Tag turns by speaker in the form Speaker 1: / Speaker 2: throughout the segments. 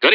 Speaker 1: Good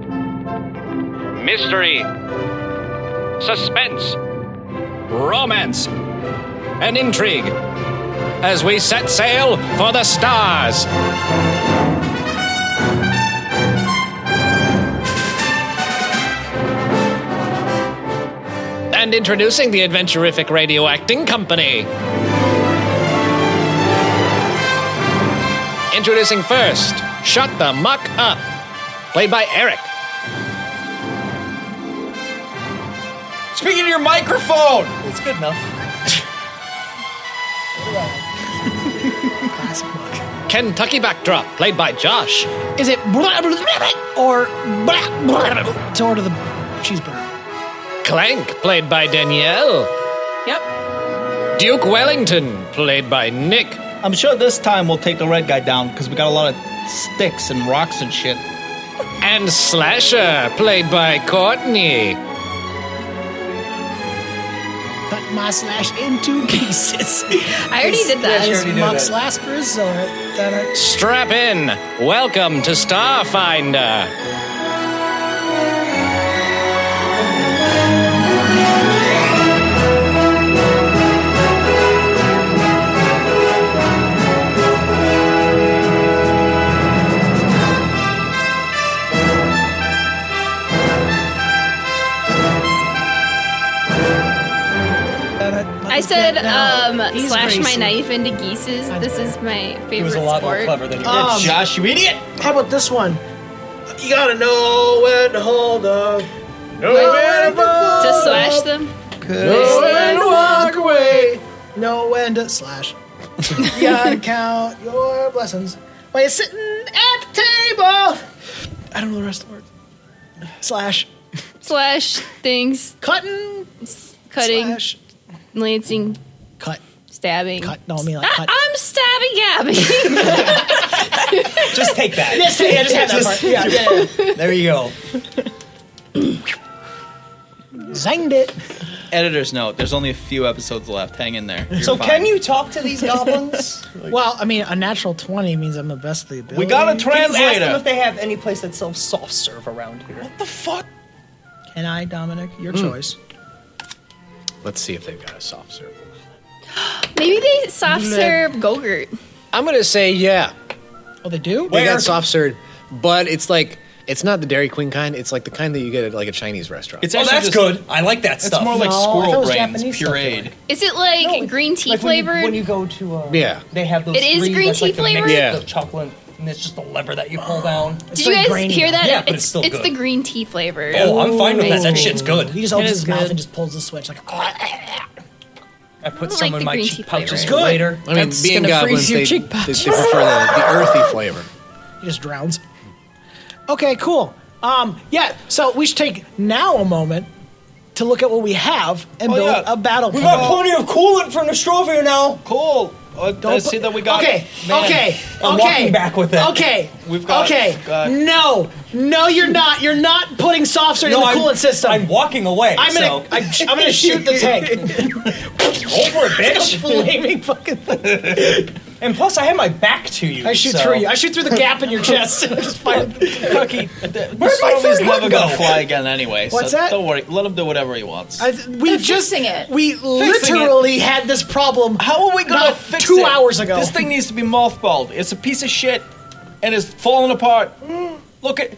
Speaker 1: Mystery. Suspense. Romance. And intrigue. As we set sail for the stars.
Speaker 2: And introducing the Adventurific Radio Acting Company. Introducing first, Shut the Muck Up, played by Eric.
Speaker 3: Speaking to your microphone.
Speaker 4: It's good enough.
Speaker 2: Kentucky Backdrop, played by Josh.
Speaker 4: Is it blah, blah, blah, or blah, blah, blah, to order the cheeseburger?
Speaker 2: Clank, played by Danielle.
Speaker 4: Yep.
Speaker 2: Duke Wellington, played by Nick.
Speaker 3: I'm sure this time we'll take the red guy down because we got a lot of sticks and rocks and shit.
Speaker 2: And Slasher, played by Courtney.
Speaker 4: Cut my slash into pieces.
Speaker 5: I already did
Speaker 4: Yes,
Speaker 5: that.
Speaker 4: you already did
Speaker 5: Mock
Speaker 4: that.
Speaker 5: slash.
Speaker 4: Last resort. That I-
Speaker 2: Strap in. Welcome to Starfinder.
Speaker 4: that I-
Speaker 5: I said,
Speaker 4: that now.
Speaker 5: um,
Speaker 4: He's
Speaker 5: slash my
Speaker 4: racing.
Speaker 5: knife into geeses. This is my favorite
Speaker 6: He was a lot
Speaker 5: sport.
Speaker 6: more clever than you.
Speaker 4: Um,
Speaker 3: Oh, Josh, you idiot!
Speaker 4: How about this one? You gotta know when to hold up.
Speaker 5: Oh, To slash them.
Speaker 4: walk away. Know when to slash. you gotta count your blessings while you're sitting at the table. I don't know the rest of the words. Slash.
Speaker 5: Slash things.
Speaker 4: Cutting.
Speaker 5: Cutting.
Speaker 4: Slash.
Speaker 5: Lancing.
Speaker 4: Cut.
Speaker 5: Stabbing.
Speaker 4: Cut. No, I mean like
Speaker 5: I-
Speaker 4: cut.
Speaker 5: I'm stabbing Gabby.
Speaker 6: Just take that.
Speaker 4: Yes, yeah, just have that part. Yeah, yeah,
Speaker 6: There you go.
Speaker 4: yeah. Zanged it.
Speaker 3: Editor's note: There's only a few episodes left. Hang in there. You're
Speaker 6: So
Speaker 3: fine.
Speaker 6: can you talk to these goblins?
Speaker 4: Well, I mean, a natural 20 means I'm the best of the ability.
Speaker 3: We got a
Speaker 6: Can you ask them if
Speaker 3: translator.
Speaker 6: they have any place that sells soft serve around here?
Speaker 3: What the fuck?
Speaker 4: Can I, Dominic? Your
Speaker 6: Hmm.
Speaker 4: choice.
Speaker 2: Let's see if they've got a soft serve.
Speaker 5: Maybe they soft serve Gogurt.
Speaker 7: I'm gonna say yeah.
Speaker 4: Oh, they do?
Speaker 7: They
Speaker 6: Where?
Speaker 7: got soft serve, but it's like it's not the Dairy Queen kind. It's like the kind that you get at like a Chinese restaurant.
Speaker 3: It's
Speaker 6: Oh,
Speaker 3: actually
Speaker 6: that's
Speaker 3: just-
Speaker 6: good. I like that
Speaker 3: It's
Speaker 6: stuff.
Speaker 3: more like
Speaker 4: No, I thought it
Speaker 3: squirrel
Speaker 4: was
Speaker 3: brains
Speaker 4: Japanese stuff they
Speaker 3: pureed.
Speaker 5: Is it like green tea
Speaker 6: Like when you-
Speaker 5: flavored?
Speaker 6: When you go to uh,
Speaker 7: Yeah.
Speaker 6: they have those.
Speaker 5: It is
Speaker 6: three
Speaker 5: green
Speaker 6: that's
Speaker 5: tea
Speaker 6: like the mix
Speaker 5: flavored?
Speaker 7: Yeah.
Speaker 6: of chocolate, and it's just a lever that you pull down.
Speaker 5: Did you
Speaker 4: like
Speaker 5: guys
Speaker 4: grainy
Speaker 5: hear
Speaker 4: though.
Speaker 5: that?
Speaker 6: Yeah, but it's still good.
Speaker 5: the green tea flavor.
Speaker 6: Oh, I'm fine with that. That
Speaker 5: Ooh.
Speaker 6: shit's
Speaker 4: He
Speaker 6: good.
Speaker 4: just opens
Speaker 5: It is
Speaker 4: his mouth
Speaker 5: good.
Speaker 4: and just pulls the switch like,
Speaker 6: I put
Speaker 5: I
Speaker 6: some
Speaker 5: like
Speaker 6: in
Speaker 5: the
Speaker 6: my
Speaker 5: green
Speaker 6: cheek
Speaker 5: tea
Speaker 6: pouches
Speaker 5: flavor.
Speaker 6: for later.
Speaker 7: I mean,
Speaker 4: That's
Speaker 7: being
Speaker 4: gonna
Speaker 7: goblins,
Speaker 4: freeze your
Speaker 7: they, they, they
Speaker 4: cheek pouches.
Speaker 7: prefer the, the earthy flavor.
Speaker 4: he just drowns. Okay, cool. Um, yeah, so we should take now a moment to look at what we have and
Speaker 3: Oh,
Speaker 4: build
Speaker 3: yeah.
Speaker 4: a battle
Speaker 6: We
Speaker 4: plan.
Speaker 6: got plenty of coolant for Nostrovia now.
Speaker 3: Cool. Uh, I see
Speaker 4: put-
Speaker 3: that we got.
Speaker 4: Okay,
Speaker 3: Man.
Speaker 4: okay,
Speaker 6: I'm
Speaker 4: okay.
Speaker 6: walking back with it.
Speaker 4: Okay,
Speaker 3: We've got-
Speaker 4: Okay,
Speaker 3: got-
Speaker 4: no, no, you're not. You're not putting soft serve in the
Speaker 6: I'm,
Speaker 4: coolant system.
Speaker 6: I'm walking away.
Speaker 4: I'm gonna,
Speaker 6: so.
Speaker 4: I'm, I'm gonna shoot the tank.
Speaker 6: roll for it, bitch.
Speaker 4: Flaming fucking.
Speaker 6: and plus, I have my back to you.
Speaker 4: I shoot
Speaker 6: so.
Speaker 4: through you. I shoot through the gap in your chest. just fire.
Speaker 3: Cookie.
Speaker 6: Where'd my
Speaker 3: He's
Speaker 6: third
Speaker 3: never
Speaker 6: one
Speaker 3: gonna
Speaker 6: go?
Speaker 3: fly again anyway. so
Speaker 4: What's that?
Speaker 3: Don't worry. Let him do whatever he wants.
Speaker 4: I, we
Speaker 5: They're
Speaker 4: just
Speaker 5: fixing it.
Speaker 4: we
Speaker 3: Fixing it.
Speaker 4: literally had this problem.
Speaker 3: How are we gonna
Speaker 4: not
Speaker 3: fix
Speaker 4: two
Speaker 3: it?
Speaker 4: hours ago?
Speaker 3: This thing needs to be mothballed. It's a piece of shit, and it's falling apart. Look at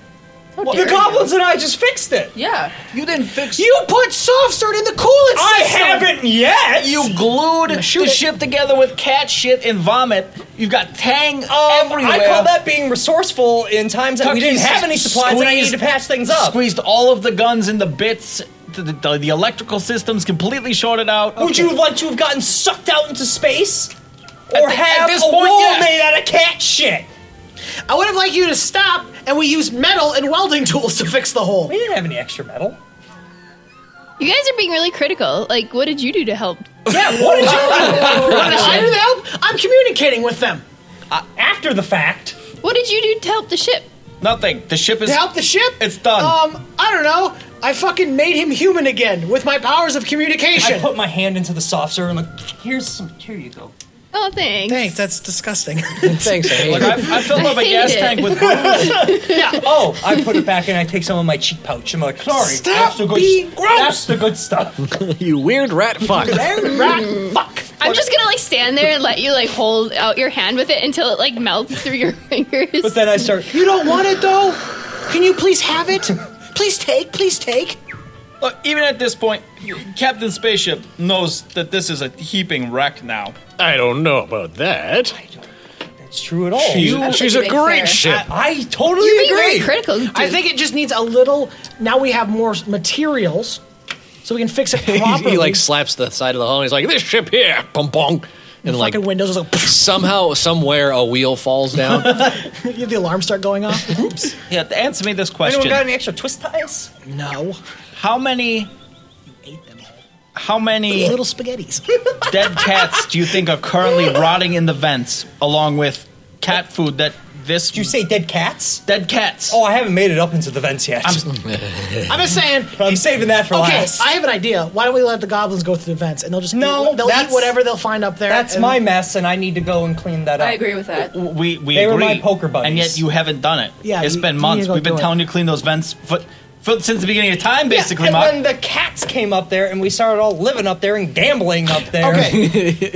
Speaker 3: What-
Speaker 6: The goblins and I just fixed it.
Speaker 5: Yeah.
Speaker 3: You didn't fix.
Speaker 4: You put soft serve in the coolant
Speaker 3: I
Speaker 4: system.
Speaker 3: haven't yet. You glued the
Speaker 4: shoot it.
Speaker 3: ship together with cat shit and vomit. You've got tang
Speaker 6: Um,
Speaker 3: everywhere.
Speaker 6: I call that being resourceful in times that we didn't
Speaker 3: Tucky's
Speaker 6: have any supplies and I needed to
Speaker 3: squeezed-
Speaker 6: patch things up.
Speaker 3: Squeezed all of the guns into bits. The, the, the electrical system's completely shorted out.
Speaker 6: Would you have liked to have gotten sucked out into space?
Speaker 3: At
Speaker 6: Or
Speaker 3: the-
Speaker 6: have
Speaker 3: at this
Speaker 6: a
Speaker 3: point,
Speaker 6: wall
Speaker 3: yes.
Speaker 6: made out of cat shit?
Speaker 4: I would have liked you to stop, and we used metal and welding tools to fix the hole.
Speaker 6: We didn't have any extra metal.
Speaker 5: You guys are being really critical. Like, what did you do to help?
Speaker 6: Yeah, what did you do?
Speaker 4: I didn't help. I'm communicating with them
Speaker 6: After the fact,
Speaker 5: What did you do to help the ship?
Speaker 3: Nothing. The ship is.
Speaker 4: to help the ship.
Speaker 3: It's done.
Speaker 4: Um, I don't know. I fucking made him human again with my powers of
Speaker 6: I
Speaker 4: communication.
Speaker 6: put my hand into the soft serve and like, here's some. Here you go.
Speaker 5: Oh, thanks.
Speaker 4: Thanks. That's disgusting.
Speaker 7: Thanks. I hate
Speaker 3: Like
Speaker 7: you.
Speaker 3: I, I filled
Speaker 5: I
Speaker 3: up a
Speaker 5: hate
Speaker 3: gas
Speaker 5: it.
Speaker 3: tank with booze.
Speaker 6: Oh, I put it back and I take some of my cheek pouch. I'm like, sorry,
Speaker 4: Stop
Speaker 6: that's the good.
Speaker 4: being gross.
Speaker 6: That's the good stuff.
Speaker 7: you weird rat fuck.
Speaker 4: Rat, fuck.
Speaker 5: I'm just gonna like stand there and let you like hold out your hand with it until it like melts through your fingers.
Speaker 6: But then I start.
Speaker 4: You don't want it though. Can you please have it? Please take. Please take.
Speaker 3: Look, even at this point, Captain Spaceship knows that this is a heaping wreck now.
Speaker 2: I don't know about that.
Speaker 6: It's true at all.
Speaker 2: You-
Speaker 5: think
Speaker 2: she's
Speaker 5: you
Speaker 2: a
Speaker 5: make fair.
Speaker 2: great ship.
Speaker 6: I totally
Speaker 5: You're being very
Speaker 6: agree.
Speaker 5: critical. Dude.
Speaker 4: I think it just needs a little. Now we have more materials, so we can fix it properly.
Speaker 7: he like slaps the side of the hull and he's like, "This ship here, pom pom," and like
Speaker 4: Fucking windows. Like,
Speaker 7: somehow, somewhere, a wheel falls down.
Speaker 4: the alarms start going off. Oops.
Speaker 3: Yeah, answer me this
Speaker 6: Anyone
Speaker 3: question.
Speaker 6: got any extra twist ties?
Speaker 4: No.
Speaker 3: How many how many
Speaker 4: Little spaghettis.
Speaker 3: dead cats do you think are currently rotting in the vents along with cat food that this
Speaker 6: Did you say dead cats?
Speaker 3: dead cats?
Speaker 6: Oh, I haven't made it up into the vents yet. I'm,
Speaker 4: I'm just saying.
Speaker 6: saving that for
Speaker 4: Okay,
Speaker 6: last.
Speaker 4: I have an idea. Why don't we let the goblins go through the vents and they'll just
Speaker 6: No,
Speaker 4: eat, they'll eat
Speaker 6: that's-
Speaker 4: whatever they'll find up there.
Speaker 6: that's
Speaker 4: and-
Speaker 6: my mess, and I need to go and clean that up.
Speaker 8: I agree with that.
Speaker 3: we we
Speaker 6: They were
Speaker 3: agree,
Speaker 6: my poker buddies.
Speaker 3: and yet you haven't done it.
Speaker 4: Yeah,
Speaker 3: it's
Speaker 4: you-
Speaker 3: been
Speaker 4: you need
Speaker 3: months.
Speaker 4: to go
Speaker 3: We've
Speaker 4: do
Speaker 3: been
Speaker 4: it.
Speaker 3: telling you to clean those vents for, for, since the beginning of time,
Speaker 6: Yeah,
Speaker 3: basically,
Speaker 6: and
Speaker 3: Mark.
Speaker 6: then the cats came up there, and we started all living up there and gambling up there.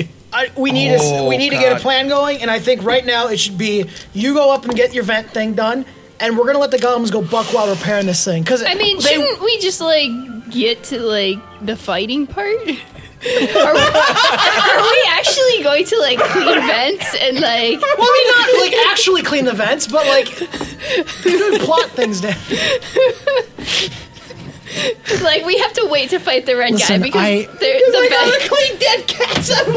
Speaker 4: Okay. I, we need to s-
Speaker 6: Oh,
Speaker 4: we need to get a
Speaker 6: God.
Speaker 4: plan going, and I think right now it should be you go up and get your vent thing done, and we're gonna let the goblins go buck while repairing this thing. Because
Speaker 5: I mean,
Speaker 4: they,
Speaker 5: shouldn't we just like get to like the fighting part? are, we, are we actually going to like clean vents and like?
Speaker 4: well, I mean, not like actually clean the vents, but like you don't plot things down.
Speaker 5: Like we have to wait to fight the red
Speaker 4: Listen,
Speaker 5: guy because
Speaker 4: I-
Speaker 5: they're the best.
Speaker 6: clean dead cats out of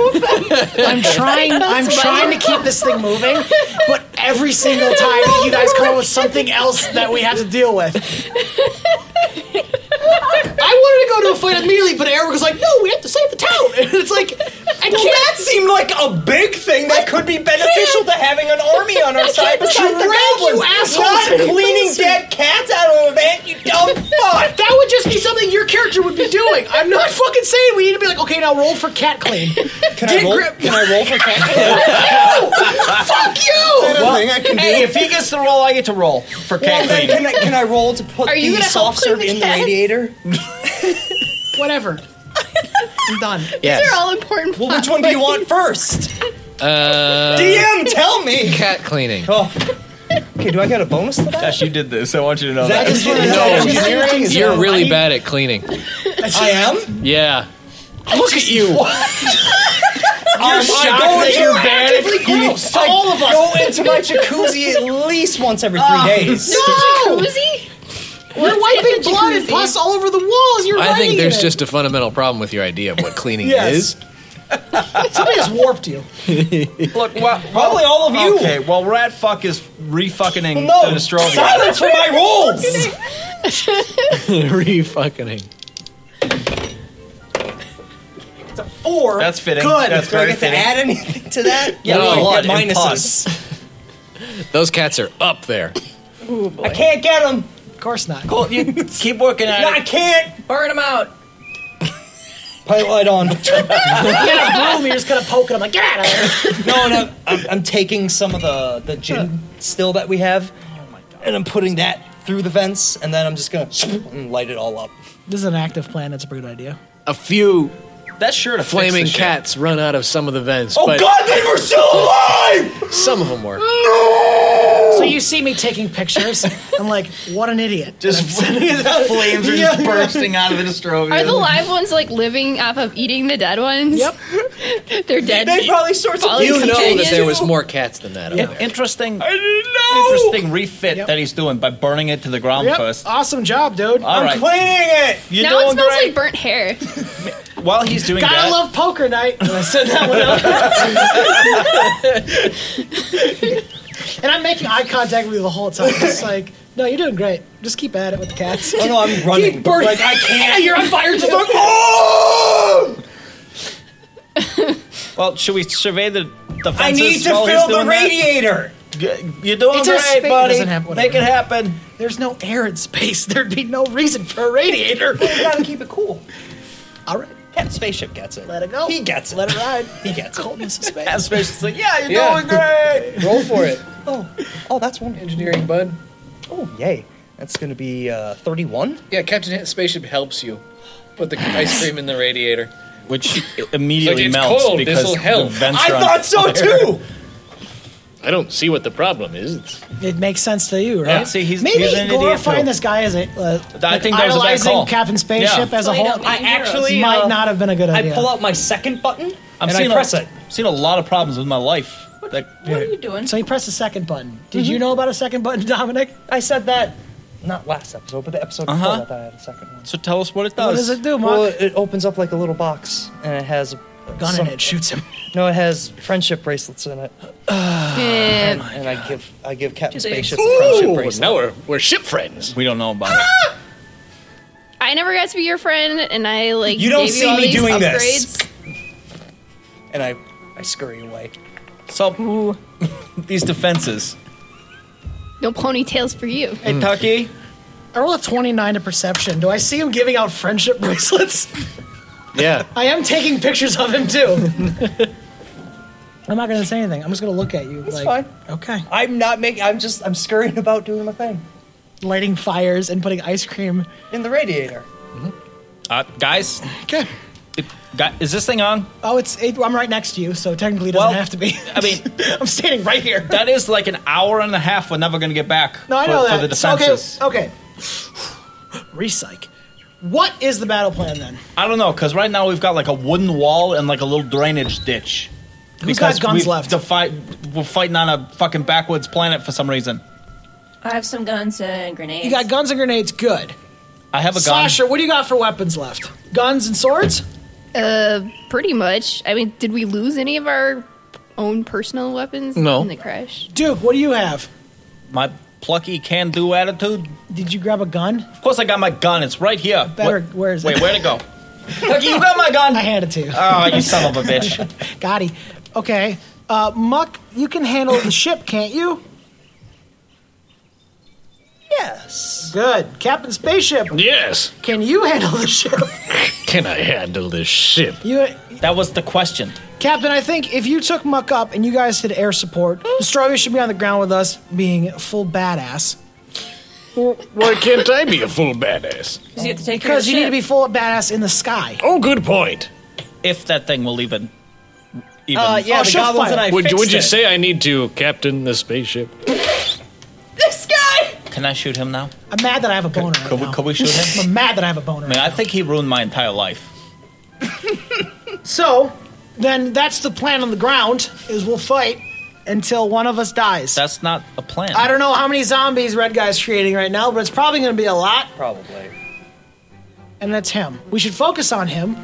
Speaker 4: I'm trying. I'm
Speaker 5: That's
Speaker 4: trying
Speaker 5: funny.
Speaker 4: to keep this thing moving, but every single time you guys come up with something else that we have to deal with. I wanted to go to a fight immediately, but Eric was like, "No, we have to save the town." And it's like, I
Speaker 6: Well, that
Speaker 4: can't.
Speaker 6: seemed like a big thing that could be beneficial to having an army on our side besides the
Speaker 4: drag
Speaker 6: goblins.
Speaker 4: you assholes
Speaker 6: Not
Speaker 4: into
Speaker 6: cleaning
Speaker 4: this.
Speaker 6: dead cats out of a van, you dumb fuck.
Speaker 4: That would just be something your character would be doing. I'm not fucking saying we need to be like, okay, now roll for cat clean.
Speaker 6: Can I roll? Can I roll for cat?
Speaker 4: Fuck you!
Speaker 6: well, I can
Speaker 3: hey, if he gets to roll, I get to roll for cat
Speaker 6: Well, then
Speaker 3: cleaning.
Speaker 6: can I, can I roll to put
Speaker 5: Are you
Speaker 6: the
Speaker 5: gonna help
Speaker 6: soft
Speaker 5: clean
Speaker 6: serve
Speaker 5: the
Speaker 6: in the
Speaker 5: cats?
Speaker 6: radiator?
Speaker 4: Whatever. I'm done.
Speaker 5: They're
Speaker 7: yes.
Speaker 5: all important.
Speaker 6: Well, which one do you want first? DM, tell me.
Speaker 7: Cat cleaning.
Speaker 6: Oh. Okay, do I get a bonus to that?
Speaker 3: Gosh, you did this. I want you to know
Speaker 6: That
Speaker 3: that.
Speaker 6: is
Speaker 4: No,
Speaker 6: engineering. Is
Speaker 7: You're
Speaker 6: that-
Speaker 7: really bad at cleaning.
Speaker 6: I am.
Speaker 7: Yeah.
Speaker 4: Look at you.
Speaker 6: I'm
Speaker 3: that you're bad at
Speaker 6: gross. I all of us. go into my jacuzzi at least once every three days.
Speaker 4: No!
Speaker 5: Jacuzzi?
Speaker 4: You're wiping blood and
Speaker 5: Jacuzzi.
Speaker 4: pus all over the walls. You're
Speaker 7: I
Speaker 4: writing
Speaker 7: think there's
Speaker 4: in it.
Speaker 7: just a fundamental problem with your idea of what cleaning
Speaker 4: Yes.
Speaker 7: is.
Speaker 4: somebody has warped you.
Speaker 3: Look, well,
Speaker 6: Probably all of you.
Speaker 3: Okay, well, rat fuck is refucking
Speaker 6: No,
Speaker 3: the Nostrovia.
Speaker 6: silence for my rules.
Speaker 7: Refucking.
Speaker 6: Four.
Speaker 3: That's fitting.
Speaker 6: Good.
Speaker 3: That's
Speaker 6: Do I
Speaker 3: very
Speaker 6: get
Speaker 3: fitting.
Speaker 6: to add anything to that? Yeah,
Speaker 7: No,
Speaker 6: we
Speaker 3: blood
Speaker 6: get
Speaker 3: and
Speaker 6: minuses.
Speaker 7: Those cats are up there.
Speaker 6: I can't get them.
Speaker 4: Of course not.
Speaker 3: Well, you keep working at
Speaker 6: I
Speaker 3: it.
Speaker 6: can't.
Speaker 8: Burn them out.
Speaker 6: Pilot light on.
Speaker 4: You got a broom, you're just gonna poke it. I'm like, get out of there.
Speaker 6: no, no. I'm, I'm taking some of the the gin still that we have, and I'm putting that through the vents, and then I'm just gonna and light it all up.
Speaker 4: This is an active plan. That's a pretty good idea.
Speaker 7: A few
Speaker 3: That's sure to fix
Speaker 7: flaming
Speaker 3: the shit.
Speaker 7: cats run out of some of the vents,
Speaker 6: Oh
Speaker 7: but
Speaker 6: God, they were still alive.
Speaker 7: some of them were.
Speaker 4: So you see me taking pictures. I'm like, what an idiot.
Speaker 3: Just flames are just bursting out of the Nostrovia.
Speaker 5: Are the live ones like living off of eating the dead ones?
Speaker 4: Yep.
Speaker 5: They're dead.
Speaker 6: They probably sorts of
Speaker 5: All these
Speaker 7: You know that
Speaker 5: companions.
Speaker 7: there was more cats than that up
Speaker 3: In-
Speaker 7: there.
Speaker 3: interesting,
Speaker 6: No.
Speaker 3: interesting refit
Speaker 4: Yep.
Speaker 3: that he's doing by burning it to the ground
Speaker 4: Yep.
Speaker 3: first.
Speaker 4: Awesome job, dude.
Speaker 3: All
Speaker 6: I'm
Speaker 3: right.
Speaker 6: cleaning it.
Speaker 3: You're
Speaker 5: Now it
Speaker 3: doing
Speaker 5: smells
Speaker 3: great.
Speaker 5: like burnt hair.
Speaker 3: While he's doing
Speaker 4: Gotta
Speaker 3: that,
Speaker 4: love poker night. And I said that one out. And I'm making eye contact with you the whole time. It's like, no, you're doing great. Just keep at it with the cats.
Speaker 6: Oh no, I'm running.
Speaker 4: Keep burning.
Speaker 6: Like I can't.
Speaker 4: you're on fire. Just like, oh.
Speaker 6: Oh!
Speaker 3: Well, should we survey the the fences
Speaker 6: I need to
Speaker 3: while he's
Speaker 6: fill the
Speaker 3: doing that?
Speaker 6: radiator.
Speaker 3: G- You're doing
Speaker 4: It's a
Speaker 3: great,
Speaker 4: spade.
Speaker 3: buddy.
Speaker 4: Doesn't have-
Speaker 3: Make it happen.
Speaker 4: There's no air in space. There'd be no reason for a radiator.
Speaker 6: You gotta keep it cool.
Speaker 4: All right,
Speaker 6: Cat spaceship gets it.
Speaker 4: let it go.
Speaker 6: He gets it.
Speaker 4: Let it ride.
Speaker 6: He gets it.
Speaker 4: Coldness of
Speaker 3: Yeah,
Speaker 4: space.
Speaker 3: Spacious like, yeah, you're
Speaker 7: Yeah.
Speaker 3: doing great.
Speaker 7: Roll for it.
Speaker 6: Oh, oh, that's one.
Speaker 7: Engineering, bud.
Speaker 6: Oh, yay. That's gonna be uh, 31.
Speaker 7: Yeah, Captain Spaceship helps you. Put the ice cream in the radiator.
Speaker 3: Which
Speaker 7: Like,
Speaker 3: immediately
Speaker 2: it's
Speaker 3: melts
Speaker 2: cold.
Speaker 3: because
Speaker 2: This'll
Speaker 3: the
Speaker 2: help.
Speaker 3: vents
Speaker 6: I
Speaker 3: are on
Speaker 6: thought so
Speaker 3: fire.
Speaker 6: too.
Speaker 2: I don't see what the problem is. It's-
Speaker 4: It makes sense to you, right?
Speaker 3: Yeah, see, he's-
Speaker 4: Maybe
Speaker 3: he's an idiot,
Speaker 4: glorifying
Speaker 3: too.
Speaker 4: this guy as a uh,
Speaker 3: I
Speaker 4: like
Speaker 3: think that was a bad
Speaker 4: idolizing
Speaker 3: call.
Speaker 4: Captain Spaceship
Speaker 3: Yeah.
Speaker 4: as a
Speaker 5: So you
Speaker 4: whole
Speaker 5: don't-
Speaker 6: I actually
Speaker 4: might
Speaker 6: uh,
Speaker 4: not have been a good idea.
Speaker 6: I pull out my second button
Speaker 3: I'm
Speaker 6: and I
Speaker 3: seeing
Speaker 6: press
Speaker 3: a,
Speaker 6: it.
Speaker 3: Seen a lot of problems with my life. That,
Speaker 5: What are you doing?
Speaker 4: So he pressed the second button. Did
Speaker 3: Mm-hmm.
Speaker 4: you know about a second button, Dominic? I said that.
Speaker 6: Not last episode, but the episode
Speaker 3: Uh-huh.
Speaker 6: before that I had a second one.
Speaker 3: so tell us what it does.
Speaker 4: What does it do, Mark?
Speaker 6: Well, it opens up like a little box and it has
Speaker 4: Gun
Speaker 6: some-
Speaker 4: in it shoots him.
Speaker 6: No, it has friendship bracelets in it,
Speaker 4: uh,
Speaker 5: Eh,
Speaker 6: and I give I give Captain
Speaker 5: Just like-
Speaker 6: Spaceship a friendship
Speaker 7: Ooh,
Speaker 6: bracelet.
Speaker 7: now we're, we're ship friends.
Speaker 3: We don't know about
Speaker 4: Ah!
Speaker 3: it.
Speaker 5: I never got to be your friend, and I like
Speaker 6: You don't
Speaker 5: gave
Speaker 6: see
Speaker 5: all
Speaker 6: me
Speaker 5: these
Speaker 6: doing this.
Speaker 5: upgrades.
Speaker 6: And I I scurry away.
Speaker 3: So these defenses.
Speaker 5: No ponytails for you.
Speaker 3: Hey, Tucky.
Speaker 4: I roll a 29 to perception. Do I see him giving out friendship bracelets?
Speaker 7: Yeah.
Speaker 4: I am taking pictures of him too. I'm not gonna say anything. I'm just gonna look at you.
Speaker 6: It's
Speaker 4: like,
Speaker 6: fine.
Speaker 4: Okay.
Speaker 6: I'm not making. I'm just I'm scurrying about doing my thing
Speaker 4: Lighting fires and putting ice cream.
Speaker 6: in the radiator.
Speaker 3: Uh, guys,
Speaker 4: Okay.
Speaker 3: it, guy, is this thing on?
Speaker 4: Oh, it's. It, I'm right next to you, so technically it doesn't
Speaker 3: Well,
Speaker 4: have to be.
Speaker 3: I mean,
Speaker 4: I'm standing right here.
Speaker 3: that is like an hour and a half. We're never going to get back.
Speaker 4: No, I
Speaker 3: for,
Speaker 4: know
Speaker 3: for
Speaker 4: that.
Speaker 3: the
Speaker 4: So,
Speaker 3: defenses.
Speaker 4: okay. Oh. Okay. Recyc. What is the battle plan then?
Speaker 3: I don't know, because right now we've got like a wooden wall and like a little drainage ditch.
Speaker 4: Who's got guns
Speaker 3: we've
Speaker 4: left?
Speaker 3: defi- we're fighting on a fucking backwards planet for some reason.
Speaker 8: I have some guns and grenades.
Speaker 4: You got guns and grenades. Good.
Speaker 3: I have a gun.
Speaker 4: Slasher, what do you got for weapons left? Guns and swords?
Speaker 5: Uh, pretty much. I mean, did we lose any of our own personal weapons
Speaker 7: No.
Speaker 5: in the crash?
Speaker 4: Duke, what do you have?
Speaker 3: My plucky can-do attitude.
Speaker 4: Did you grab a gun?
Speaker 3: Of course, I got my gun. It's right here.
Speaker 4: Better-
Speaker 3: What-
Speaker 4: where is it?
Speaker 3: Wait, where'd it go? Tucky, you got my gun.
Speaker 4: I handed it to you.
Speaker 2: Uh,
Speaker 3: Oh, you son of a bitch.
Speaker 4: Got he. Okay. Uh, Muck, you can handle the ship, can't you?
Speaker 6: Yes.
Speaker 4: Good. Captain Spaceship,
Speaker 2: Yes.
Speaker 4: can you handle the ship?
Speaker 2: Can I handle this ship?
Speaker 4: You,
Speaker 3: That was the question.
Speaker 4: Captain, I think if you took Muck up and you guys did air support, Strawberry should be on the ground with us, being full badass.
Speaker 2: Why can't I be a full badass?
Speaker 8: Because you have to take care of
Speaker 4: Because
Speaker 8: the
Speaker 4: you need to
Speaker 8: ship.
Speaker 4: be full badass in the sky.
Speaker 2: Oh, good point.
Speaker 3: If that thing will even, even.
Speaker 6: Uh, yeah,
Speaker 4: Oh,
Speaker 6: the
Speaker 4: shot
Speaker 6: goblins
Speaker 4: fire.
Speaker 6: and I
Speaker 2: Would,
Speaker 6: fixed
Speaker 2: would you
Speaker 6: it.
Speaker 2: say I need to captain the spaceship?
Speaker 8: This guy!
Speaker 3: Can I shoot him now?
Speaker 4: I'm mad that I have a boner. right
Speaker 3: Could we,
Speaker 4: now.
Speaker 3: could we shoot him?
Speaker 4: I'm mad that I have a boner.
Speaker 3: I mean, I think he ruined my entire life.
Speaker 4: So, then that's the plan on the ground, is we'll fight until one of us dies.
Speaker 3: That's not a plan.
Speaker 4: I don't know how many zombies Red Guy's creating right now, but it's probably going to be a lot,
Speaker 6: Probably.
Speaker 4: and that's him. We should focus on him.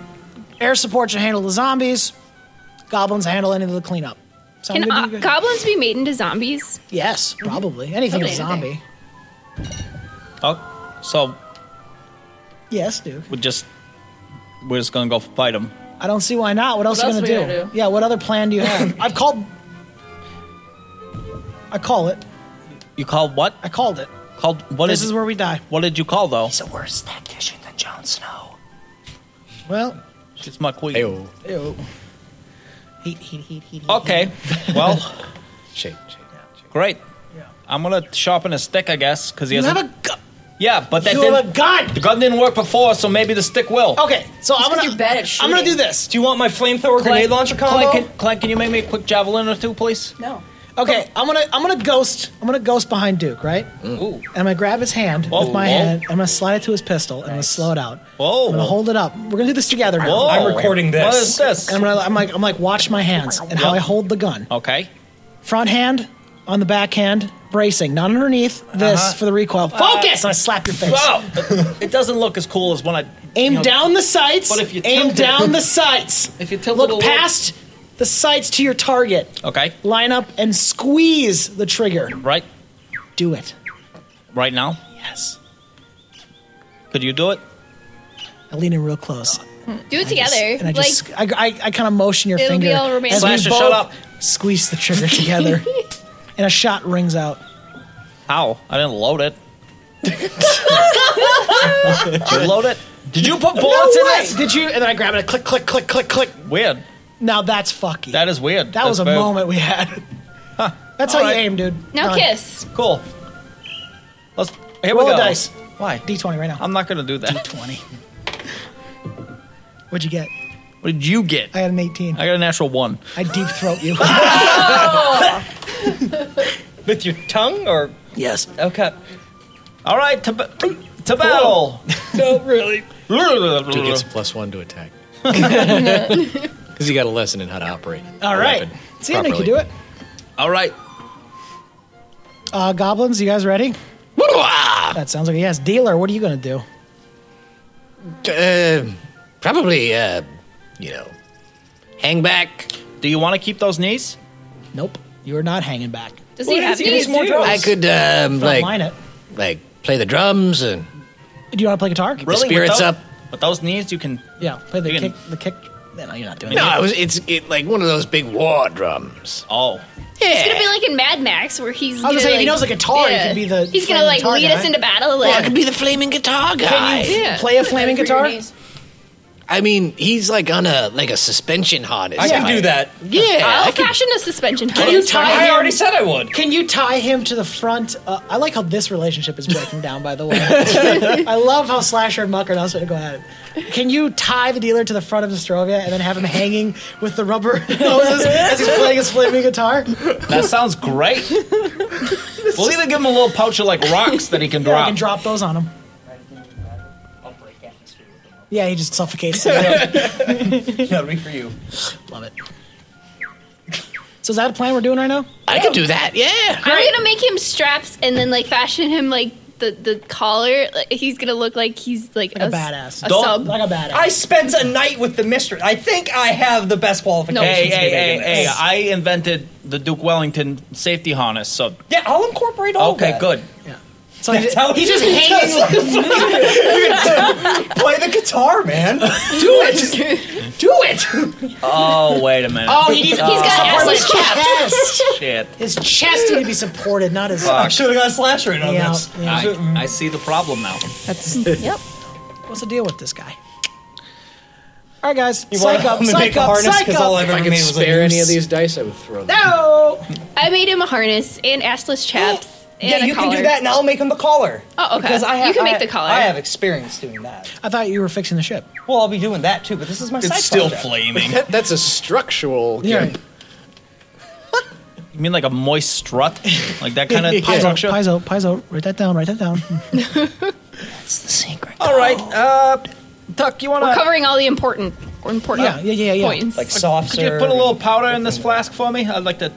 Speaker 4: Air support should handle the zombies. Goblins handle any of the cleanup. Sound
Speaker 5: Can
Speaker 4: good to
Speaker 5: uh,
Speaker 4: you guys?
Speaker 5: goblins be made into zombies?
Speaker 4: yes, probably. Anything is a
Speaker 5: Okay.
Speaker 4: zombie.
Speaker 3: Oh, so
Speaker 4: Yes, dude.
Speaker 3: we just we're just gonna go fight him.
Speaker 4: I don't see why not. What else,
Speaker 8: else
Speaker 4: are you
Speaker 8: we
Speaker 4: going to
Speaker 8: gonna
Speaker 4: do?
Speaker 8: do?
Speaker 4: Yeah, what other plan do you have? I've called... I call it.
Speaker 3: You called what?
Speaker 4: I called it.
Speaker 3: Called what
Speaker 4: This
Speaker 3: did-
Speaker 4: is where we die.
Speaker 3: What did you call though?
Speaker 6: He's a worse tactician than Jon Snow.
Speaker 4: Well,
Speaker 3: It's my queen.
Speaker 7: Ayo.
Speaker 4: ew.
Speaker 3: Okay. well,
Speaker 7: Shake, shake.
Speaker 3: great. I'm gonna sharpen his stick, I guess, because he
Speaker 4: You
Speaker 3: hasn't.
Speaker 4: have a gun.
Speaker 3: yeah, but that
Speaker 4: You
Speaker 3: didn't.
Speaker 4: have a gun.
Speaker 3: the gun didn't work before, so maybe the stick will.
Speaker 4: Okay, so I'm
Speaker 8: 'cause
Speaker 4: gonna.
Speaker 8: you're bad at
Speaker 4: I'm gonna do
Speaker 8: shooting.
Speaker 4: this.
Speaker 6: Do you want my flamethrower grenade launcher combo?
Speaker 3: Clank, can, Clank, can you make me a quick javelin or two, please?
Speaker 8: No.
Speaker 4: Okay, I'm gonna. I'm gonna ghost. I'm gonna ghost behind Duke, right?
Speaker 3: Mm. Ooh.
Speaker 4: And I'm gonna grab his hand
Speaker 3: Whoa,
Speaker 4: with my
Speaker 3: whoa.
Speaker 4: hand. I'm gonna slide it to his pistol. And I'm gonna slow it out.
Speaker 3: Whoa.
Speaker 4: I'm gonna hold it up. We're gonna do this together now.
Speaker 3: Whoa.
Speaker 6: I'm recording this.
Speaker 3: What is this?
Speaker 4: And I'm, gonna, I'm like. I'm like. Watch my hands and how I hold the gun.
Speaker 3: okay.
Speaker 4: Front hand on the back hand, bracing, not underneath. This
Speaker 3: Uh-huh.
Speaker 4: for the recoil.
Speaker 3: Uh,
Speaker 4: Focus. and I slap your face.
Speaker 3: Wow. it doesn't look as cool as when I
Speaker 4: Aim
Speaker 3: you know,
Speaker 4: down the sights.
Speaker 3: But if you
Speaker 4: aim
Speaker 3: tilt it-
Speaker 4: down the sights.
Speaker 3: If you tilt it a
Speaker 4: look
Speaker 3: little-
Speaker 4: past the sights to your target.
Speaker 3: Okay.
Speaker 4: Line up and squeeze the trigger.
Speaker 3: Right.
Speaker 4: Do it.
Speaker 3: Right now.
Speaker 4: Yes.
Speaker 3: Could you do it?
Speaker 4: I lean in real close.
Speaker 5: Do it together.
Speaker 4: And I just,
Speaker 5: like,
Speaker 4: I, I, I kind of motion your
Speaker 5: It'll
Speaker 4: finger.
Speaker 5: be all romantic.
Speaker 4: as we
Speaker 3: Slasher,
Speaker 4: both
Speaker 3: shut up.
Speaker 4: Squeeze the trigger together. and a shot rings out.
Speaker 3: How? I didn't load it. Did you load it? Did you put bullets in
Speaker 4: What?
Speaker 3: it?
Speaker 4: Did you? And then I grab it. Click, click, click, click, click.
Speaker 3: Weird.
Speaker 4: Now that's fucky.
Speaker 3: That is weird.
Speaker 4: That
Speaker 3: That's
Speaker 4: was a
Speaker 3: very-
Speaker 4: moment we had. That's how
Speaker 3: Alright.
Speaker 4: you aim, dude.
Speaker 5: now
Speaker 4: Done.
Speaker 5: kiss.
Speaker 3: Cool. Let's. Here
Speaker 4: Roll
Speaker 3: we
Speaker 4: a
Speaker 3: go.
Speaker 4: dice.
Speaker 3: Why?
Speaker 4: D20 right now.
Speaker 3: I'm not gonna do that.
Speaker 4: D20. What'd you get?
Speaker 3: What did you get?
Speaker 4: I had an 18.
Speaker 3: I
Speaker 4: I,
Speaker 3: got a natural one.
Speaker 4: deep throat you.
Speaker 6: With your tongue or
Speaker 4: yes.
Speaker 6: okay?
Speaker 3: All right, to, ba- to battle. No,
Speaker 7: Dude
Speaker 3: really.
Speaker 7: gets plus one to attack. Because you got a lesson in how to operate.
Speaker 4: All
Speaker 7: a
Speaker 4: right.
Speaker 7: weapon
Speaker 4: See, I think you
Speaker 7: properly.
Speaker 4: do it.
Speaker 3: All right.
Speaker 4: Uh, goblins, you guys ready? That sounds like a yes. Dealer, what are you going to do?
Speaker 7: Uh, probably, uh, you know, hang back.
Speaker 3: Do you want to keep those knees?
Speaker 4: Nope. You're not hanging back.
Speaker 5: Does he have these?
Speaker 7: I could, um,
Speaker 4: Don't
Speaker 7: like,
Speaker 4: line it.
Speaker 7: like play the drums and
Speaker 4: Do you want to play guitar?
Speaker 7: Really? spirits
Speaker 3: with those,
Speaker 7: up.
Speaker 3: With those knees, you can.
Speaker 4: Yeah, play the
Speaker 3: You can-
Speaker 4: kick. The kick. No, you're not doing it.
Speaker 7: no, it was, it's it, like one of those big war drums.
Speaker 3: Oh,
Speaker 5: It's gonna be like in Mad Max where he's.
Speaker 4: I was gonna
Speaker 5: gonna,
Speaker 4: say, if
Speaker 5: like,
Speaker 4: he knows the guitar, he could be the
Speaker 5: He's gonna
Speaker 4: flaming
Speaker 5: like
Speaker 4: guitar
Speaker 5: lead
Speaker 4: guy.
Speaker 5: us into battle.
Speaker 7: I
Speaker 5: Like,
Speaker 7: could be the flaming guitar guy.
Speaker 5: yeah.
Speaker 4: Play a flaming guitar.
Speaker 7: I mean, he's like on a like a suspension harness.
Speaker 6: I can
Speaker 7: type.
Speaker 6: do that.
Speaker 7: Yeah,
Speaker 5: I'll
Speaker 7: I can-
Speaker 5: fashion a suspension.
Speaker 4: Can you
Speaker 5: harness.
Speaker 4: tie
Speaker 6: I
Speaker 4: him?
Speaker 6: already said I would.
Speaker 4: Can you tie him to the front? Uh, I like how this relationship is breaking down. By the way, I love how Slasher and Muck are now starting to go at it. Can you tie the dealer to the front of Nostrovia and then have him hanging with the rubber noses as he's playing his flaming guitar?
Speaker 3: that sounds great. we'll either give him a little pouch of like rocks that he can
Speaker 4: Yeah, I
Speaker 3: drop.
Speaker 4: can drop those on him. Yeah, he just suffocates. love
Speaker 6: No, read for you.
Speaker 4: it. So is that a plan we're doing right now?
Speaker 7: I could do that. Yeah,
Speaker 5: I'm gonna make him straps and then like fashion him like the the collar. Like, he's gonna look like he's like,
Speaker 4: Like a
Speaker 5: s-
Speaker 4: badass.
Speaker 5: A
Speaker 4: Don't-
Speaker 5: sub.
Speaker 4: Like a badass.
Speaker 6: I spent a night with the mistress. I think I have the best qualifications.
Speaker 3: Hey,
Speaker 6: to
Speaker 3: hey,
Speaker 6: be
Speaker 3: hey,
Speaker 6: making
Speaker 3: hey!
Speaker 6: this.
Speaker 3: I invented the Duke Wellington safety harness. So
Speaker 6: Yeah, I'll incorporate
Speaker 4: Oh,
Speaker 6: all
Speaker 3: okay,
Speaker 6: that.
Speaker 3: good.
Speaker 4: so he,
Speaker 6: That's how
Speaker 4: he's just hanging.
Speaker 6: Play the guitar, man. Do it. Do it.
Speaker 3: Oh wait a minute.
Speaker 4: Oh, he needs,
Speaker 5: He's got
Speaker 4: support
Speaker 5: assless
Speaker 4: his chest.
Speaker 3: shit!
Speaker 4: His chest needs to be supported, not his.
Speaker 6: I should have got a slash right on
Speaker 4: Yeah,
Speaker 6: this.
Speaker 4: yeah.
Speaker 3: I, I see the problem now.
Speaker 8: Yep.
Speaker 4: What's the deal with this guy? All right, guys.
Speaker 6: You
Speaker 4: psych
Speaker 6: want
Speaker 4: up,
Speaker 6: him to
Speaker 4: psych
Speaker 6: make a
Speaker 4: up,
Speaker 6: harness
Speaker 4: psych
Speaker 6: because
Speaker 4: up.
Speaker 6: all I've ever made was a
Speaker 7: spare any
Speaker 6: noose.
Speaker 7: of these dice, I would throw them.
Speaker 4: no.
Speaker 5: I made him a harness and assless chaps. and
Speaker 6: Yeah,
Speaker 5: a
Speaker 6: you can do
Speaker 5: collar.
Speaker 6: that, and I'll make him the collar.
Speaker 5: Oh, okay.
Speaker 6: Because I have,
Speaker 5: You can make
Speaker 6: I-
Speaker 5: the collar.
Speaker 6: I have experience doing that.
Speaker 4: I thought you were fixing the ship.
Speaker 6: Well, I'll be doing that too, but this is my side
Speaker 3: It's still
Speaker 6: project.
Speaker 3: flaming.
Speaker 7: That, that's a structural. gimp.
Speaker 3: You mean like a moist strut, like that kind of
Speaker 4: Paizo,
Speaker 3: structure?
Speaker 4: Paizo, Paizo. Write that down. Write that down.
Speaker 6: All right, uh, Tuck, you want
Speaker 4: uh,
Speaker 5: We're covering all the important or important
Speaker 4: Yeah, yeah, yeah, yeah.
Speaker 5: points.
Speaker 6: like soft
Speaker 3: Could you
Speaker 6: serve
Speaker 3: put a little
Speaker 6: and-
Speaker 3: powder in this flask for me? I'd like to,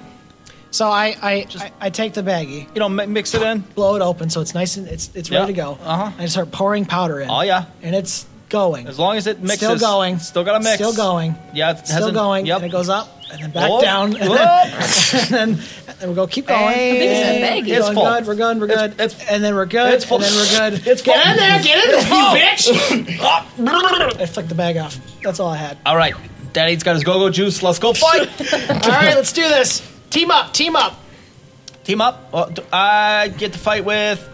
Speaker 4: So I, I, I, I take the baggie,
Speaker 3: you know, mi- mix it in.
Speaker 4: blow it open, so it's nice and it's it's ready to
Speaker 3: Yeah,
Speaker 4: go.
Speaker 3: uh-huh.
Speaker 4: And I start pouring powder in.
Speaker 3: Oh, yeah.
Speaker 4: And it's going.
Speaker 3: As long as it mixes.
Speaker 4: Still going.
Speaker 3: Still got to mix.
Speaker 4: Still going.
Speaker 3: Yeah, it
Speaker 4: Still
Speaker 3: hasn't-
Speaker 4: going.
Speaker 3: Yep.
Speaker 4: And it goes up and then back
Speaker 3: Whoop,
Speaker 4: down and then,
Speaker 3: whoop.
Speaker 4: and then and then we go keep going.
Speaker 5: Hey.
Speaker 4: We're
Speaker 5: It's
Speaker 4: going
Speaker 3: full.
Speaker 4: good. We're good. We're good.
Speaker 3: It's- it's-
Speaker 4: and then we're good.
Speaker 3: it's full.
Speaker 4: And then we're good.
Speaker 3: It's
Speaker 4: get
Speaker 3: full.
Speaker 4: in there. Get in there, you bitch. I flick the bag off. That's all I had.
Speaker 3: All right. Daddy's got his go-go juice. Let's go fight.
Speaker 4: All right, let's do this. Team up. Team up.
Speaker 3: Team up. Oh, d- I get to fight with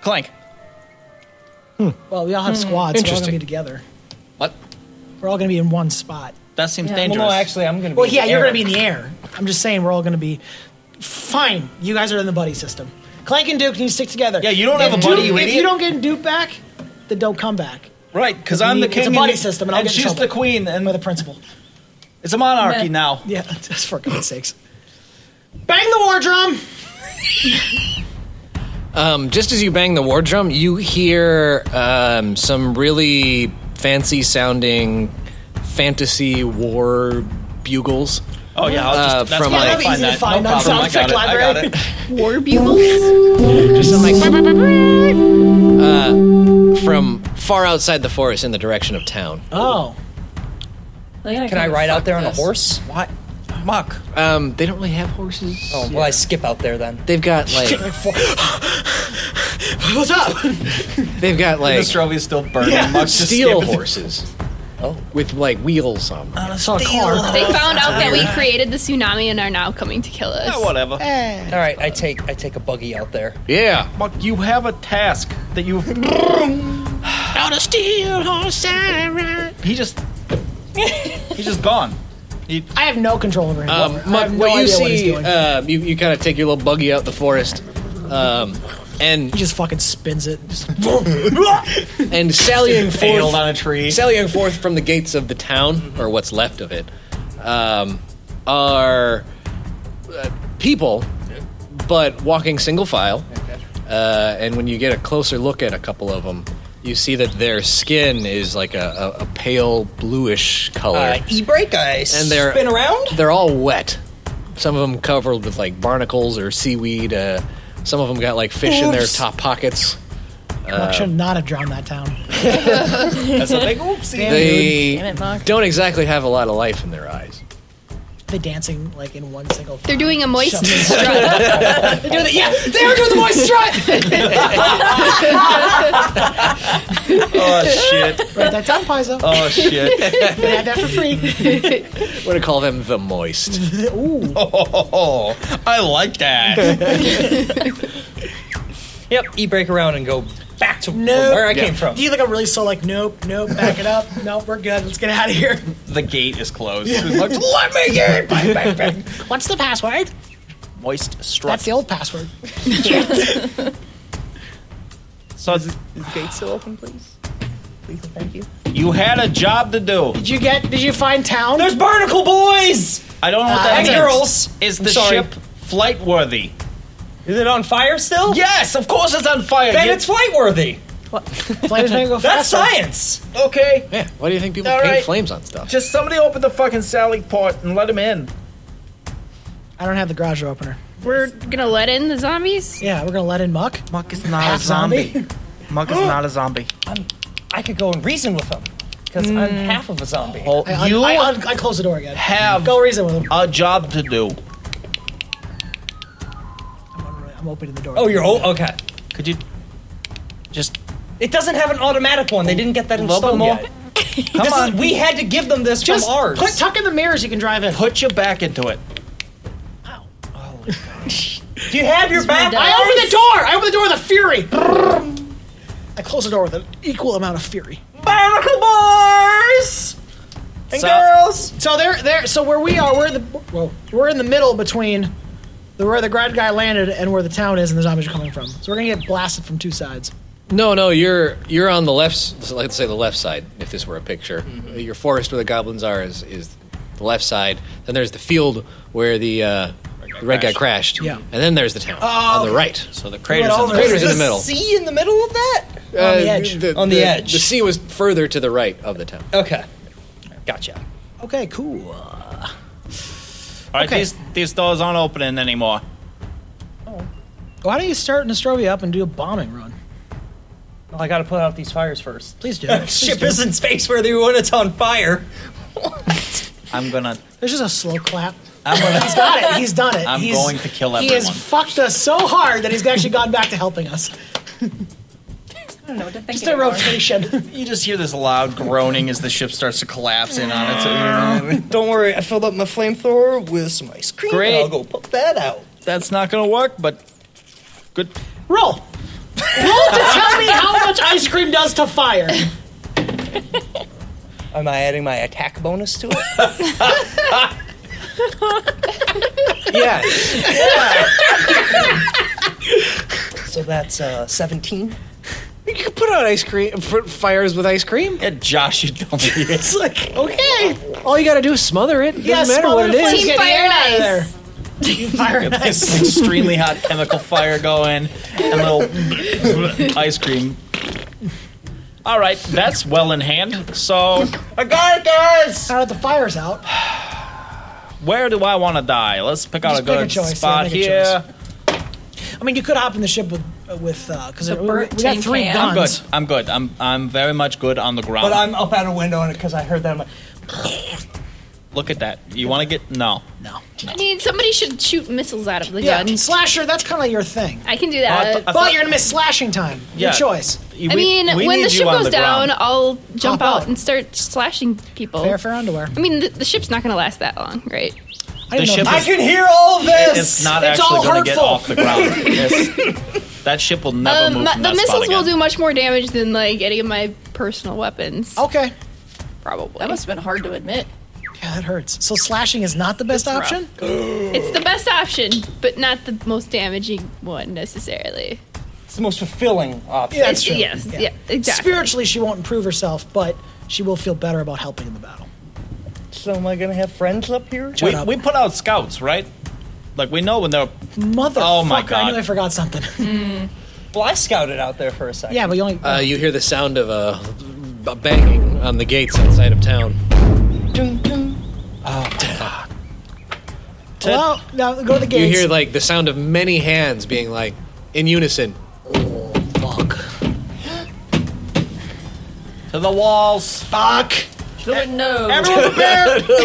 Speaker 3: Clank.
Speaker 4: Well, we all have squads. so We're all gonna
Speaker 7: Interesting.
Speaker 4: be together.
Speaker 3: What?
Speaker 4: We're all gonna be in one spot.
Speaker 3: That seems
Speaker 8: Yeah.
Speaker 3: dangerous.
Speaker 6: Well, no, actually, I'm gonna. Be
Speaker 4: Well,
Speaker 6: in
Speaker 4: yeah,
Speaker 6: the
Speaker 4: you're
Speaker 6: air.
Speaker 4: going to be in the air. I'm just saying we're all going to be fine. You guys are in the buddy system. Clank and Duke need to stick together.
Speaker 3: Yeah, you don't have
Speaker 4: If
Speaker 3: a buddy,
Speaker 4: Duke-
Speaker 3: you
Speaker 4: If
Speaker 3: idiot.
Speaker 4: you don't get Duke back, then don't come back.
Speaker 3: right, because
Speaker 4: we
Speaker 3: I'm the
Speaker 4: need-
Speaker 3: king.
Speaker 4: it's a buddy
Speaker 3: and,
Speaker 4: system, and I'll get in
Speaker 3: she's
Speaker 4: trouble.
Speaker 3: the queen, and
Speaker 4: By the principal.
Speaker 3: it's a monarchy now.
Speaker 4: Yeah, that's for God's sakes. Bang the war drum.
Speaker 7: Um, just as you bang the war drum, you hear um, some really fancy sounding fantasy war bugles.
Speaker 3: Oh yeah, I'll just,
Speaker 7: Uh,
Speaker 3: that's fine.
Speaker 7: from, like-
Speaker 3: I'll
Speaker 7: That'd be
Speaker 3: find
Speaker 4: easy to
Speaker 3: that.
Speaker 4: find
Speaker 3: no
Speaker 4: on
Speaker 3: problem. I
Speaker 4: Soundtrack
Speaker 3: got it. I got it.
Speaker 5: War bugles.
Speaker 7: Just sound like uh, from far outside the forest in the direction of town.
Speaker 4: Oh.
Speaker 8: Look at
Speaker 6: Can I ride out there on a
Speaker 8: this.
Speaker 6: horse?
Speaker 3: What? Muck.
Speaker 7: Um, they don't really have horses.
Speaker 6: Oh, well, I skip out there then.
Speaker 7: They've got like
Speaker 4: What's up?
Speaker 7: they've got like
Speaker 3: Nostrovia is still burning. Muck's just
Speaker 7: steel
Speaker 3: skipping through-
Speaker 7: horses
Speaker 6: Oh,
Speaker 7: with like wheels on. them.
Speaker 4: I saw a car.
Speaker 5: They found out that we created the tsunami and are now coming to kill us.
Speaker 3: Yeah, Ah, whatever.
Speaker 6: all right. I take I take a buggy out there.
Speaker 7: Yeah.
Speaker 3: Muck, you have a task that you.
Speaker 2: On a steel horse I ride.
Speaker 3: He just. He's just gone. He,
Speaker 4: I have no control over him.
Speaker 7: Um,
Speaker 4: I
Speaker 7: Muck,
Speaker 4: have no
Speaker 7: what you
Speaker 4: idea what he's
Speaker 7: see,
Speaker 4: doing.
Speaker 7: um, you, you kind of take your little buggy out the forest, um, and
Speaker 4: he just fucking spins it. Just,
Speaker 7: and sallying
Speaker 3: failed
Speaker 7: forth,
Speaker 3: on a tree.
Speaker 7: sallying forth from the gates of the town or what's left of it, um, are uh, people, but walking single file. Uh, and when you get a closer look at a couple of them, you see that their skin is like a, a, a pale bluish color.
Speaker 6: Uh, e brake ice.
Speaker 7: And they're-
Speaker 6: spin around.
Speaker 7: They're all wet. Some of them covered with like barnacles or seaweed. Uh, some of them got like fish in their
Speaker 4: Oops.
Speaker 7: top pockets.
Speaker 4: Muck should not have drowned that town.
Speaker 3: That's a big oopsie.
Speaker 7: They
Speaker 8: Damn it, Mark.
Speaker 7: don't exactly have a lot of life in their eyes.
Speaker 4: The dancing like in one single.
Speaker 5: They're doing a moist
Speaker 4: Shut
Speaker 5: strut.
Speaker 4: They're doing the, yeah, they were doing the moist strut.
Speaker 3: Oh shit.
Speaker 4: Write that down, Paizo.
Speaker 3: Oh shit.
Speaker 4: You can have that for free.
Speaker 7: I'm gonna call them the moist.
Speaker 4: Ooh,
Speaker 3: Oh, I like that.
Speaker 6: Yep. E brake around and go back to
Speaker 4: Nope.
Speaker 6: where I came from.
Speaker 4: do you think I'm really so like? Nope, nope. Back it up. Nope, we're good. Let's get out of here.
Speaker 3: the gate is closed.
Speaker 6: Let me get bang, bang, bang.
Speaker 4: What's the password?
Speaker 3: Moist strut.
Speaker 4: That's the old password.
Speaker 3: So is, is the gate still open, please? Please, thank you. You had a job to do.
Speaker 4: Did you get? Did you find town?
Speaker 6: There's barnacle boys
Speaker 3: I don't know what
Speaker 4: Uh,
Speaker 3: that
Speaker 4: and
Speaker 3: means.
Speaker 6: girls.
Speaker 3: Is
Speaker 6: I'm
Speaker 3: the
Speaker 6: sorry.
Speaker 3: ship flight worthy?
Speaker 6: Is it on fire still?
Speaker 3: Yes, of course it's on fire.
Speaker 6: Then
Speaker 3: You-
Speaker 6: it's flight worthy.
Speaker 4: Flames make it go
Speaker 6: That's
Speaker 4: faster.
Speaker 6: science.
Speaker 3: okay.
Speaker 7: Yeah. Why do you think people
Speaker 3: All
Speaker 7: paint
Speaker 3: right.
Speaker 7: flames on stuff?
Speaker 3: Just somebody open the fucking Sally port and let him in.
Speaker 4: I don't have the garage door opener.
Speaker 5: We're gonna let in the zombies.
Speaker 4: Yeah, we're gonna let in Muck.
Speaker 3: Muck is not
Speaker 4: Half zombie.
Speaker 3: Muck is not a zombie.
Speaker 6: I could go and reason with them because I'm
Speaker 4: Mm.
Speaker 6: half of a zombie.
Speaker 3: Well,
Speaker 4: I,
Speaker 3: you
Speaker 4: I, I, I close the door again.
Speaker 3: have
Speaker 4: Go reason with him.
Speaker 3: a job to do.
Speaker 4: I'm, I'm opening the door.
Speaker 6: Oh, you're oh okay.
Speaker 3: Could you just
Speaker 6: It doesn't have an automatic one. They didn't get that installed
Speaker 3: them all.
Speaker 6: yet.
Speaker 3: come
Speaker 6: This is-
Speaker 3: on?
Speaker 6: we had to give them this
Speaker 4: just
Speaker 6: from ours.
Speaker 4: put tuck in the mirrors. You can drive in.
Speaker 3: Put your back into it.
Speaker 6: Do you have your back?
Speaker 8: done.
Speaker 4: I open the door. I open the door with a fury. I close the door with an equal amount of fury.
Speaker 6: Barnacle boys and
Speaker 3: So-
Speaker 6: girls.
Speaker 4: So there, there. So where we are, we're in the whoa, we're in the middle between the where the grad guy landed and where the town is, and the zombies are coming from. So we're gonna get blasted from two sides.
Speaker 7: No, no. You're you're on the left. s- so Let's say the left side. If this were a picture, your forest where the goblins are is is the left side. Then there's the field where the uh, the red guy crashed.
Speaker 4: Yeah.
Speaker 7: And then there's the town on the right.
Speaker 3: So the craters.
Speaker 4: Well,
Speaker 3: in the-
Speaker 4: there's-
Speaker 7: Craters in the middle.
Speaker 6: sea in the middle of that?
Speaker 7: on
Speaker 4: the edge.
Speaker 6: On the edge.
Speaker 7: Uh, The sea was further to the right of the town.
Speaker 6: Okay, gotcha.
Speaker 4: Okay, cool.
Speaker 3: All right,
Speaker 4: Okay.
Speaker 3: these these doors aren't opening anymore.
Speaker 4: Why don't you start Nostrovia up and do a bombing run?
Speaker 6: Well, I gotta put out these fires first.
Speaker 4: Please do. Please
Speaker 6: Ship
Speaker 4: do.
Speaker 6: is in space where they when it's on fire.
Speaker 3: I'm gonna.
Speaker 4: There's just a slow clap.
Speaker 3: I'm gonna.
Speaker 4: He's got it. He's done it.
Speaker 3: I'm
Speaker 4: He's-
Speaker 3: going to kill
Speaker 4: He has
Speaker 3: everyone.
Speaker 4: fucked us so hard that he's actually gone back to helping us.
Speaker 8: I don't know what to think
Speaker 4: Just a
Speaker 8: anymore.
Speaker 4: rotation.
Speaker 3: You just hear this loud groaning as the ship starts to collapse in on its own.
Speaker 6: Don't worry, I filled up my flamethrower with some ice cream.
Speaker 3: Great.
Speaker 6: And I'll go put that out.
Speaker 3: That's not gonna work, but good.
Speaker 4: Roll. Roll to tell me how much ice cream does to fire.
Speaker 6: Am I adding my attack bonus to it?
Speaker 7: Yeah.
Speaker 6: so that's uh, 17.
Speaker 7: you can put out ice cream put fires with ice cream.
Speaker 3: Yeah, Josh, you don't.
Speaker 4: It's like okay.
Speaker 7: All you gotta do is smother it. Doesn't
Speaker 4: Yeah,
Speaker 7: matter
Speaker 4: smell
Speaker 7: what
Speaker 4: it
Speaker 7: it is.
Speaker 4: first,
Speaker 5: Team
Speaker 4: get the
Speaker 5: fire
Speaker 4: air
Speaker 5: and
Speaker 4: out of
Speaker 5: ice.
Speaker 4: there. fire and
Speaker 3: Got this
Speaker 4: ice.
Speaker 3: extremely hot chemical fire going and a little ice cream. All right, that's well in hand. So, I got it, guys.
Speaker 4: Now that the fire's out,
Speaker 3: Where do I want to die? Let's pick out
Speaker 4: Just
Speaker 3: a
Speaker 4: pick a
Speaker 3: good
Speaker 4: choice, yeah,
Speaker 3: spot
Speaker 4: make a
Speaker 3: here.
Speaker 4: I mean, you could hop in the ship with with because
Speaker 8: The
Speaker 4: we, we
Speaker 8: burnt
Speaker 4: got
Speaker 8: tin
Speaker 4: three
Speaker 8: can.
Speaker 4: guns.
Speaker 8: I'm
Speaker 3: Good. I'm good. I'm I'm very much good on the ground.
Speaker 6: But I'm up out a window on it because I heard that. I'm like,
Speaker 3: Look at that. You want to get no.
Speaker 4: No.
Speaker 5: I mean, somebody should shoot missiles out of the
Speaker 4: Yeah, Oh,
Speaker 5: gun.
Speaker 4: slasher, that's kind of your thing.
Speaker 5: I can do
Speaker 3: I
Speaker 5: that.
Speaker 3: thought- I
Speaker 4: well, you're gonna miss slashing time.
Speaker 3: Yeah.
Speaker 4: Your choice.
Speaker 5: I mean, when the ship goes down, I'll jump
Speaker 4: Hop
Speaker 5: out
Speaker 4: out.
Speaker 5: and start slashing people.
Speaker 4: Fair for underwear.
Speaker 5: I mean, the, the ship's not going to last that long, right?
Speaker 4: I didn't
Speaker 3: The
Speaker 4: know
Speaker 3: ship
Speaker 4: that.
Speaker 6: I can hear all of this.
Speaker 3: it's not
Speaker 4: It's
Speaker 3: actually
Speaker 4: all
Speaker 3: going to get
Speaker 4: hurtful.
Speaker 3: off the ground. It's- that ship will never
Speaker 5: Um,
Speaker 3: move.
Speaker 5: my-
Speaker 3: from
Speaker 5: the
Speaker 3: that spot
Speaker 5: missiles will
Speaker 3: again.
Speaker 5: do much more damage than like any of my personal weapons,
Speaker 4: okay.
Speaker 5: probably.
Speaker 8: That must have been hard to admit.
Speaker 4: Yeah, that hurts. So slashing is not the best option.
Speaker 5: It's the best option, but not the most damaging one necessarily.
Speaker 6: It's the most fulfilling option.
Speaker 4: Yeah, that's true.
Speaker 5: Yes, yeah, exactly.
Speaker 4: Spiritually, she won't improve herself, but she will feel better about helping in the battle.
Speaker 6: So am I gonna have friends up here?
Speaker 4: Shut up.
Speaker 3: We, we put out scouts, right? Like we know when they're.
Speaker 4: Motherfucker!
Speaker 3: Oh my
Speaker 4: I
Speaker 3: God.
Speaker 4: knew I forgot something.
Speaker 6: Well, I scouted out there for a second.
Speaker 4: yeah, but you only.
Speaker 7: Uh, you hear the sound of a, a banging on the gates outside of town.
Speaker 4: well, now go to the
Speaker 7: You
Speaker 4: gates.
Speaker 7: hear like the sound of many hands being like in unison.
Speaker 3: To the walls.
Speaker 4: Fuck.
Speaker 8: The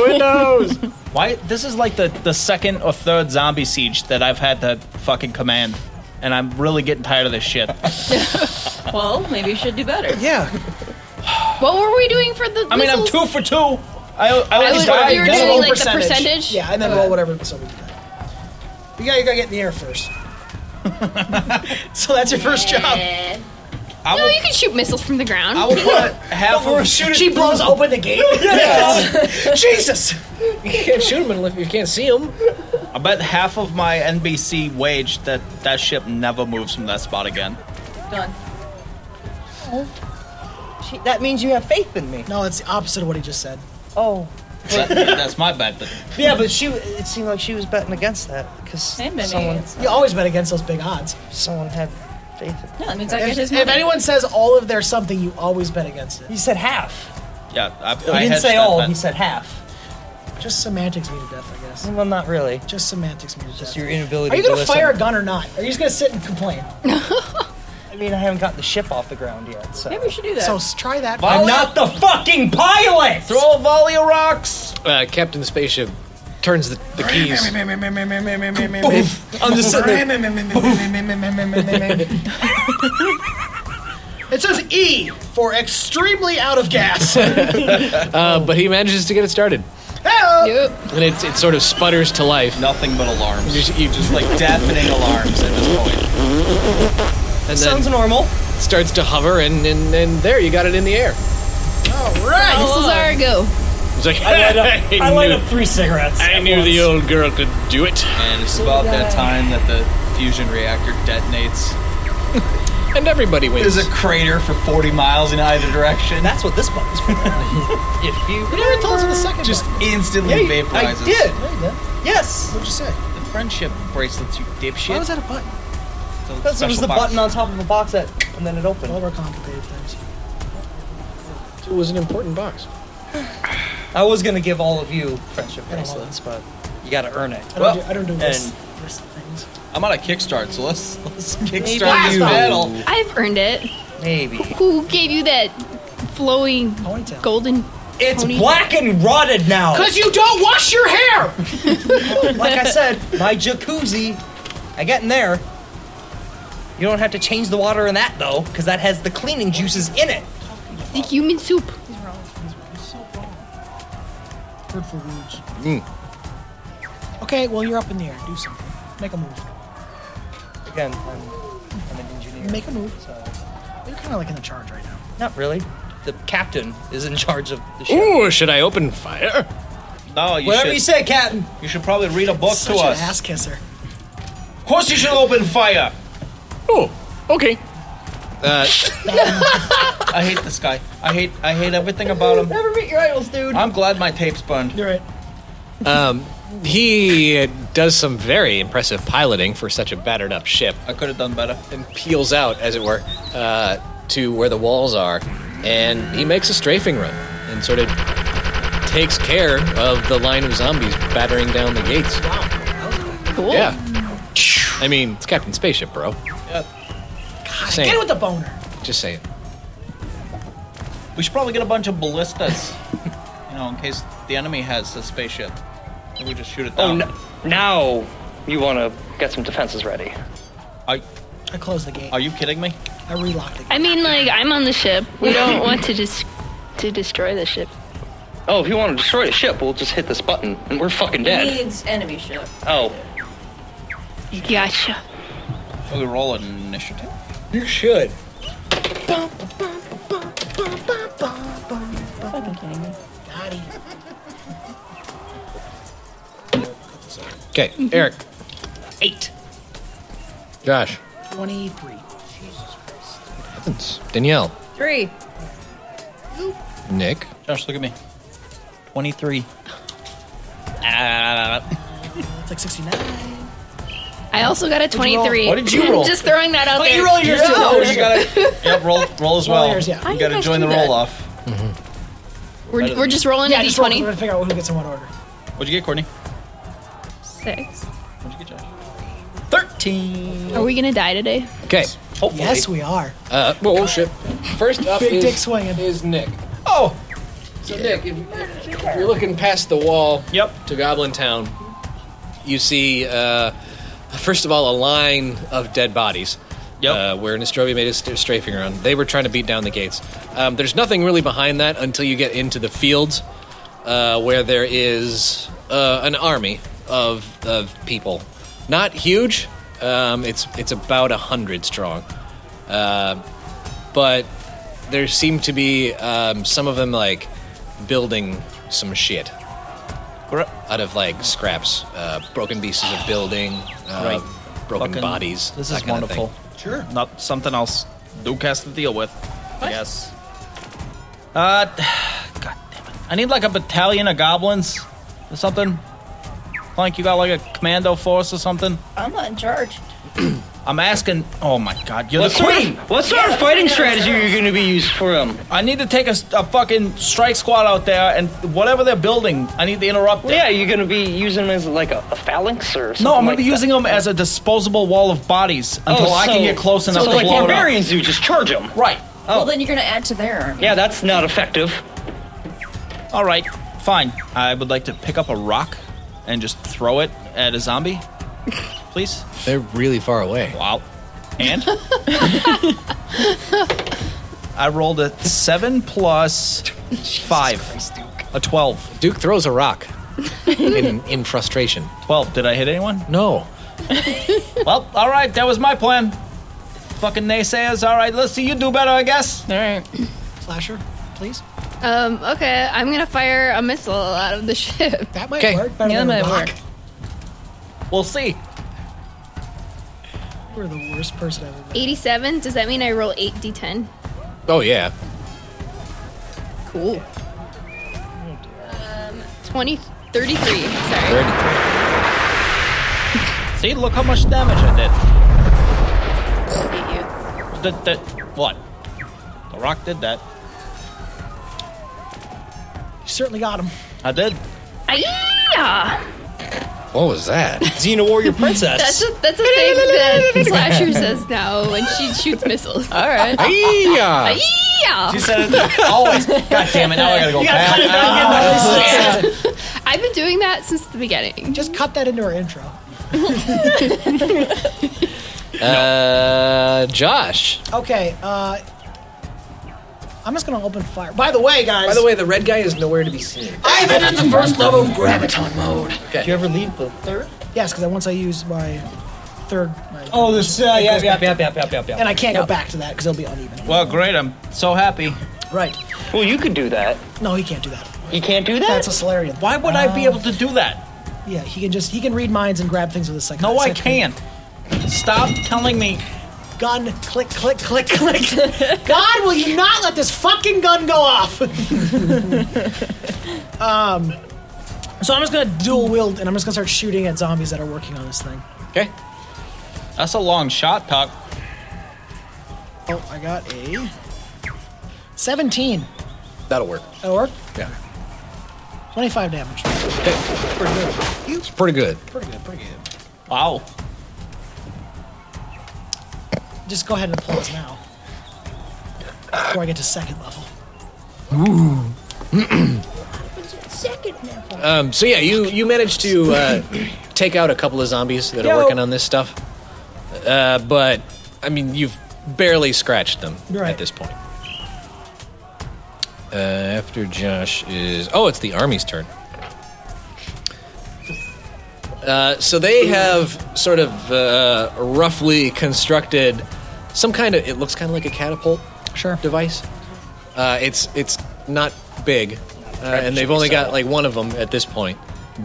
Speaker 8: window.
Speaker 3: Why? This is like the, the second or third zombie siege that I've had to fucking command, and I'm really getting tired of this shit.
Speaker 8: well, maybe you should do better.
Speaker 4: Yeah.
Speaker 5: What were we doing for the?
Speaker 3: I mean, I'm
Speaker 5: missiles?
Speaker 3: two for two. I, I
Speaker 5: I
Speaker 3: always
Speaker 5: was,
Speaker 3: died.
Speaker 5: we were
Speaker 4: Just
Speaker 5: doing
Speaker 4: roll
Speaker 5: like the percentage.
Speaker 4: Yeah, and then roll whatever. So we got. You got. You got to get in the air first. so that's your first job.
Speaker 3: I
Speaker 5: No,
Speaker 3: will,
Speaker 5: you can shoot missiles from the ground.
Speaker 3: I will put half
Speaker 6: Oh,
Speaker 3: of
Speaker 4: She blows open the gate. Jesus.
Speaker 7: You can't shoot them if you can't see them.
Speaker 3: I bet half of my NBC wage that that ship never moves from that spot again.
Speaker 8: Done.
Speaker 6: She- that means you have faith in me.
Speaker 4: No, it's the opposite of what he just said.
Speaker 6: Oh.
Speaker 3: That- that's my bet. But
Speaker 6: Yeah, but she. It seemed like she was betting against that because
Speaker 8: Hey, Minnie.
Speaker 6: someone,
Speaker 4: You always bet against those big odds.
Speaker 6: someone had faith. in
Speaker 8: Yeah, that means I
Speaker 4: If,
Speaker 8: get his
Speaker 4: if
Speaker 8: money.
Speaker 4: anyone says all of their something, you always bet against it.
Speaker 6: You said half.
Speaker 3: yeah, I,
Speaker 6: He
Speaker 3: I
Speaker 6: didn't
Speaker 3: hedged
Speaker 6: say
Speaker 3: that
Speaker 6: all.
Speaker 3: bet.
Speaker 6: He said half.
Speaker 4: Just semantics me to death, I guess.
Speaker 6: Well, not really.
Speaker 4: Just semantics me to death.
Speaker 6: Just your inability.
Speaker 4: Are you gonna
Speaker 6: to listen.
Speaker 4: fire a gun or not? Are you just gonna sit and complain?
Speaker 6: I mean, I haven't gotten the ship off the ground yet. So.
Speaker 8: Maybe we should do that.
Speaker 4: So s- try that.
Speaker 6: I'm not the fucking pilot.
Speaker 3: Throw a volley of rocks.
Speaker 7: Uh, Captain Spaceship turns the, the keys.
Speaker 6: I'm just sitting there.
Speaker 4: It says E for extremely out of gas.
Speaker 7: Uh, but he manages to get it started,
Speaker 4: Hello.
Speaker 5: Yep.
Speaker 7: and it, it sort of sputters to life.
Speaker 3: Nothing but alarms.
Speaker 7: You just- you just-
Speaker 3: It's like deafening alarms at this point.
Speaker 7: and then
Speaker 6: Sounds normal.
Speaker 7: starts to hover, and, and and there you got it in the air.
Speaker 5: This is our go.
Speaker 7: It's like
Speaker 6: I light
Speaker 7: knew,
Speaker 6: up three cigarettes.
Speaker 7: I knew the old girl could do it.
Speaker 3: And it's about that time that the fusion reactor detonates.
Speaker 7: And everybody wins.
Speaker 3: There's a crater for 40 miles in either direction. That
Speaker 6: That's what this button's for.
Speaker 7: if you
Speaker 4: never told us what the second
Speaker 3: just
Speaker 4: one.
Speaker 3: instantly vaporizes.
Speaker 6: I did.
Speaker 4: There you go.
Speaker 6: Yes.
Speaker 4: What'd you say?
Speaker 3: The friendship bracelets, you
Speaker 4: Why
Speaker 3: dipshit.
Speaker 4: was that a button?
Speaker 6: That's it was
Speaker 3: Special
Speaker 6: the
Speaker 3: box.
Speaker 6: button on top of the box that, and then it opened.
Speaker 4: All of our complicated things.
Speaker 7: it was an important box.
Speaker 6: I was gonna give all of you friendship bracelets, but you gotta earn
Speaker 4: I
Speaker 6: it.
Speaker 4: don't
Speaker 3: Well,
Speaker 4: do, I don't do this.
Speaker 6: and-
Speaker 4: this things.
Speaker 3: I'm on a kickstart, so let's let's
Speaker 6: Maybe
Speaker 3: kickstart this
Speaker 6: you-
Speaker 3: battle.
Speaker 5: I've earned it.
Speaker 6: Maybe.
Speaker 5: Who gave you that flowing
Speaker 4: Ponytail.
Speaker 5: golden?
Speaker 6: It's
Speaker 5: Pony-
Speaker 6: black and rotted now.
Speaker 4: Because you don't wash your hair.
Speaker 6: Like I said, my jacuzzi. I get in there. You don't have to change the water in that though, because that has the cleaning juices in it.
Speaker 5: The human soup.
Speaker 4: Hurtful words. Okay, well you're up in the air. Do something. Make a move.
Speaker 6: Again, I'm, I'm an engineer.
Speaker 4: Make a move.
Speaker 6: So,
Speaker 4: You're kind of like in the charge right now.
Speaker 6: not really. The captain is in charge of the ship.
Speaker 7: Ooh, should I open fire?
Speaker 3: No, you
Speaker 6: Whatever
Speaker 3: should.
Speaker 6: you say, Captain.
Speaker 3: You should probably read a book
Speaker 4: Such
Speaker 3: to
Speaker 4: an
Speaker 3: us.
Speaker 4: ass kisser.
Speaker 3: Of course, you should open fire.
Speaker 7: Oh, okay. Uh,
Speaker 3: I hate this guy. I hate I hate everything about him.
Speaker 6: Never meet your idols, dude.
Speaker 3: I'm glad my tape's burned.
Speaker 4: You're right.
Speaker 7: he does some very impressive piloting for such a battered up ship.
Speaker 3: I could have done better.
Speaker 7: and peels out, as it were, uh, to where the walls are, and he makes a strafing run and sort of takes care of the line of zombies battering down the gates.
Speaker 5: Cool.
Speaker 7: Yeah. I mean, it's Captain Spaceship, bro. Same.
Speaker 4: Get with the boner.
Speaker 7: Just saying.
Speaker 3: We should probably get a bunch of ballistas. No, in case the enemy has a spaceship. We just shoot it
Speaker 9: Oh,
Speaker 3: down.
Speaker 9: n- now you want to get some defenses ready.
Speaker 3: Are,
Speaker 4: I closed the gate.
Speaker 3: are you kidding me?
Speaker 4: I relocked the gate.
Speaker 5: I mean, like I'm on the ship. We don't want to just to destroy the ship.
Speaker 9: Oh, if you want to destroy the ship, we'll just hit this button and we're fucking
Speaker 8: He
Speaker 9: dead.
Speaker 8: needs enemy ship.
Speaker 9: Oh,
Speaker 5: Gotcha.
Speaker 3: Shall we roll an initiative?
Speaker 7: You should.
Speaker 4: Naughty.
Speaker 7: Okay, Eric.
Speaker 6: Eight.
Speaker 7: Josh.
Speaker 4: 23.
Speaker 7: Evans, Danielle.
Speaker 8: Three.
Speaker 7: Nick.
Speaker 3: Josh, look at me. 23.
Speaker 4: It's like 69.
Speaker 5: I also got a 23.
Speaker 3: What did you roll?
Speaker 5: just throwing that out there.
Speaker 4: yours too.
Speaker 3: Oh, you gotta. Yep, roll, roll as well.
Speaker 4: yours, yeah. How
Speaker 3: You
Speaker 8: you
Speaker 3: gotta
Speaker 8: guys
Speaker 3: join the
Speaker 8: do
Speaker 3: roll
Speaker 8: that?
Speaker 3: off.
Speaker 5: We're, we're just rolling
Speaker 4: Yeah,
Speaker 5: a
Speaker 4: just roll. We're
Speaker 5: d20.
Speaker 4: gonna figure out who gets in what order.
Speaker 3: What'd you get, Courtney?
Speaker 5: Six.
Speaker 3: What'd you get, Josh?
Speaker 4: 13.
Speaker 5: Are we gonna die today?
Speaker 7: Okay.
Speaker 3: Hopefully.
Speaker 4: Yes, we are.
Speaker 7: Uh, whoa, oh, shit. First up
Speaker 4: Big
Speaker 7: is,
Speaker 4: dick swinging.
Speaker 7: is Nick.
Speaker 3: Oh!
Speaker 7: So, Nick, if, if you're looking past the wall
Speaker 3: Yep.
Speaker 7: to Goblin Town, you see, uh, first of all, a line of dead bodies.
Speaker 3: Yep.
Speaker 7: Uh, where Nostrovia made a st- strafing run. They were trying to beat down the gates. Um, there's nothing really behind that until you get into the fields uh, where there is uh, an army of, of people. Not huge. Um, it's it's about a hundred strong, uh, but there seem to be um, some of them like building some shit
Speaker 3: We're-
Speaker 7: out of like scraps, uh, broken pieces of building, uh, broken
Speaker 3: Fucking-
Speaker 7: bodies.
Speaker 3: This
Speaker 7: that
Speaker 3: is
Speaker 7: kind of thing.
Speaker 3: wonderful. Sure. Not something else Duke has to deal with. Yes. Uh, god damn it. I need like a battalion of goblins or something. Clank, you got like a commando force or something?
Speaker 8: I'm not in charge.
Speaker 3: I'm asking. Oh my god, you're
Speaker 9: what's
Speaker 3: the queen!
Speaker 9: our, what's our fighting strategy you're going to be used for um? them?
Speaker 3: I need to take a, s- a fucking strike squad out there and whatever they're building, I need to interrupt it.
Speaker 9: Yeah, you're going to be using them as like a, a phalanx or something.
Speaker 3: No, I'm gonna
Speaker 9: like
Speaker 3: be
Speaker 9: that.
Speaker 3: using them as a disposable wall of bodies until
Speaker 9: Oh,
Speaker 3: I
Speaker 9: so-
Speaker 3: can get close enough
Speaker 9: so
Speaker 3: to
Speaker 9: like
Speaker 3: blow it up.
Speaker 9: barbarians do, just charge them.
Speaker 3: Right.
Speaker 8: Well, then you're gonna add to their army.
Speaker 9: Yeah, that's not effective.
Speaker 3: All right. Fine. I would like to pick up a rock and just throw it at a zombie, please.
Speaker 7: They're really far away.
Speaker 3: Wow. And I rolled a seven plus five, a twelve.
Speaker 7: Duke throws a rock in, in frustration.
Speaker 3: Twelve. Did I hit anyone?
Speaker 7: No.
Speaker 3: Well, all right. That was my plan. Fucking naysayers. All right. Let's see you do better, I guess.
Speaker 8: All right.
Speaker 4: Slasher, please.
Speaker 5: Um, okay, I'm gonna fire a missile out of the ship.
Speaker 4: That might
Speaker 7: 'Kay.
Speaker 4: work better
Speaker 8: Yeah,
Speaker 4: than
Speaker 8: that
Speaker 4: a
Speaker 8: might
Speaker 4: rock.
Speaker 3: We'll see.
Speaker 4: You were the worst person I've ever met.
Speaker 5: 87. Does that mean I roll 8d10?
Speaker 7: Oh yeah.
Speaker 5: Cool. Um, 20, 33. Sorry.
Speaker 7: Third-
Speaker 3: See, look how much damage I did. That that what? The rock did that.
Speaker 4: You certainly got him.
Speaker 3: I did.
Speaker 5: Aiyah!
Speaker 7: What was that?
Speaker 6: Xena Warrior Princess.
Speaker 5: That's a, that's a thing that Slasher says now when she shoots missiles.
Speaker 8: All right.
Speaker 7: Aiyah!
Speaker 5: Aiyah!
Speaker 3: said it always. God damn it! Now I gotta go back.
Speaker 5: I've been doing that since the beginning.
Speaker 4: Just cut that into our intro.
Speaker 7: Uh, Josh.
Speaker 4: Okay, uh. I'm just gonna open fire. By the way, guys.
Speaker 7: the red guy is nowhere to be seen.
Speaker 4: I've entered the first level of Graviton mode.
Speaker 6: Did you ever leave the third?
Speaker 4: Yes, because once I use my third. My,
Speaker 6: Oh, this. Uh, yeah, yeah, yeah, yeah, yeah, yeah, yeah.
Speaker 4: And I can't go back to that because it'll be uneven.
Speaker 3: Well, great. I'm so happy.
Speaker 4: Right.
Speaker 9: Well, you could do that.
Speaker 4: No, he can't do that.
Speaker 9: You can't do that?
Speaker 4: That's a Solarian.
Speaker 3: Why would I be able to do that?
Speaker 4: Yeah, he can just. He can read minds and grab things with his psychic.
Speaker 3: No, I can't. Stop telling me.
Speaker 4: Gun, click, click, click, click. God, will you not let this fucking gun go off? um, so I'm just gonna dual wield, and I'm just gonna start shooting at zombies that are working on this thing.
Speaker 7: Okay.
Speaker 3: That's a long shot, Puck.
Speaker 4: Oh, I got a 17.
Speaker 7: That'll work.
Speaker 4: That work?
Speaker 7: Yeah.
Speaker 4: 25 damage.
Speaker 7: It's pretty
Speaker 4: Pretty
Speaker 7: good.
Speaker 4: good, pretty good.
Speaker 3: Wow.
Speaker 4: Just go ahead and applause now. Before I get to second level.
Speaker 8: Second nipple.
Speaker 7: Um, so yeah, you you managed to uh, take out a couple of zombies that are
Speaker 6: Yo.
Speaker 7: working on this stuff, uh, but I mean you've barely scratched them
Speaker 4: Right.
Speaker 7: at this point. Uh, after Josh is oh, it's the army's turn. Uh, so they have sort of uh, roughly constructed some kind of it looks kind of like a catapult
Speaker 6: Sure.
Speaker 7: device. Uh, it's it's not big, uh, and they've only got like one of them at this point.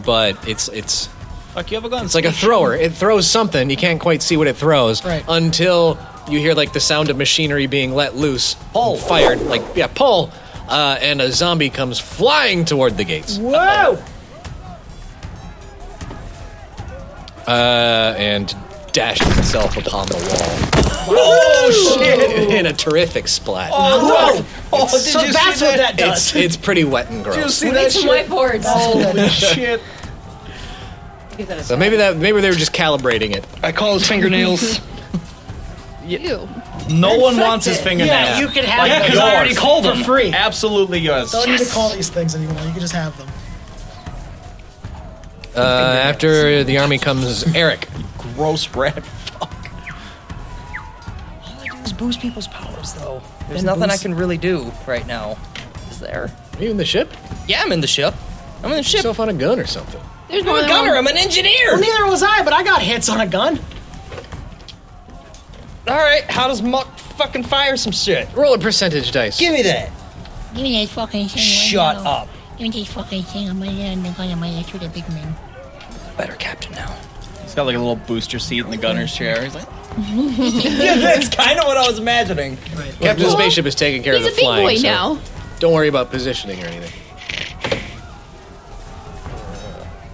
Speaker 7: But it's it's
Speaker 3: Fuck, you have a gun.
Speaker 7: it's like a thrower. It throws something. You can't quite see what it throws
Speaker 6: Right.
Speaker 7: until you hear like the sound of machinery being let loose, pull fired, like yeah, pull, uh, and a zombie comes flying toward the gates.
Speaker 6: Whoa!
Speaker 7: uh, and dashed itself upon the wall. Oh shit! In a terrific splat.
Speaker 6: Oh, no! Oh, did
Speaker 4: So
Speaker 6: you
Speaker 4: that's
Speaker 6: see
Speaker 4: what that
Speaker 6: that?
Speaker 4: does.
Speaker 7: It's it's pretty wet and gross.
Speaker 6: see
Speaker 8: We need some whiteboards.
Speaker 6: Holy shit.
Speaker 8: Give that a
Speaker 7: So maybe that maybe they were just calibrating it.
Speaker 9: I call his fingernails.
Speaker 5: Ew.
Speaker 3: No one wants his
Speaker 5: Infected.
Speaker 3: fingernail.
Speaker 4: Yeah, you could have
Speaker 3: Like
Speaker 4: them.
Speaker 3: yours.
Speaker 6: I already called them.
Speaker 4: free.
Speaker 3: Absolutely yours.
Speaker 4: Don't need to call these things anymore. You can just have them.
Speaker 7: Uh, after the army comes Eric.
Speaker 3: Gross rat.
Speaker 6: All I do is boost people's powers, though. There's nothing I can really do right now. Is there?
Speaker 7: Are you in the ship?
Speaker 6: Yeah, I'm in the ship. I'm in the ship.
Speaker 7: Yourself on a gun or something?
Speaker 5: There's more
Speaker 6: I'm a
Speaker 5: than
Speaker 6: gunner.
Speaker 5: one.
Speaker 6: I'm an engineer.
Speaker 4: Well, neither was I, but I got hits on a gun.
Speaker 6: All right, how does Muck fucking fire some shit?
Speaker 7: Roll a percentage dice.
Speaker 6: Give me that.
Speaker 10: Give me that fucking thing.
Speaker 6: Shut
Speaker 10: right now.
Speaker 6: up.
Speaker 10: Give me this fucking thing. I'm gonna, I'm gonna, I'm gonna shoot a big man.
Speaker 6: Better captain now.
Speaker 3: He's got like a little booster seat in the gunner's chair. He's like,
Speaker 6: yeah, that's kind of what I was imagining.
Speaker 7: Captain Spaceship is taking care
Speaker 5: He's a
Speaker 7: of the
Speaker 5: big
Speaker 7: flying.
Speaker 5: boy
Speaker 7: so
Speaker 5: now.
Speaker 7: Don't worry about positioning or anything.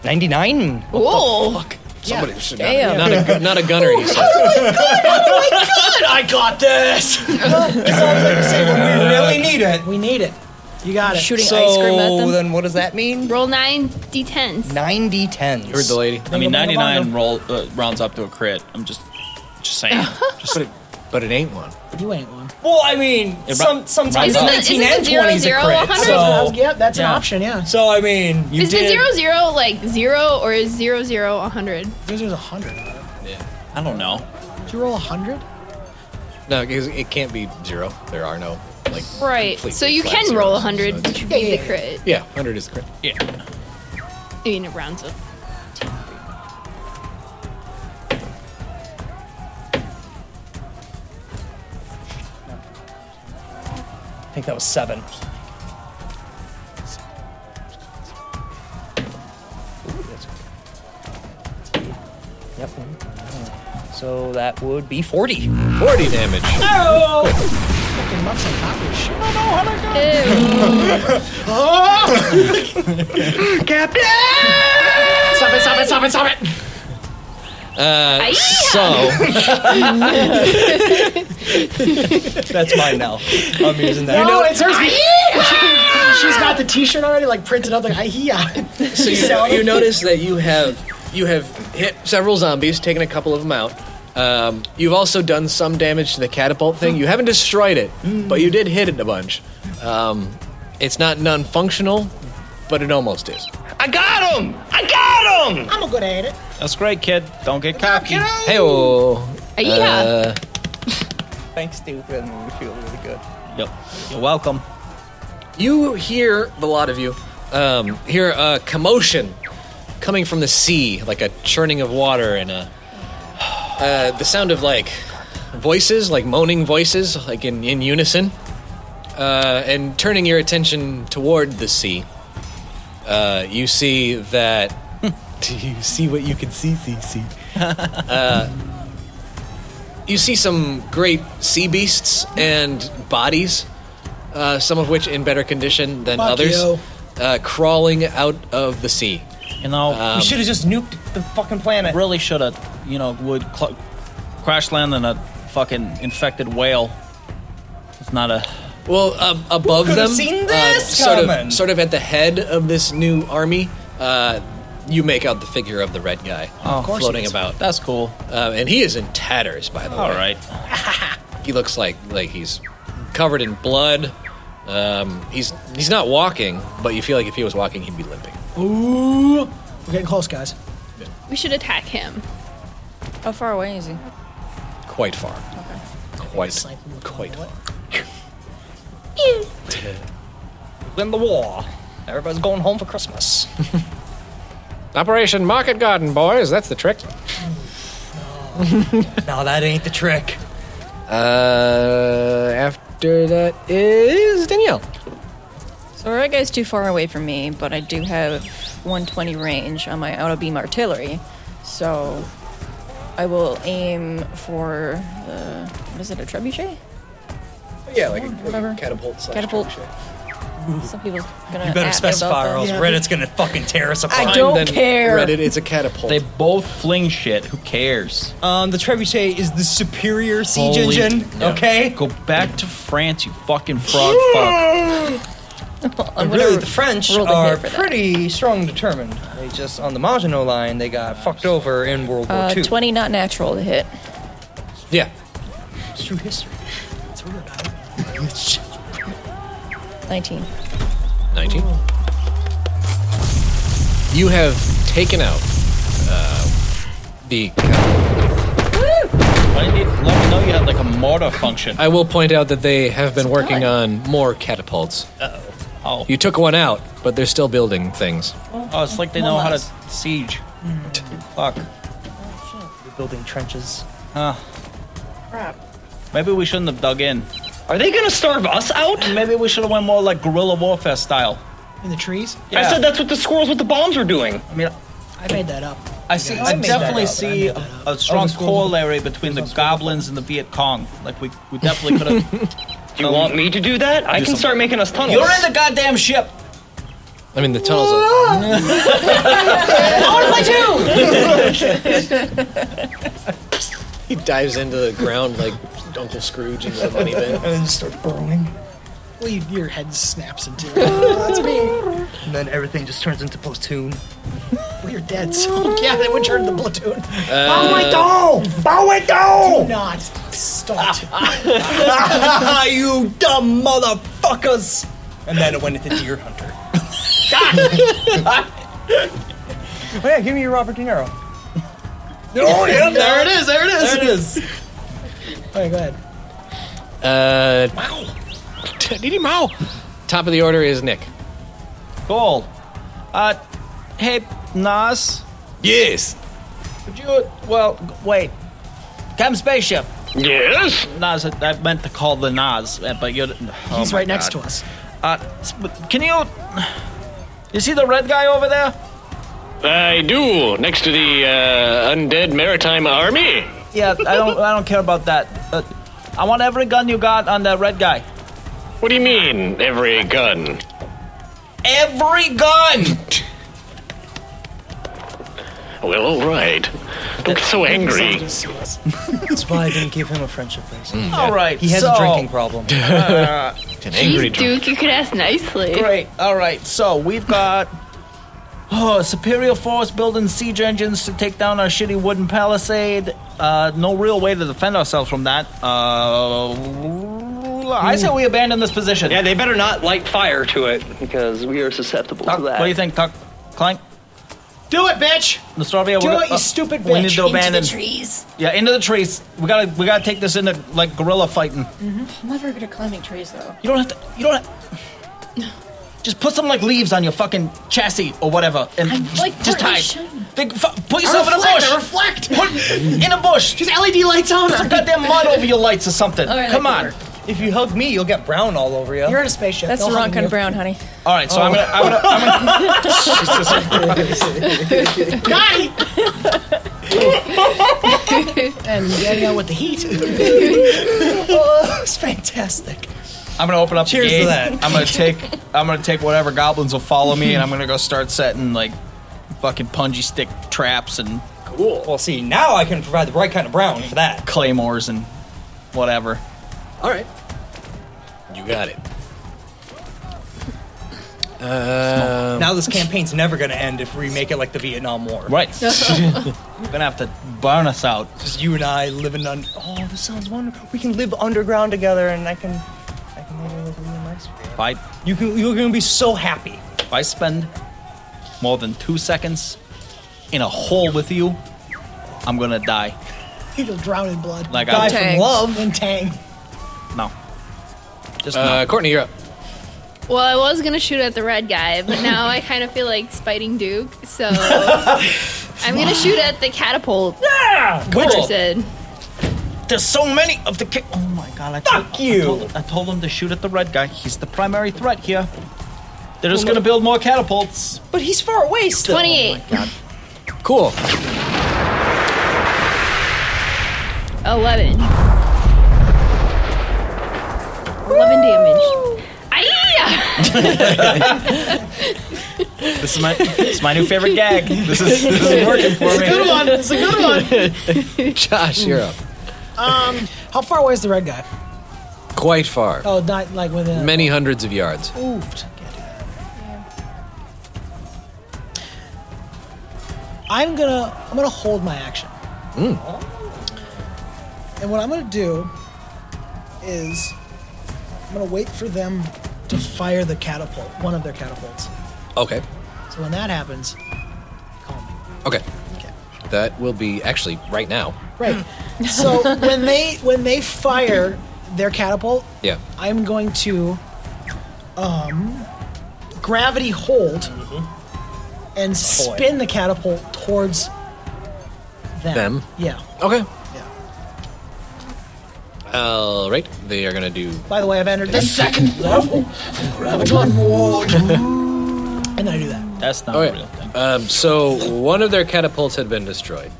Speaker 6: 99?
Speaker 5: Whoa.
Speaker 7: Somebody should
Speaker 8: Damn.
Speaker 7: not, not a gu- not a gunner. He says.
Speaker 4: Good, I got this.
Speaker 6: We really need it.
Speaker 4: We need it. You got it.
Speaker 8: Shooting ice cream at
Speaker 6: Uh, So
Speaker 8: them.
Speaker 6: then what does that mean?
Speaker 5: Roll nine d10s.
Speaker 6: 90 10s.
Speaker 7: You heard the lady,
Speaker 3: I mean,
Speaker 4: Bingo, bingo,
Speaker 3: 99
Speaker 4: bongo.
Speaker 3: roll uh, rounds up to a crit. I'm just, just saying. just,
Speaker 7: but it ain't one.
Speaker 4: You ain't one.
Speaker 6: Well, I mean,
Speaker 3: It
Speaker 6: some,
Speaker 3: ru-
Speaker 6: sometimes
Speaker 5: Isn't it- isn't
Speaker 6: 19
Speaker 5: it
Speaker 6: and
Speaker 5: zero,
Speaker 6: 20 is a
Speaker 5: zero,
Speaker 6: crit.
Speaker 5: 100?
Speaker 6: So,
Speaker 4: yeah, that's
Speaker 3: Yeah.
Speaker 4: an option. Yeah.
Speaker 6: so, I mean, you
Speaker 5: Is
Speaker 6: did.
Speaker 5: the zero zero like zero or is zero zero a hundred?
Speaker 4: This is a hundred.
Speaker 3: I don't know.
Speaker 4: Did you roll a hundred?
Speaker 7: No, because it can't be zero. There are no like.
Speaker 5: Right.
Speaker 7: completely
Speaker 5: So you
Speaker 7: flat
Speaker 5: can roll a
Speaker 7: zeros,
Speaker 5: hundred,
Speaker 7: so
Speaker 5: which
Speaker 7: it's-
Speaker 5: would be
Speaker 4: Yeah,
Speaker 5: the
Speaker 4: yeah,
Speaker 5: crit.
Speaker 7: yeah, hundred is the crit.
Speaker 3: Yeah.
Speaker 5: I mean, it rounds up.
Speaker 6: I think that was 7. Yep. So that would be 40.
Speaker 7: Forty damage.
Speaker 5: Oh, Ew.
Speaker 4: Stop it! Stop it! Stop it! Stop it!
Speaker 5: Aye.
Speaker 7: So
Speaker 6: That's mine now. I'm using that.
Speaker 4: No, it's hers. She's got the T-shirt already, like printed up, like "Ahiya."
Speaker 7: So you,
Speaker 4: So-
Speaker 7: you notice that you have you have hit several zombies, taken a couple of them out. Um, you've also done some damage to the catapult thing. You haven't destroyed it, but you did hit it a bunch. Um, it's not non-functional, but it almost is.
Speaker 9: I got him! I got him!
Speaker 4: I'm good at it.
Speaker 3: That's great, kid. Don't get cocky.
Speaker 7: Hey, oh,
Speaker 5: Ayeeha.
Speaker 6: Thanks, stupid. We feel really good.
Speaker 3: Yep. You're welcome.
Speaker 7: you hear the lot of you um, hear a commotion coming from the sea, like a churning of water and a uh, the sound of like voices, like moaning voices, like in in unison, uh, and turning your attention toward the sea. Uh, you see that. Do you see what you can see? See, see. uh, you see some great sea beasts and bodies uh, some of which in better condition than
Speaker 4: Fuck
Speaker 7: others,
Speaker 4: you.
Speaker 7: uh, crawling out of the sea.
Speaker 3: You know,
Speaker 6: we should have just nuked the fucking planet.
Speaker 3: really should have, you know, would cl- crash land on a fucking infected whale. It's not a.
Speaker 7: Well, uh, above
Speaker 6: could've
Speaker 7: them,
Speaker 6: seen
Speaker 7: uh,
Speaker 6: this
Speaker 7: sort
Speaker 6: coming?
Speaker 7: of, sort of at the head of this new army, uh, you make out the figure of the red guy
Speaker 3: Oh, of course
Speaker 7: floating
Speaker 3: he is.
Speaker 7: about,
Speaker 3: That's cool.
Speaker 7: uh, and he is in tatters. By the
Speaker 3: All
Speaker 7: way,
Speaker 3: right.
Speaker 7: he looks like like he's covered in blood. Um, he's he's not walking, but you feel like if he was walking, he'd be limping.
Speaker 4: Ooh, we're getting close, guys.
Speaker 5: We should attack him.
Speaker 8: How far away is he?
Speaker 7: Quite far. Quite, quite far.
Speaker 6: Win the war. Everybody's going home for Christmas.
Speaker 2: Operation Market Garden, boys. That's the trick.
Speaker 6: no, that ain't the trick.
Speaker 7: Uh, after that is Danielle.
Speaker 8: So that guy's too far away from me, but I do have 120 range on my auto beam artillery, so I will aim for the what is it a trebuchet?
Speaker 7: Yeah, like a,
Speaker 8: Whatever.
Speaker 7: catapult. Slash
Speaker 8: Catapult. Some people gonna.
Speaker 6: You better
Speaker 8: at me about
Speaker 6: specify, or
Speaker 8: that.
Speaker 6: else Reddit's gonna fucking tear us apart.
Speaker 8: I don't care.
Speaker 7: Reddit, it's a catapult.
Speaker 3: They both fling shit. Who cares?
Speaker 6: Um, the trebuchet is the superior siege
Speaker 3: Holy-
Speaker 6: engine.
Speaker 3: Yeah.
Speaker 6: Okay.
Speaker 3: Go back to France, you fucking frog fuck.
Speaker 8: I'm gonna
Speaker 6: really, the French
Speaker 8: roll the hit
Speaker 6: are
Speaker 8: for that.
Speaker 6: pretty strong and determined. They just, on the Maginot Line, they got fucked over in World War
Speaker 8: Uh,
Speaker 6: II.
Speaker 8: 20 not natural to hit.
Speaker 7: Yeah.
Speaker 6: It's true history. That's what we're about.
Speaker 8: 19.
Speaker 7: 19. You have taken out uh, the.
Speaker 3: I didn't even let me know you had like a mortar function.
Speaker 7: I will point out that they have been working on more catapults.
Speaker 3: Oh,
Speaker 7: You took one out, but they're still building things.
Speaker 3: oh it's like they know how to siege. Fuck.
Speaker 6: We're building trenches.
Speaker 3: Huh. Maybe we shouldn't have dug in.
Speaker 9: Are they gonna starve us out?
Speaker 3: Maybe we should have went more like guerrilla warfare style.
Speaker 4: In the trees?
Speaker 3: Yeah.
Speaker 9: I said that's what the squirrels with the bombs were doing.
Speaker 3: I mean,
Speaker 4: I made that up.
Speaker 3: I see.
Speaker 4: guys
Speaker 3: I
Speaker 4: made that
Speaker 3: definitely
Speaker 4: up.
Speaker 3: see
Speaker 4: I made
Speaker 3: a,
Speaker 4: that
Speaker 3: a strong
Speaker 4: the squirrel-
Speaker 3: corollary between the goblins and the Viet Cong. Like we, we definitely could have.
Speaker 9: Do you want me to do that? I can start making us tunnels.
Speaker 3: You're in the goddamn ship.
Speaker 7: I mean, the tunnels are. He dives into the ground like Uncle Scrooge into the money bin.
Speaker 6: And then just start burrowing.
Speaker 4: Well, you, your head snaps into it. That's me.
Speaker 6: And then everything just turns into platoon.
Speaker 4: Well, you're dead, so yeah, they would turn the platoon.
Speaker 6: oh my god! Bow it down!
Speaker 4: Not stopped.
Speaker 6: you dumb motherfuckers! And then it went into Deer Hunter. oh yeah, give me your Robert De Niro. oh yeah, there it is, there it is. There it is.
Speaker 4: All right, go ahead.
Speaker 7: Uh. Didi Mao! Top of the order is Nick.
Speaker 3: Cool. Uh, hey, Nas.
Speaker 7: Yes!
Speaker 3: Would you? Well, wait. Come spaceship.
Speaker 9: Yes.
Speaker 3: Nas, I, I meant to call the Nas, uh, but you're. oh
Speaker 4: He's
Speaker 3: my
Speaker 4: right next
Speaker 3: God.
Speaker 4: to us.
Speaker 3: Uh, s- but can you? You see the red guy over there?
Speaker 1: I do, next to the uh, Undead Maritime Army.
Speaker 3: Yeah, I don't. I don't care about that. Uh, I want every gun you got on that red guy.
Speaker 1: What do you mean, every gun?
Speaker 3: Every gun.
Speaker 1: Well, all right. Don't get so angry.
Speaker 6: That's why I didn't give him a friendship bracelet.
Speaker 3: All right.
Speaker 6: He has
Speaker 3: so,
Speaker 6: a drinking problem.
Speaker 7: An
Speaker 5: Jeez, Duke, you could ask nicely.
Speaker 3: Great. All right. So we've got. Oh, superior force building siege engines to take down our shitty wooden palisade. Uh, no real way to defend ourselves from that. Uh, I say we abandon this position.
Speaker 9: Yeah, they better not light fire to it because we are susceptible
Speaker 3: Tuck,
Speaker 9: to
Speaker 6: Oh,
Speaker 9: that.
Speaker 3: what do you think, Tuck? Clank?
Speaker 4: Do it, bitch!
Speaker 3: Nostrovia,
Speaker 4: Do
Speaker 3: we're
Speaker 4: it,
Speaker 3: go-
Speaker 4: you stupid
Speaker 3: We need
Speaker 4: bitch.
Speaker 3: to
Speaker 4: Into
Speaker 3: abandon.
Speaker 8: trees.
Speaker 3: Yeah, into the trees. We gotta, we gotta take this into like gorilla fighting.
Speaker 8: I'm never good at climbing trees, though.
Speaker 3: You don't have to. You don't. Have, just put some like leaves on your fucking chassis or whatever, and
Speaker 8: I'm,
Speaker 3: just,
Speaker 8: like,
Speaker 3: just
Speaker 8: partly
Speaker 3: hide.
Speaker 8: shiny.
Speaker 3: Think- fu- put yourself in a
Speaker 4: reflect, I
Speaker 3: bush.
Speaker 4: reflect.
Speaker 3: Put in a bush. Just
Speaker 4: These LED lights on
Speaker 3: put some
Speaker 4: her.
Speaker 3: goddamn mud over your lights or something.
Speaker 8: right,
Speaker 3: Come
Speaker 8: that could
Speaker 3: on.
Speaker 8: work.
Speaker 6: If you hug me, you'll get brown all over you.
Speaker 4: You're in a spaceship.
Speaker 8: That's
Speaker 4: They'll
Speaker 8: the wrong
Speaker 4: hug
Speaker 8: kind
Speaker 4: you.
Speaker 8: of brown, honey.
Speaker 3: All right, so I'm gonna, I'm gonna, I'm gonna
Speaker 4: Guy! and Danielle with the heat.
Speaker 6: oh, it's fantastic.
Speaker 3: I'm gonna open up
Speaker 6: Cheers
Speaker 3: the
Speaker 6: to
Speaker 3: gate.
Speaker 6: that.
Speaker 3: I'm gonna take I'm gonna take whatever goblins will follow me and I'm gonna go start setting like fucking punji stick traps and
Speaker 6: Cool. Well, see, now I can provide the right kind of brown for that.
Speaker 3: claymores and whatever.
Speaker 7: All right. You got it.
Speaker 9: Um,
Speaker 7: Uh,
Speaker 6: Now this campaign's never gonna end if we make it like the Vietnam War.
Speaker 3: Right. We're gonna have to burn us out.
Speaker 6: Just you and I living on. Oh, this sounds wonderful. We can live underground together, and I can, I can maybe with me in my sphere.
Speaker 3: If I, you can, you're going to be so happy. If I spend more than two seconds in a hole with you, I'm going to die.
Speaker 4: You'll drown in blood.
Speaker 3: Like I- Die from Tang.
Speaker 4: love and tang.
Speaker 3: No. Just
Speaker 7: uh, Courtney, you're up.
Speaker 5: Well, I was gonna shoot at the red guy, but now I kind of feel like spiting Duke, so I'm gonna shoot at the catapult.
Speaker 3: Yeah,
Speaker 5: Which
Speaker 3: cool.
Speaker 5: I said.
Speaker 3: There's so many of the ki- Oh my god! I Fuck told, you! I told, I told him to shoot at the red guy. He's the primary threat here. They're just
Speaker 6: Well,
Speaker 3: gonna build more catapults.
Speaker 6: But he's far away still.
Speaker 5: 28.
Speaker 7: Cool.
Speaker 5: 11. 11 damage. Aye!
Speaker 3: This is my this is my new favorite gag. This is this is working for
Speaker 4: It's a
Speaker 3: me.
Speaker 4: good one. It's a good
Speaker 7: one. Josh, you're up.
Speaker 4: Um, how far away is the red guy?
Speaker 7: Quite far.
Speaker 4: Oh, not like within.
Speaker 7: Many hundreds of yards.
Speaker 4: Oof. Can't do that. I'm gonna I'm gonna hold my action, and what I'm gonna do is I'm gonna wait for them to fire the catapult, one of their catapults.
Speaker 7: Okay.
Speaker 4: So when that happens,
Speaker 7: Okay. That will be actually right now.
Speaker 4: right. so when they when they fire their catapult,
Speaker 7: Yeah.
Speaker 4: I'm going to um, gravity hold and spin the catapult towards them.
Speaker 7: Them.
Speaker 4: Yeah.
Speaker 7: Okay. All right. They are going to do.
Speaker 4: By the way, I've entered the second level of graviton ward. and then I do that.
Speaker 3: That's not
Speaker 7: real thing. Um, so one of their catapults had been destroyed,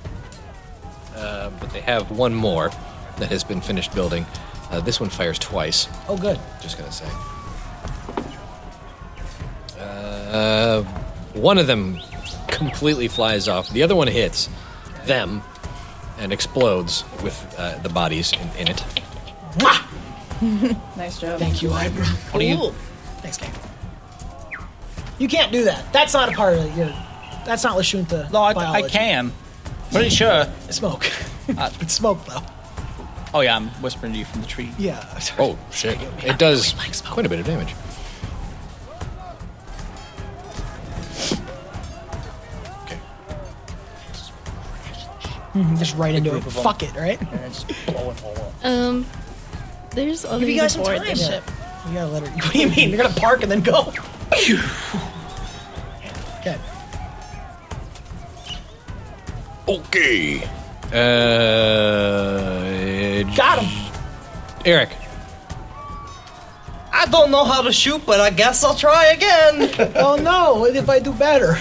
Speaker 7: uh, but they have one more that has been finished building. Uh, this one fires twice.
Speaker 4: Oh, good.
Speaker 7: Just gonna say. Uh, one of them completely flies off. The other one hits them and explodes with uh, the bodies in, in it.
Speaker 8: nice job.
Speaker 4: Thank you, Ibram.
Speaker 7: What do you-
Speaker 4: Thanks, gang. You can't do that. That's not a part of your. That's not Lashunta. No,
Speaker 3: I can. Pretty sure.
Speaker 4: Smoke. it's smoke though.
Speaker 3: Oh yeah, I'm whispering to you from the tree.
Speaker 4: Yeah.
Speaker 7: Oh shit! It does quite a bit of damage.
Speaker 4: Mhm, Just right into it. Fuck it, right?
Speaker 5: Um, there's other
Speaker 4: you guys some
Speaker 5: aboard
Speaker 4: time.
Speaker 5: the ship.
Speaker 4: You gotta let her. What do you mean? You're gonna park and then go? okay.
Speaker 7: Okay. Uh,
Speaker 6: Got him.
Speaker 7: Eric.
Speaker 6: I don't know how to shoot, but I guess I'll try again.
Speaker 4: oh no! What if I do better?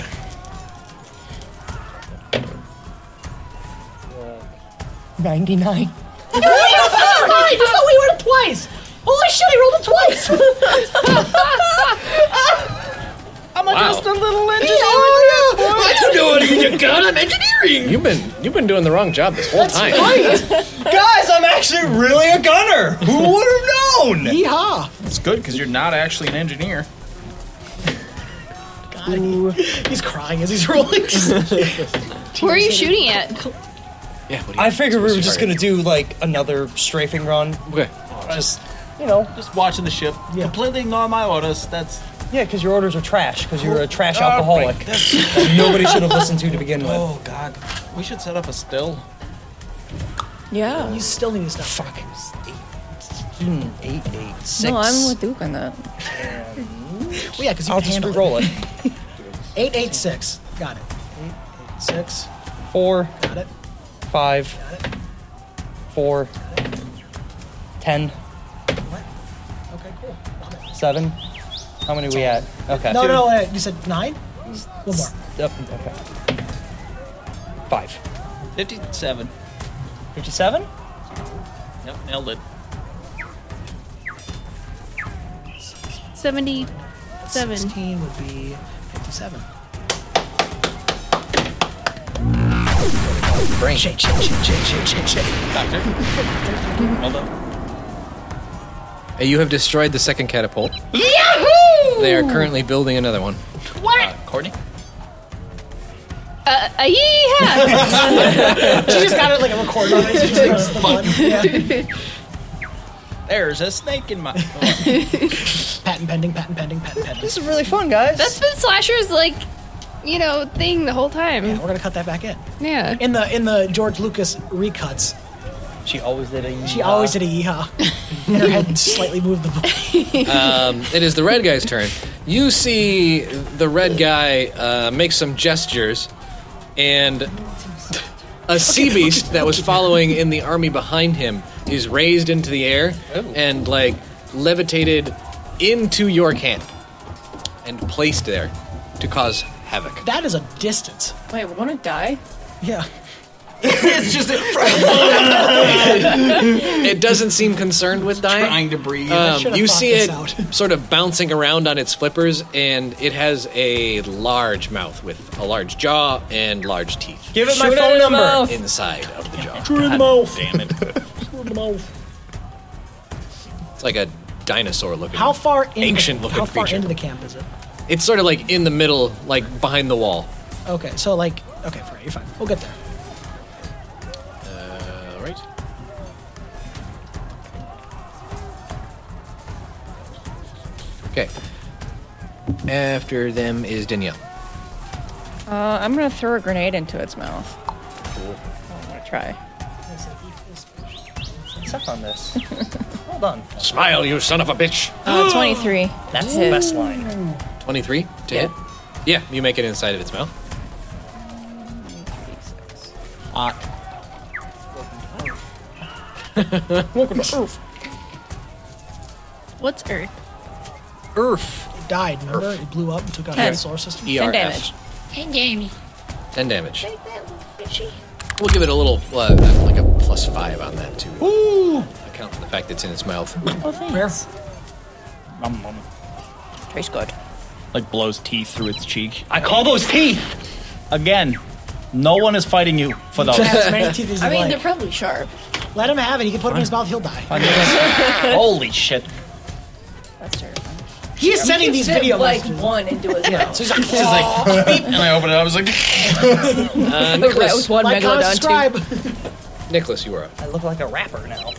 Speaker 10: Ninety-nine.
Speaker 4: I rolled a we rolled it twice. Holy shit! I rolled it twice. I'm
Speaker 7: Wow. just
Speaker 4: a little engineer. Oh,
Speaker 7: I'm engineering. You've been you've been doing the wrong job this whole time.
Speaker 6: Guys, I'm actually really a gunner. Who would have known?
Speaker 4: Yeehaw!
Speaker 3: It's good because you're not actually an engineer.
Speaker 4: God, he- he's crying as he's rolling.
Speaker 5: Where are you shooting at?
Speaker 7: Yeah,
Speaker 6: I figured we were just gonna do like another strafing run.
Speaker 7: Okay.
Speaker 6: Just you know,
Speaker 3: just watching the ship. Completely ignore my orders. That's
Speaker 6: yeah, because your orders are trash. Because you're a trash
Speaker 3: Oh, right.
Speaker 6: alcoholic.
Speaker 3: That's-
Speaker 6: that nobody should have listened to to begin with.
Speaker 3: Oh god, we should set up a still.
Speaker 8: Yeah.
Speaker 4: You still need to stop. Fuck.
Speaker 6: Hmm, Eight, eight, six.
Speaker 8: No, I'm with Duke on that.
Speaker 4: Well, yeah, because you
Speaker 6: I'll
Speaker 4: can
Speaker 6: just
Speaker 4: handle
Speaker 6: re-roll it.
Speaker 4: Eight eight six. Got it. Eight eight six.
Speaker 6: Four,
Speaker 4: Got it.
Speaker 6: five,
Speaker 4: Got it.
Speaker 6: four, ten,
Speaker 4: Okay, cool. Love it.
Speaker 6: seven. How many we at? Okay.
Speaker 4: No, no, wait, you said nine. One more.
Speaker 6: Yep, okay. Five.
Speaker 3: Fifty-seven.
Speaker 6: Fifty-seven.
Speaker 3: Yep, nailed it.
Speaker 5: 77.
Speaker 4: Sixteen would be fifty-seven.
Speaker 7: Brain.
Speaker 4: Shake, shake, shake, shake, shake, shake, shake.
Speaker 3: Doctor. well done.
Speaker 7: Uh, You have destroyed the second catapult.
Speaker 5: Yahoo!
Speaker 7: They are currently building another one.
Speaker 5: What?
Speaker 3: Courtney.
Speaker 5: Uh, uh, yeah!
Speaker 4: she just got it like a record on it. so She's like, "This is the fun." Yeah.
Speaker 3: There's a snake in my.
Speaker 4: patent pending, patent pending, patent pending.
Speaker 6: This is really fun, guys.
Speaker 5: That's been Slasher's like, you know, thing the whole time. Yeah,
Speaker 4: we're gonna cut that back in.
Speaker 5: Yeah.
Speaker 4: In the in the George Lucas recuts,
Speaker 6: She always did a.
Speaker 4: she always did a yeehaw. and her head slightly moved the ball.
Speaker 7: Um, it is the red guy's turn. You see the red guy uh, make some gestures, and a sea beast that was following in the army behind him is raised into the air and like levitated into your camp and placed there to cause havoc.
Speaker 4: That is a distance.
Speaker 8: Wait, we're gonna die?
Speaker 4: Yeah.
Speaker 6: it's just
Speaker 7: It doesn't seem concerned with dying.
Speaker 3: Trying to breathe.
Speaker 7: Um,
Speaker 4: should've
Speaker 7: you
Speaker 4: thought
Speaker 7: see
Speaker 4: this
Speaker 7: it
Speaker 4: out.
Speaker 7: sort of bouncing around on its flippers, and it has a large mouth with a large jaw and large teeth
Speaker 6: Give it my
Speaker 8: Shoot it
Speaker 6: phone
Speaker 8: in the
Speaker 6: number.
Speaker 8: mouth.
Speaker 7: inside of the jaw.
Speaker 4: True mouth.
Speaker 2: Damn it.
Speaker 7: It's like a dinosaur looking.
Speaker 4: How far in
Speaker 7: Ancient
Speaker 4: the,
Speaker 7: looking
Speaker 4: how far
Speaker 7: creature.
Speaker 4: into the camp is it?
Speaker 7: It's sort of like in the middle, like behind the wall.
Speaker 4: Okay, so like okay, Freya, you're fine. We'll get there.
Speaker 7: All right. Okay. After them is Danielle.
Speaker 8: Uh, I'm gonna throw a grenade into its mouth. Oh, I'm gonna try.
Speaker 6: What's up on this? Hold on.
Speaker 2: Smile, you son of a bitch.
Speaker 8: Uh, 23.
Speaker 6: That's
Speaker 8: Hit.
Speaker 6: the best line.
Speaker 7: 23 to hit. Yeah, you make it inside of its mouth.
Speaker 3: Ah.
Speaker 5: What's Earth?
Speaker 7: Earth.
Speaker 4: It died, remember? It blew up and took out
Speaker 8: Ten.
Speaker 4: the solar system.
Speaker 7: ERF.
Speaker 8: damage.
Speaker 10: Hey, Jamie.
Speaker 7: 10 damage. We'll give it a little, uh, like a plus five on that too. Account for the fact that it's in its mouth.
Speaker 3: Nom, nom.
Speaker 8: Tastes good.
Speaker 3: Like blows teeth through its cheek.
Speaker 6: I call those teeth.
Speaker 3: Again, no one is fighting you for those.
Speaker 4: Have as many teeth as you
Speaker 8: I mean, they're
Speaker 4: like.
Speaker 8: probably sharp.
Speaker 4: Let him have it. He can put them in his mouth. He'll die.
Speaker 3: Holy shit.
Speaker 8: That's terrifying.
Speaker 4: He is sending these video
Speaker 8: like
Speaker 4: messages.
Speaker 8: one into his mouth.
Speaker 3: And I opened it. I was like,
Speaker 7: Uh, Nicholas,
Speaker 8: one
Speaker 4: Like, comment, subscribe.
Speaker 7: Nicholas, you are up.
Speaker 6: I look like a rapper now.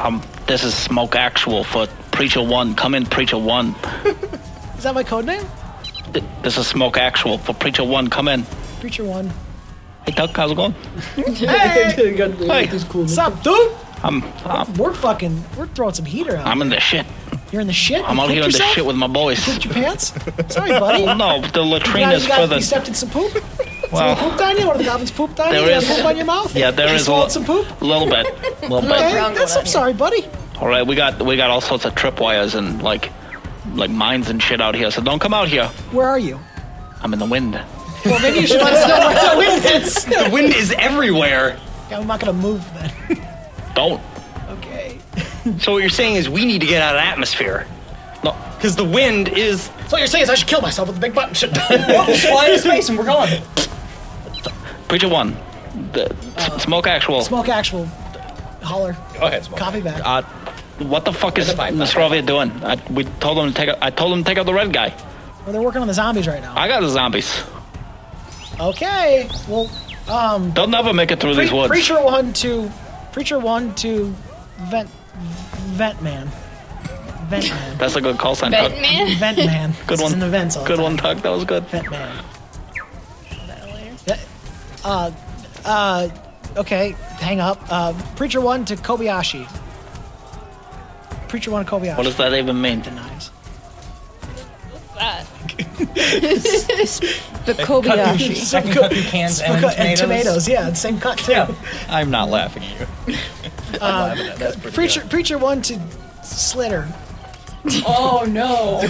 Speaker 3: um, this is smoke actual for Preacher One. Come in, Preacher One.
Speaker 4: Is that my code name?
Speaker 3: Th- This is smoke actual for Preacher One. Come in.
Speaker 4: Preacher One.
Speaker 3: Mm-hmm. Hey, Tuck, how's it going? Hey,
Speaker 4: What's up, dude?
Speaker 3: I'm, I'm,
Speaker 4: We're fucking. We're throwing some heater out.
Speaker 3: I'm in the shit.
Speaker 4: You're in the shit.
Speaker 3: I'm
Speaker 4: You
Speaker 3: out
Speaker 4: pooped
Speaker 3: here in the
Speaker 4: yourself?
Speaker 3: shit with my boys.
Speaker 4: Pooped your pants? Sorry, buddy.
Speaker 3: Well, no, the
Speaker 4: You
Speaker 3: latrine
Speaker 4: got,
Speaker 3: is
Speaker 4: you
Speaker 3: for
Speaker 4: got
Speaker 3: the.
Speaker 4: accepted some poop. Someone
Speaker 3: Well-
Speaker 4: pooped on you. One of the goblins pooped on you.
Speaker 3: There
Speaker 4: You got
Speaker 3: is-
Speaker 4: poop on your mouth.
Speaker 3: Yeah, there
Speaker 4: You
Speaker 3: is a
Speaker 4: swallowed
Speaker 3: lot.
Speaker 4: some poop.
Speaker 3: little bit, little
Speaker 4: Okay,
Speaker 3: bit.
Speaker 8: brown
Speaker 4: that's, I'm
Speaker 8: going
Speaker 4: sorry, buddy.
Speaker 3: All right, we got we got all sorts of tripwires and like like mines and shit out here. So don't come out here.
Speaker 4: Where are you?
Speaker 3: I'm in the wind.
Speaker 4: Well, maybe you should let us know where the wind is.
Speaker 6: The wind is everywhere.
Speaker 4: Yeah, I'm not gonna move then.
Speaker 3: Don't.
Speaker 4: Okay.
Speaker 6: So what you're saying is we need to get out of the atmosphere. No, because the wind is
Speaker 4: So what you're saying is I should kill myself with the big button? Should
Speaker 6: flying into space and we're gone.
Speaker 3: Preacher one. The, s- smoke actual.
Speaker 4: smoke actual? Holler.
Speaker 7: Go ahead, Smoke.
Speaker 4: Copy back.
Speaker 3: Uh, what the fuck is
Speaker 7: There's a pipe.
Speaker 3: Nostrovia doing? I, we told him to take. Out, I told him to take out the red guy.
Speaker 4: Well, they're working on the zombies right now.
Speaker 3: I got the zombies.
Speaker 4: Okay. Well,
Speaker 3: They'll never make it through these
Speaker 4: pre-
Speaker 3: woods.
Speaker 4: preacher one to preacher one to vent vent man. Vent man.
Speaker 3: That's a good call sign. Tuck.
Speaker 5: Batman?
Speaker 4: Vent man.
Speaker 3: Good
Speaker 4: He's
Speaker 3: one.
Speaker 4: In the vents all the
Speaker 3: Good
Speaker 4: time.
Speaker 3: one, Tuck. That was good.
Speaker 4: Vent man. That- Uh, uh, okay. Hang up. Uh, preacher one to Kobayashi. Preacher one to Kobayashi.
Speaker 3: What does that even mean?
Speaker 4: Denies.
Speaker 8: Uh, The Kobayashi.
Speaker 6: I can cut through cans and
Speaker 4: Cut-
Speaker 6: tomatoes.
Speaker 4: and tomatoes, yeah, same cut too.
Speaker 3: I'm not laughing at you.
Speaker 6: That's pretty
Speaker 4: Preacher, preacher one to Slitter.
Speaker 8: Oh no.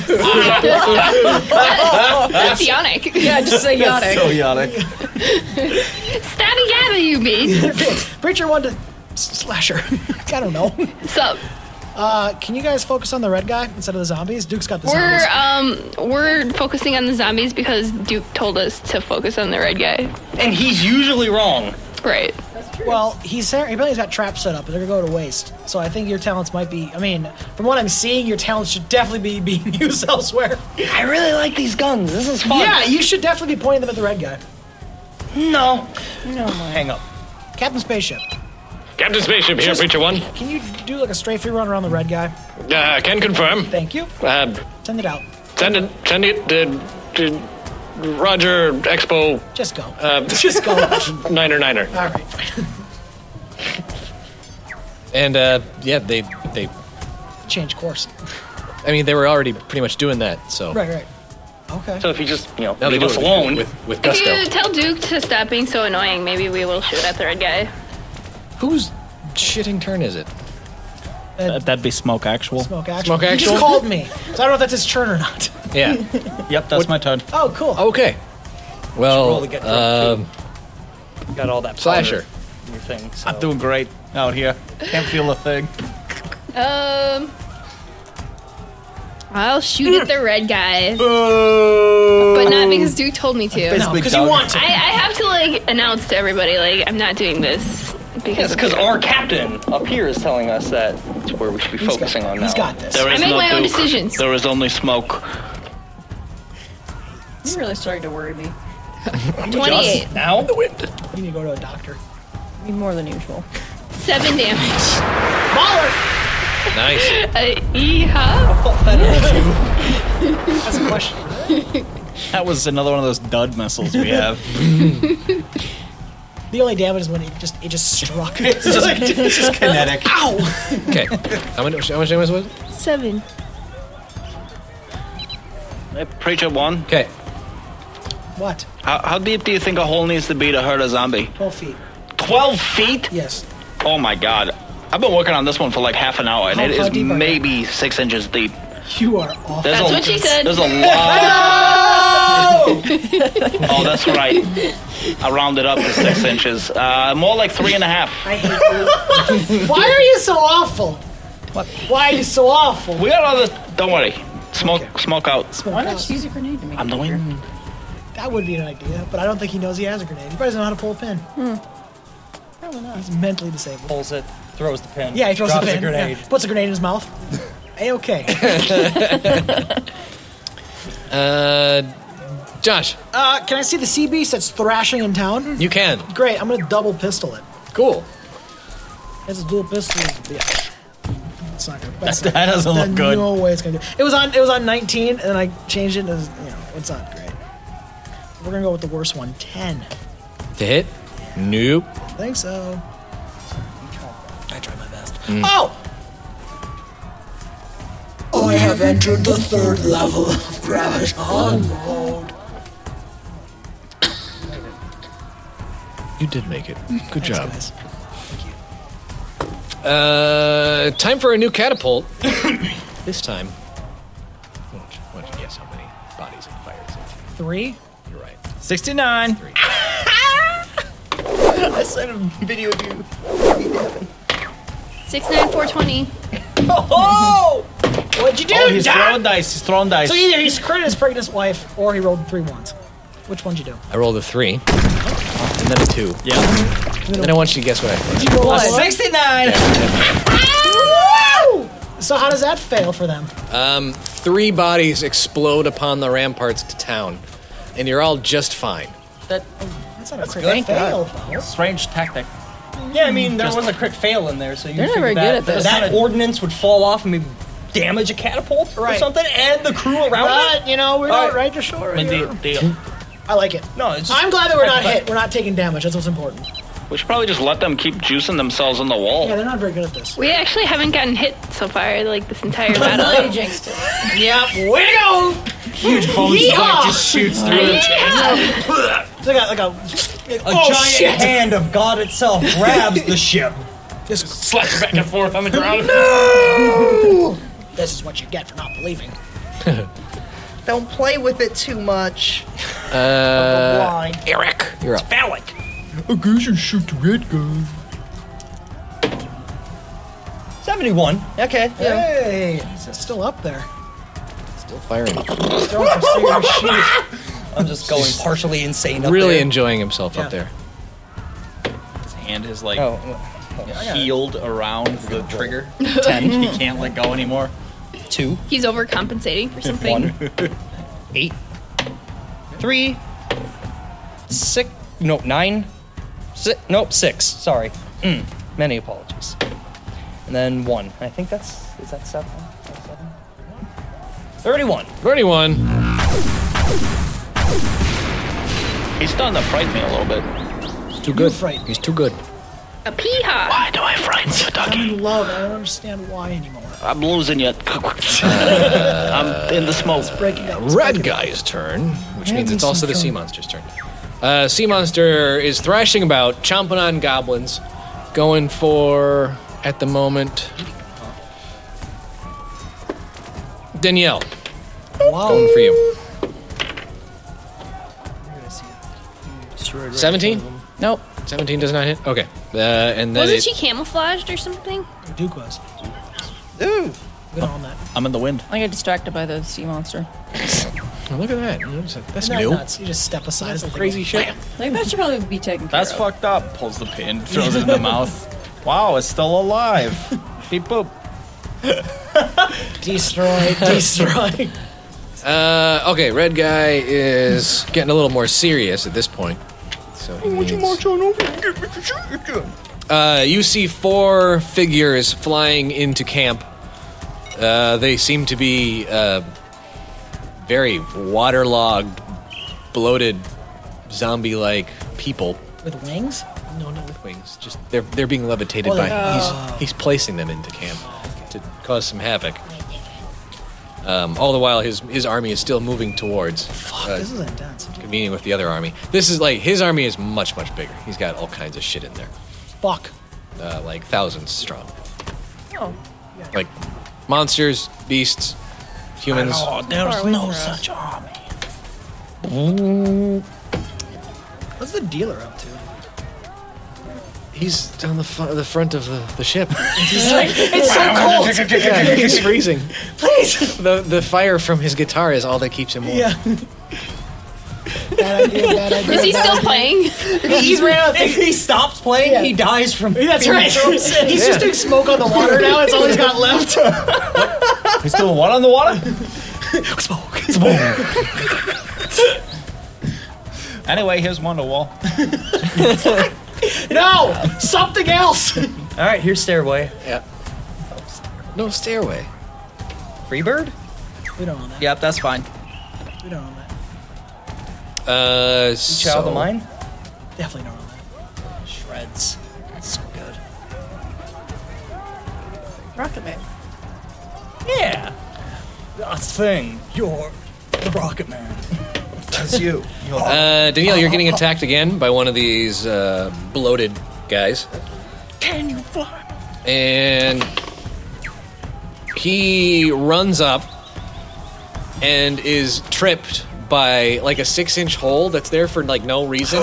Speaker 5: That's Yannick.
Speaker 8: Yeah, just say yonic.
Speaker 3: Chaotic.
Speaker 5: Stab a yabba, you bitch.
Speaker 4: preacher one to S- Slasher. I don't know.
Speaker 5: Sup?
Speaker 4: Uh, can you guys focus on the red guy instead of the zombies? Duke's got the
Speaker 5: We're
Speaker 4: zombies.
Speaker 5: um we're focusing on the zombies because Duke told us to focus on the red guy.
Speaker 6: good. And he's usually wrong.
Speaker 5: Right.
Speaker 4: Well, he's he apparently he's got traps set up, and they're gonna go to waste. So I think your talents might be. I mean, from what I'm seeing, your talents should definitely be being used elsewhere.
Speaker 6: I really like these guns. This is fun.
Speaker 4: Yeah, you should definitely be pointing them at the red guy.
Speaker 6: No. No. Hang up.
Speaker 4: Captain Spaceship.
Speaker 1: Captain Spaceship here,
Speaker 4: Just-
Speaker 1: Preacher One.
Speaker 4: Can you do like a strafe run around the red guy?
Speaker 1: Uh, can confirm.
Speaker 4: Thank you.
Speaker 1: Uh,
Speaker 4: Send it out.
Speaker 1: send it. Send it to, to uh, Roger Expo.
Speaker 4: Just go.
Speaker 1: Uh,
Speaker 4: Just go.
Speaker 1: niner niner.
Speaker 4: All right.
Speaker 7: And uh, yeah, they they.
Speaker 4: Change course.
Speaker 7: I mean, they were already pretty much doing that. So
Speaker 4: Right, right. Okay.
Speaker 9: So if you just, you know,
Speaker 7: Now they
Speaker 9: leave
Speaker 7: do
Speaker 9: us
Speaker 7: it
Speaker 9: alone.
Speaker 7: with with
Speaker 5: If
Speaker 7: gusto.
Speaker 5: you tell Duke to stop being so annoying, maybe we will shoot at the red guy.
Speaker 7: Whose shitting turn is it?
Speaker 3: That, that'd be smoke actual.
Speaker 4: Smoke action.
Speaker 7: Smoke
Speaker 4: He
Speaker 7: actual?
Speaker 4: just called me. So I don't know if that's his turn or not.
Speaker 7: Yeah.
Speaker 3: Yep, that's my turn.
Speaker 4: Oh, cool.
Speaker 7: Okay.
Speaker 6: roll
Speaker 7: Well,
Speaker 6: to get drunk,
Speaker 7: um,
Speaker 6: You got all that powder
Speaker 7: slasher.
Speaker 6: in your thing. So.
Speaker 3: I'm doing great out here. Can't feel a thing.
Speaker 5: Um, I'll shoot at the red guy, but not because Duke told me to.
Speaker 4: No, because Oh, you
Speaker 3: dog.
Speaker 4: want
Speaker 5: I, I
Speaker 4: to.
Speaker 5: have to like announce to everybody like I'm not doing this because
Speaker 9: It's because our captain up here is telling us that it's where we should be
Speaker 4: He's got-
Speaker 9: focusing on now.
Speaker 4: He's got this.
Speaker 5: I make my own decisions.
Speaker 2: There is only smoke.
Speaker 8: You're really starting to worry me.
Speaker 5: 28,
Speaker 6: Now?
Speaker 4: You need to go to a doctor.
Speaker 8: More than usual.
Speaker 5: seven damage.
Speaker 7: Nice.
Speaker 5: Uh, yeehaw.
Speaker 4: That's a question.
Speaker 3: That was another one of those dud missiles we have.
Speaker 4: The only damage is when it just it just struck. it's just like it's just kinetic. Ow!
Speaker 7: Okay. How much? How much damage was? it?
Speaker 5: Seven.
Speaker 2: Hey, Preacher One,
Speaker 7: Okay.
Speaker 4: What?
Speaker 2: how, how deep do you think a hole needs to be to hurt a zombie?
Speaker 4: Twelve feet.
Speaker 2: Twelve feet?
Speaker 4: Yes.
Speaker 2: Oh my god. I've been working on this one for like half an hour, and
Speaker 4: How-
Speaker 2: it
Speaker 4: how
Speaker 2: is
Speaker 4: deep are they?
Speaker 2: maybe six inches deep.
Speaker 4: You are awful.
Speaker 2: There's
Speaker 5: That's
Speaker 2: a,
Speaker 5: what she said.
Speaker 2: There's a lot. oh, that's right. I rounded up to six inches. Uh, more like three and a half.
Speaker 4: I hate you. Why are you so awful? What? Why are you so awful?
Speaker 2: We got all this. Don't worry. Smoke, smoke out.
Speaker 4: Smoke
Speaker 8: Why not
Speaker 4: out.
Speaker 8: just use a grenade to make
Speaker 2: I'm
Speaker 8: it
Speaker 2: doing.
Speaker 8: bigger?
Speaker 4: That would be an idea, but I don't think he knows he has a grenade. He probably doesn't know how to pull a pin.
Speaker 8: Probably not.
Speaker 4: He's mentally disabled.
Speaker 6: Pulls it, throws the pin.
Speaker 4: Yeah, he throws
Speaker 6: drops
Speaker 4: a pin.
Speaker 6: a grenade.
Speaker 4: yeah, puts a grenade in his mouth. A okay.
Speaker 7: Uh, Josh,
Speaker 4: Uh, can I see the sea beast that's thrashing in town?
Speaker 7: you can.
Speaker 4: Great, I'm gonna double pistol it.
Speaker 7: Cool.
Speaker 4: It's a dual pistol. Yeah. It's not gonna. That's
Speaker 3: That doesn't
Speaker 4: not,
Speaker 3: look good.
Speaker 4: No way it's gonna do. It was on. It was on 19, and then I changed it. And it was, you know, it's not great. We're gonna go with the worst one. 10.
Speaker 7: To hit? Nope.
Speaker 4: I think so. I tried my best.
Speaker 3: Mm.
Speaker 4: Oh! I have entered the third level of Graviton mode.
Speaker 7: You did make it. Good job.
Speaker 4: Guys,
Speaker 7: Uh, time for a new catapult. this time. Why don't you- why don't you guess how many bodies it fires into?
Speaker 4: three?
Speaker 7: You're right.
Speaker 3: 69.
Speaker 6: I sent a video of you.
Speaker 5: Six nine four twenty.
Speaker 6: Oh!
Speaker 4: What'd you do,
Speaker 3: Oh, he's
Speaker 4: Doc?
Speaker 3: throwing dice. He's throwing dice.
Speaker 4: So either he's critted his pregnant wife, or he rolled three ones. Which one'd you do?
Speaker 7: I rolled a three, and then a two.
Speaker 3: yeah.
Speaker 7: And then I want you to guess what I fired.
Speaker 4: Did you roll
Speaker 6: A
Speaker 4: a six?
Speaker 6: 69!
Speaker 4: So how does that fail for them?
Speaker 7: Um, three bodies explode upon the ramparts to town, and you're all just fine.
Speaker 4: That's not a crit fail, though.
Speaker 3: Strange tactic.
Speaker 6: Yeah, I mean, there was a crit fail in there, so you
Speaker 8: They're not
Speaker 6: figure
Speaker 8: very
Speaker 6: that,
Speaker 8: good at this.
Speaker 6: That ordinance would fall off and maybe damage a catapult or
Speaker 4: Right.
Speaker 6: something, and the crew around it.
Speaker 4: But, you know, we're not
Speaker 6: Alright.
Speaker 4: right to shore.
Speaker 2: I mean,
Speaker 4: here.
Speaker 2: the- the-
Speaker 4: I like it.
Speaker 6: No, it's just-
Speaker 4: I'm glad that we're not
Speaker 6: But-
Speaker 4: hit. We're not taking damage. That's what's important.
Speaker 2: we should probably just let them keep juicing themselves on the
Speaker 4: Yeah,
Speaker 2: wall.
Speaker 4: they're not very good at this.
Speaker 5: We actually haven't gotten hit so far like this entire battle.
Speaker 8: You jinxed it.
Speaker 4: Yep, way to go!
Speaker 6: Huge bones
Speaker 4: Yeehaw!
Speaker 6: just shoots through it.
Speaker 5: yeah.
Speaker 4: It's like a, like a, like,
Speaker 6: A
Speaker 4: oh,
Speaker 6: giant
Speaker 4: shit.
Speaker 6: hand of God itself grabs the ship.
Speaker 4: This,
Speaker 2: Slash back and forth on the ground.
Speaker 4: this is what you get for not believing.
Speaker 11: Don't play with it too much. Uh,
Speaker 6: Why?
Speaker 7: Eric, you're up.
Speaker 6: Phallic.
Speaker 7: I guess you shoot the red guy.
Speaker 6: 71. Okay.
Speaker 4: Hey, it's still up there.
Speaker 7: Still firing.
Speaker 4: Throw some serious shit.
Speaker 6: I'm just going partially insane up
Speaker 7: Really
Speaker 6: there.
Speaker 7: enjoying himself
Speaker 4: Yeah.
Speaker 7: up there.
Speaker 3: His hand is like
Speaker 6: Oh,
Speaker 3: healed around the trigger. 10. he can't let go anymore.
Speaker 6: two,
Speaker 5: He's overcompensating for something.
Speaker 6: one, eight, three, six. No, nine. Si- nope, six. Sorry. Mm. Many apologies. And then one. I think that's is that seven? That's seven? Thirty-one.
Speaker 7: Thirty-one.
Speaker 2: He's starting to frighten me a little bit.
Speaker 7: He's too good. He's too good.
Speaker 5: A peaha. Why
Speaker 2: do I frighten you, Dougie?
Speaker 4: I'm in love. I don't understand why anymore.
Speaker 2: I'm losing you. I'm in the smoke.
Speaker 4: breaking up.
Speaker 7: Red guy's turn, which
Speaker 4: Red
Speaker 7: means it's
Speaker 4: is
Speaker 7: also
Speaker 4: in
Speaker 7: the sea
Speaker 4: trouble.
Speaker 7: monster's turn. Uh, sea monster is thrashing about, chomping on goblins, going for at the moment. Danielle, going for you. Seventeen.
Speaker 8: Nope.
Speaker 7: Seventeen does not hit. Okay, uh, and then
Speaker 5: Wasn't
Speaker 7: it-
Speaker 5: she camouflaged or something?
Speaker 4: Duke was.
Speaker 8: Ooh.
Speaker 3: I'm in the wind.
Speaker 8: I got distracted by the sea monster.
Speaker 7: look at that. That's
Speaker 4: Isn't that nuts? You just step aside.
Speaker 8: That's
Speaker 4: the thing.
Speaker 8: crazy shit. Like that should probably be taken
Speaker 3: That's
Speaker 8: care of.
Speaker 3: fucked up. Pulls the pin, throws it in the mouth. Wow, it's still alive. Beep boop.
Speaker 4: Destroy. Destroy.
Speaker 7: Uh, okay, red guy is getting a little more serious at this point. So he needs-
Speaker 10: on over and get me to
Speaker 7: uh, you see four figures flying into camp. Uh, they seem to be uh, very waterlogged, bloated, zombie-like people.
Speaker 4: With wings? No, no, with
Speaker 7: wings. Just They're they're being levitated
Speaker 4: Oh,
Speaker 7: by.
Speaker 4: they're-
Speaker 7: He's he's placing them into camp to cause some havoc. Um, all the while, his his army is still moving towards. uh, Fuck,
Speaker 4: this is intense.
Speaker 7: convening with the other army. This is like his army is much much bigger. He's got all kinds of shit in there,
Speaker 4: Fuck.
Speaker 7: uh, like thousands strong,
Speaker 8: Oh.
Speaker 7: like monsters, beasts, humans.
Speaker 4: Oh, there's no such army. What's the dealer up to?
Speaker 7: He's down the front, the front of the, the ship.
Speaker 4: He's like, it's so cold.
Speaker 7: yeah, he's freezing. Please. The the fire from his guitar is all that keeps him warm.
Speaker 4: Yeah. Bad idea, bad idea,
Speaker 5: Is he
Speaker 4: bad
Speaker 5: still
Speaker 4: idea.
Speaker 5: playing?
Speaker 6: He's ran out. If he stops playing, he dies from.
Speaker 4: That's right. He's just doing smoke on the water now. It's all he's got left.
Speaker 3: He's still one on the water? Anyway, here's Wonderwall.
Speaker 4: no, something else.
Speaker 6: All right, here's stairway.
Speaker 7: Yeah. No stairway.
Speaker 6: Freebird.
Speaker 4: We don't own that.
Speaker 3: Yep, that's fine.
Speaker 4: We don't own that.
Speaker 7: Uh,
Speaker 6: Child
Speaker 7: so-
Speaker 6: of mine.
Speaker 4: Definitely don't own that. Shreds. That's so good.
Speaker 8: Rocket Man.
Speaker 6: Yeah. That thing. You're the Rocket Man. That's you. You're
Speaker 7: Uh, Danielle, you're getting attacked again by one of these uh, bloated guys.
Speaker 10: Can you fly?
Speaker 7: and he runs up and is tripped by like a six inch hole that's there for like no reason.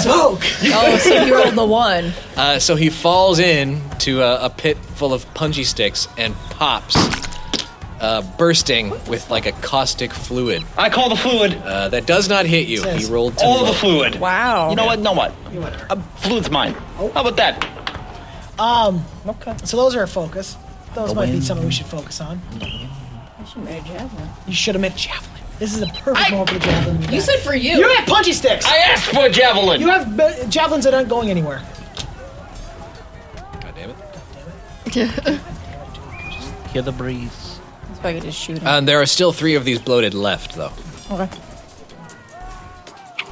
Speaker 4: Smoke.
Speaker 8: Oh, so you rolled the one.
Speaker 7: Uh, so he falls in to a, a pit full of punji sticks and pops, uh, bursting with like a caustic fluid.
Speaker 2: I call the fluid.
Speaker 7: Uh, that does not hit you. He rolled to
Speaker 10: "Oh."
Speaker 2: All the fluid.
Speaker 8: Wow.
Speaker 2: You know what? No what? Uh, fluid's mine.
Speaker 4: Oh.
Speaker 2: How about that?
Speaker 4: Um. Okay. So those are our focus. Those might be something we should focus on.
Speaker 8: I should marry Javelin.
Speaker 4: You should have meant javelin. This is a perfect moment for the javelin.
Speaker 8: You said for you.
Speaker 4: you have punchy sticks.
Speaker 2: I asked for a javelin.
Speaker 4: you have ba- javelins that aren't going anywhere.
Speaker 7: God damn it.
Speaker 3: Hear the breeze.
Speaker 8: That's why I could just shoot him.
Speaker 7: And there are still three of these bloated left, though.
Speaker 8: okay.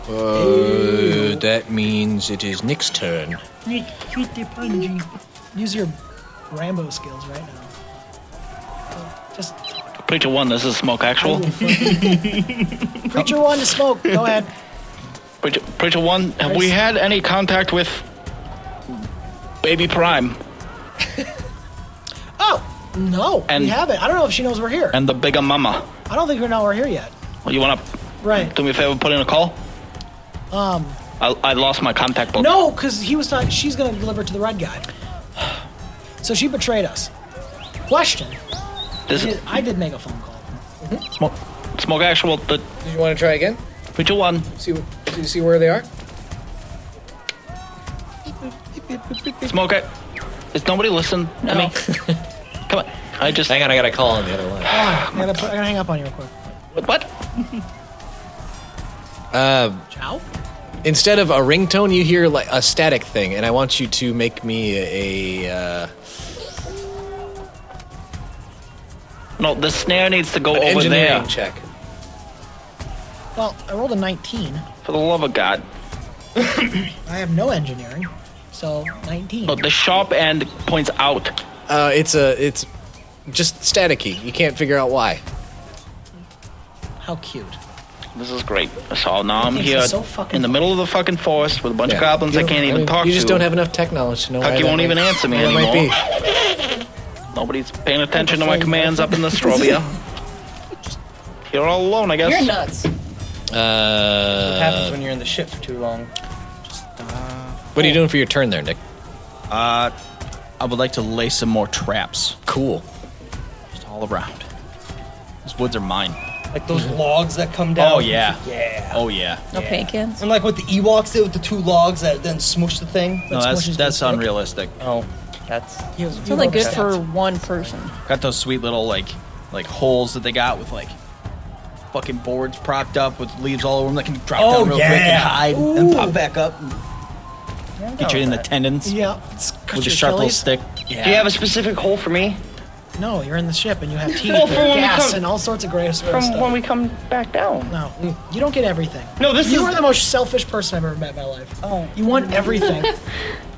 Speaker 7: Uh, that means it is Nick's turn.
Speaker 4: Use your Rambo skills right now. Oh, Just
Speaker 2: Preacher one, this is smoke actual.
Speaker 4: Oh. preacher one to smoke. Go ahead.
Speaker 2: Preacher, Preacher one, have we had any contact with Baby Prime
Speaker 4: Oh no,
Speaker 2: And-
Speaker 4: we haven't. I don't know if she knows we're here.
Speaker 2: and the bigger mama?
Speaker 4: I don't think we know we're here yet.
Speaker 2: Well, you wanna
Speaker 4: Right.
Speaker 2: do me a favor, put in a call?
Speaker 4: Um.
Speaker 2: I, I lost my contact book.
Speaker 4: No, because he was not. She's going to deliver to the red guy. So she betrayed us. Question:
Speaker 2: This
Speaker 4: I did,
Speaker 2: is
Speaker 4: I did make a phone call.
Speaker 2: smoke, smoke actual. The
Speaker 7: Did you want to try again?
Speaker 2: Preacher one.
Speaker 7: See, you see where they are?
Speaker 2: Smoke it. Is nobody listen to me? Come on. I just
Speaker 7: Hang on, I got a call on the other line.
Speaker 4: I'm gonna, put- I'm gonna hang up on you real quick.
Speaker 2: what? what?
Speaker 7: Uh,
Speaker 4: Ciao.
Speaker 7: Instead of a ringtone, you hear like a static thing, and I want you to make me a. a uh,
Speaker 2: No, the snare needs to go
Speaker 7: An
Speaker 2: over there.
Speaker 7: engineering check.
Speaker 4: Well, I rolled a 19.
Speaker 2: For the love of God.
Speaker 4: I have no engineering, so 19.
Speaker 2: No,
Speaker 3: Oh.
Speaker 2: the sharp end points out.
Speaker 7: Uh, it's a. It's just staticky. You can't figure out why.
Speaker 4: How cute.
Speaker 2: This is great. So now I'm
Speaker 7: This
Speaker 2: here
Speaker 7: is so fucking
Speaker 2: in the middle of the fucking forest with a bunch of goblins I can't even talk to.
Speaker 7: You just don't have enough tech knowledge to know.
Speaker 2: Hucky
Speaker 7: why that
Speaker 2: won't
Speaker 7: might-
Speaker 2: even answer me
Speaker 7: why that
Speaker 2: anymore.
Speaker 7: might be.
Speaker 2: Nobody's paying attention to my commands up in the strobia. You're all alone, I guess.
Speaker 8: You're nuts.
Speaker 7: Uh,
Speaker 6: what happens when you're in the ship for too long?
Speaker 7: What are you doing for your turn there, Nick?
Speaker 3: Uh, I would like to lay some more traps.
Speaker 7: Cool.
Speaker 3: Just all around. These woods are mine.
Speaker 6: Like those logs that come down.
Speaker 3: Mm-hmm. Oh, yeah.
Speaker 6: yeah.
Speaker 3: Oh yeah.
Speaker 8: No pancakes.
Speaker 6: And like what the Ewoks did with the two logs that then smush the thing.
Speaker 3: No, that's that's unrealistic.
Speaker 6: Oh, that's
Speaker 8: It's only good for one person.
Speaker 3: Got those sweet little like like holes that they got with like fucking boards propped up with leaves all over them that can drop
Speaker 6: Oh,
Speaker 3: down real quick
Speaker 6: yeah.
Speaker 3: and hide and
Speaker 6: Ooh.
Speaker 3: pop back up. and Get you in the tendons.
Speaker 4: Yeah.
Speaker 3: With a
Speaker 4: your
Speaker 3: sharp little
Speaker 4: Achilles.
Speaker 3: stick.
Speaker 9: Do you have a specific hole for me?
Speaker 4: No, you're in the ship and you have teeth
Speaker 9: Well,
Speaker 4: and
Speaker 9: from when we
Speaker 4: gas
Speaker 9: come-
Speaker 4: and all sorts of gross
Speaker 9: From
Speaker 4: stuff.
Speaker 9: when we come back down.
Speaker 4: No, you don't get everything.
Speaker 9: No, this
Speaker 4: you
Speaker 9: is-
Speaker 4: are the most selfish person I've ever met in my life. Oh, you want everything.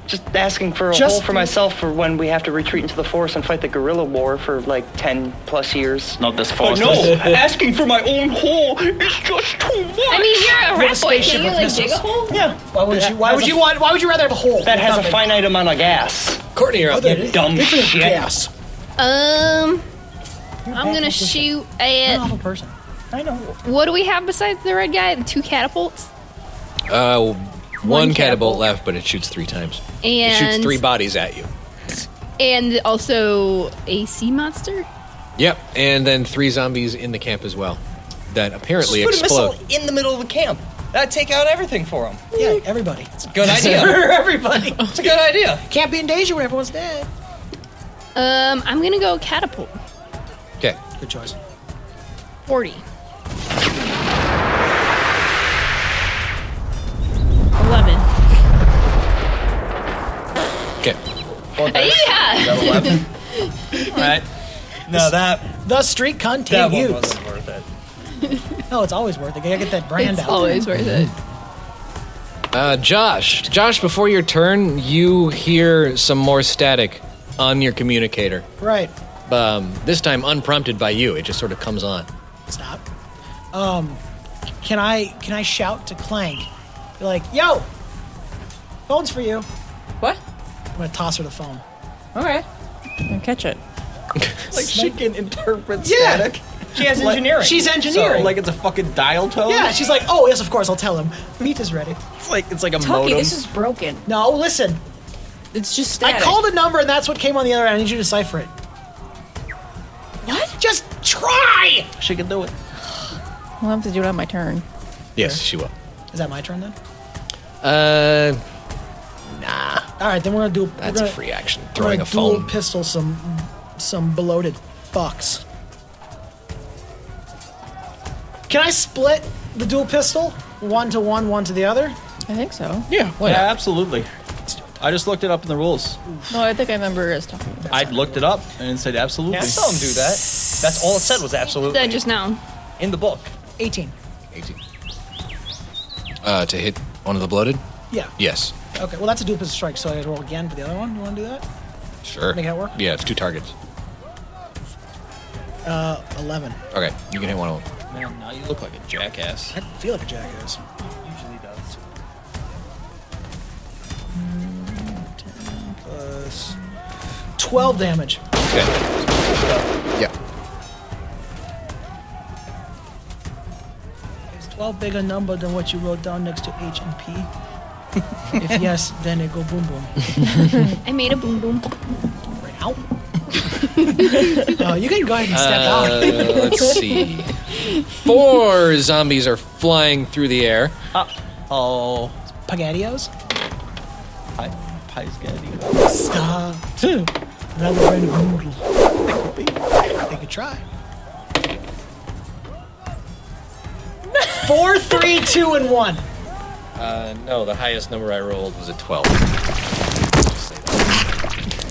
Speaker 9: Just asking for a
Speaker 4: Just-
Speaker 9: hole for myself for when we have to retreat into the forest and fight the guerrilla war for like 10 plus years.
Speaker 2: Not this
Speaker 9: Oh,
Speaker 2: forest.
Speaker 9: no!
Speaker 2: asking for my own hole is just too much.
Speaker 5: I mean, you're a
Speaker 4: You have
Speaker 5: rat boy. Can you like dig a hole?
Speaker 4: Yeah. Why would you? Why would you want? Why would you rather have a hole
Speaker 9: That has a
Speaker 4: Nothing.
Speaker 9: finite amount of gas.
Speaker 7: Courtney, you're up.
Speaker 4: Oh, there it is.
Speaker 9: Dumb
Speaker 4: Good for your
Speaker 9: shit.
Speaker 4: Gas.
Speaker 5: Um, I'm
Speaker 4: bad
Speaker 5: gonna
Speaker 4: at this
Speaker 5: shoot
Speaker 4: You're an
Speaker 5: at.
Speaker 4: awful person. I know.
Speaker 5: What do we have besides the red guy? The two catapults
Speaker 7: Uh, one,
Speaker 5: One
Speaker 7: catapult,
Speaker 5: catapult.
Speaker 7: left, but it shoots three times. it
Speaker 5: and
Speaker 7: shoots three bodies at you.
Speaker 5: and also a sea monster.
Speaker 7: Yep, and then three zombies in the camp as well. That apparently
Speaker 6: Just put
Speaker 7: explode.
Speaker 6: a missile in the middle of the camp. That'd take out everything for them.
Speaker 4: Yeah, everybody.
Speaker 6: It's a good idea.
Speaker 4: everybody.
Speaker 6: It's a good idea.
Speaker 4: Can't be in danger when everyone's dead.
Speaker 5: Um, I'm gonna go catapult.
Speaker 7: Okay.
Speaker 4: Good choice.
Speaker 5: Forty. Eleven.
Speaker 7: Okay.
Speaker 5: Yeah.
Speaker 3: Right.
Speaker 6: No, that
Speaker 4: The streak
Speaker 6: that one
Speaker 4: continues.
Speaker 6: wasn't worth it.
Speaker 4: No, it's always worth it. Gotta get that brand
Speaker 5: It's
Speaker 4: out.
Speaker 5: always worth it.
Speaker 7: Uh, Josh, Josh, before your turn, you hear some more static on your communicator.
Speaker 4: Right.
Speaker 7: Um, this time unprompted by you. It just sort of comes on.
Speaker 4: Stop. Um, can I can I shout to Clank? Be like, yo, phone's for you.
Speaker 8: What?
Speaker 4: I'm gonna toss her the phone.
Speaker 8: Okay. I'll catch it.
Speaker 3: Like she can interpret
Speaker 4: Yeah.
Speaker 3: static.
Speaker 6: She has engineering.
Speaker 4: She's engineering.
Speaker 3: So, like it's a fucking dial tone.
Speaker 4: yeah, she's like, oh yes, of course, I'll tell him. Meat is ready.
Speaker 3: it's like it's like a
Speaker 8: Tucky,
Speaker 3: modem.
Speaker 8: this is broken.
Speaker 4: No, listen.
Speaker 8: It's just
Speaker 4: I
Speaker 8: static.
Speaker 4: called a number and that's what came on the other end. I need you to decipher it. What? Just try.
Speaker 3: she can do it.
Speaker 8: I'll have to do it on my turn.
Speaker 7: Yes, she will.
Speaker 4: Is that my turn then?
Speaker 7: Uh,
Speaker 4: All right, then we're gonna do. we're
Speaker 7: that's a
Speaker 4: gonna-
Speaker 7: free action.
Speaker 4: we're
Speaker 7: Throwing
Speaker 4: gonna
Speaker 7: a phone.
Speaker 4: Dual pistol some some bloated fucks. Can I split the dual pistol? One to one, one to the other?
Speaker 8: I think so.
Speaker 7: Yeah.
Speaker 6: Oh,
Speaker 7: Why
Speaker 3: yeah,
Speaker 7: not?
Speaker 3: absolutely. I just looked it up in the rules.
Speaker 8: No, I think I remember us talking. about
Speaker 3: I looked it up and it said absolutely.
Speaker 6: I saw him do that. That's all it said was absolutely
Speaker 5: That just now.
Speaker 6: in the book.
Speaker 4: 18.
Speaker 7: 18. Uh, to hit one of the bloated?
Speaker 4: Yeah.
Speaker 7: Yes.
Speaker 4: Okay, well, that's a dual pistol strike, so I gotta roll again for the other one. You wanna do that?
Speaker 7: Sure.
Speaker 4: Make that work?
Speaker 7: Yeah, it's two targets.
Speaker 4: Uh, 11.
Speaker 7: Okay, you can hit one of them.
Speaker 3: Man, now you look like a jackass.
Speaker 4: I feel like a jackass. Usually does. Plus 12 damage.
Speaker 7: Okay. Yeah.
Speaker 4: Is 12 bigger number than what you wrote down next to H and P? if yes, then it go boom boom.
Speaker 5: I made a boom boom.
Speaker 4: Right now? no, you can go ahead and step out.
Speaker 7: Uh, let's see. Four zombies are flying through the air.
Speaker 3: Oh,
Speaker 4: Spaghettios?
Speaker 3: pie, pie's good.
Speaker 4: Stop. Two. Another brand of noodle. They could be. They could try. Four, three, two, and one.
Speaker 7: Uh, no, the highest number I rolled was a 12. Just say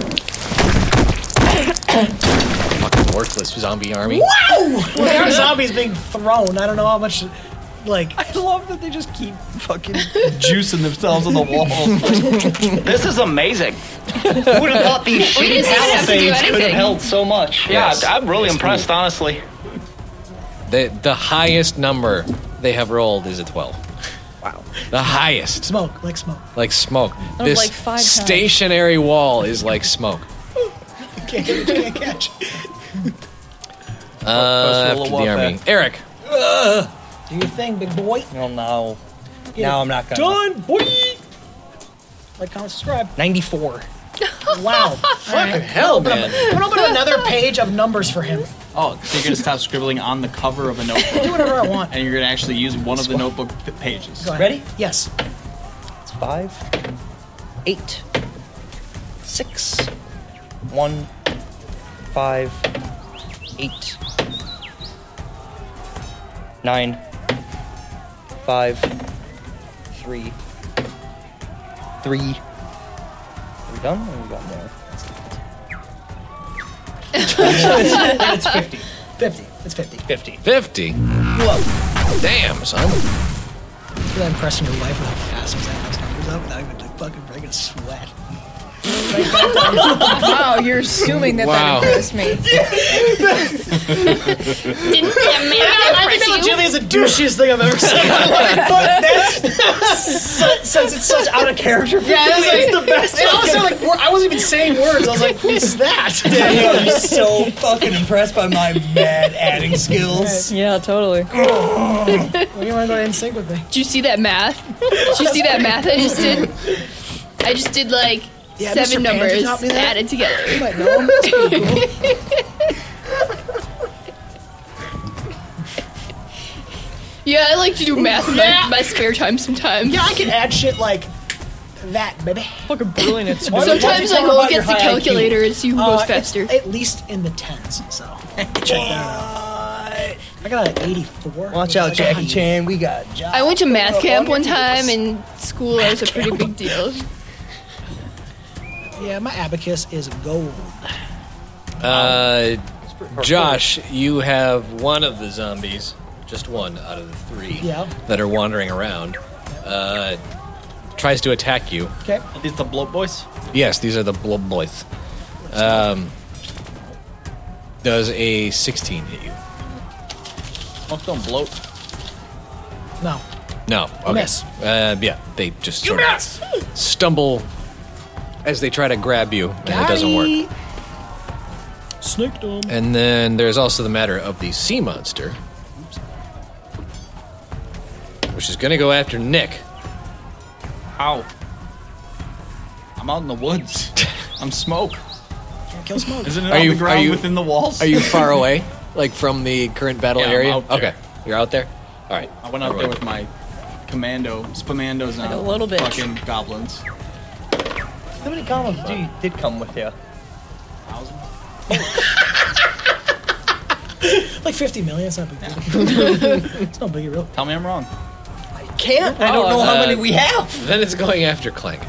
Speaker 7: that. Fucking worthless zombie army.
Speaker 4: Wow! Well, there are zombies being thrown. I don't know how much, like. I
Speaker 6: love that they just keep fucking.
Speaker 3: Juicing themselves on the wall.
Speaker 2: this is amazing.
Speaker 9: Who would have thought these
Speaker 2: We
Speaker 9: shitty
Speaker 2: just didn't have to do
Speaker 9: palisades could have
Speaker 2: anything.
Speaker 9: held so much?
Speaker 2: Yeah,
Speaker 7: Yes.
Speaker 2: I'm really
Speaker 7: Yes,
Speaker 2: impressed,
Speaker 7: cool.
Speaker 2: honestly.
Speaker 7: The, the highest number they have rolled is a 12.
Speaker 4: Wow.
Speaker 7: The highest.
Speaker 4: Smoke, like smoke.
Speaker 7: Like smoke.
Speaker 4: That was
Speaker 7: This
Speaker 4: like five times.
Speaker 7: stationary wall is like smoke.
Speaker 4: Can't, can't catch.
Speaker 6: Close
Speaker 7: Uh,
Speaker 6: to
Speaker 7: after
Speaker 6: the
Speaker 7: the
Speaker 6: wall
Speaker 7: army.
Speaker 6: back.
Speaker 7: Eric.
Speaker 6: Ugh. Do your thing, big boy. Oh no. Now I'm not gonna.
Speaker 4: Done, boy. Like, comment, subscribe.
Speaker 6: 94.
Speaker 4: Wow.
Speaker 3: Fucking hell,
Speaker 4: I'm gonna open
Speaker 3: man.
Speaker 4: up- I'm gonna open up another page of numbers for him.
Speaker 3: Oh, so you're gonna stop scribbling on the cover of a notebook.
Speaker 4: Do whatever I want.
Speaker 3: And you're gonna actually use one of the notebook p- pages.
Speaker 4: Go ahead. Yes.
Speaker 6: It's five, eight, six, one, five, eight, nine, five, three, three. Are we done? Or we got more?
Speaker 4: it's 50. 50. It's 50.
Speaker 6: 50.
Speaker 7: 50.
Speaker 4: You up.
Speaker 7: Damn, son.
Speaker 4: Feel like impressing your wife with how fast those ass numbers up without even like fucking breaking a sweat.
Speaker 8: wow, you're assuming that
Speaker 4: Wow.
Speaker 8: that impressed me.
Speaker 5: Didn't it make
Speaker 4: I think that legitimately is the douchiest thing I've ever seen. Like, fuck, that's su- since it's such out of character.
Speaker 6: Yeah, that's like-
Speaker 4: it's the best.
Speaker 6: it's
Speaker 4: And also,
Speaker 6: like-
Speaker 4: like wor- I wasn't even saying words. I was like, "Who's that?"
Speaker 6: Daniel, I'm so fucking impressed by my mad adding skills.
Speaker 8: Yeah, totally.
Speaker 4: Well, you want to go ahead and sync with me?
Speaker 5: Did you see that math? Did you see that math I just did? I just did like
Speaker 4: Yeah,
Speaker 5: seven
Speaker 4: Mr. Panther
Speaker 5: numbers
Speaker 4: taught me that.
Speaker 5: added together.
Speaker 4: You might know him. That's pretty cool.
Speaker 5: Yeah, I like to do math in
Speaker 4: Yeah.
Speaker 5: my, my spare time sometimes.
Speaker 4: Yeah, I can add shit like that, baby. Fucking brilliant. Uh,
Speaker 5: Why would- Sometimes I go against the calculator and see who goes faster.
Speaker 4: At least in the tens, so check that out. I got an 84.
Speaker 6: Watch out, Jackie Chan. We got John.
Speaker 5: I went to math
Speaker 4: Well,
Speaker 5: camp one
Speaker 4: wonderful.
Speaker 5: time in school. That was a pretty big deal.
Speaker 4: Yeah, my abacus is gold.
Speaker 7: Uh, Josh, you have one of the zombies, just one out of the three
Speaker 4: Yeah.
Speaker 7: that are wandering around. Uh, tries to attack you.
Speaker 4: Okay.
Speaker 3: It's the bloat boys.
Speaker 7: Yes, these are the blob boys. Um, does a 16 hit you?
Speaker 3: Fuck them bloat.
Speaker 4: No.
Speaker 7: No. Okay.
Speaker 4: Miss.
Speaker 7: Uh, yeah, they just sort of stumble as they try to grab you, and it doesn't work.
Speaker 4: Snaked him.
Speaker 7: And then there's also the matter of the sea monster, which is going to go after Nick.
Speaker 3: How? I'm out in the woods. I'm smoke.
Speaker 4: Can't kill smoke.
Speaker 3: Isn't it on the ground within the walls?
Speaker 7: Are you far away, like from the current battle
Speaker 3: Yeah, I'm
Speaker 7: area?
Speaker 3: out there.
Speaker 7: Okay, you're out there. All right.
Speaker 3: I went out there with my commando, spamandos on
Speaker 6: a little bitch.
Speaker 3: fucking goblins.
Speaker 6: How many goblins do you, did come with you?
Speaker 4: Like 50 million, it's not a big deal. it's no biggie, real.
Speaker 3: Tell me I'm wrong.
Speaker 6: I can't. I don't know how many we have.
Speaker 7: Then it's going after Clank.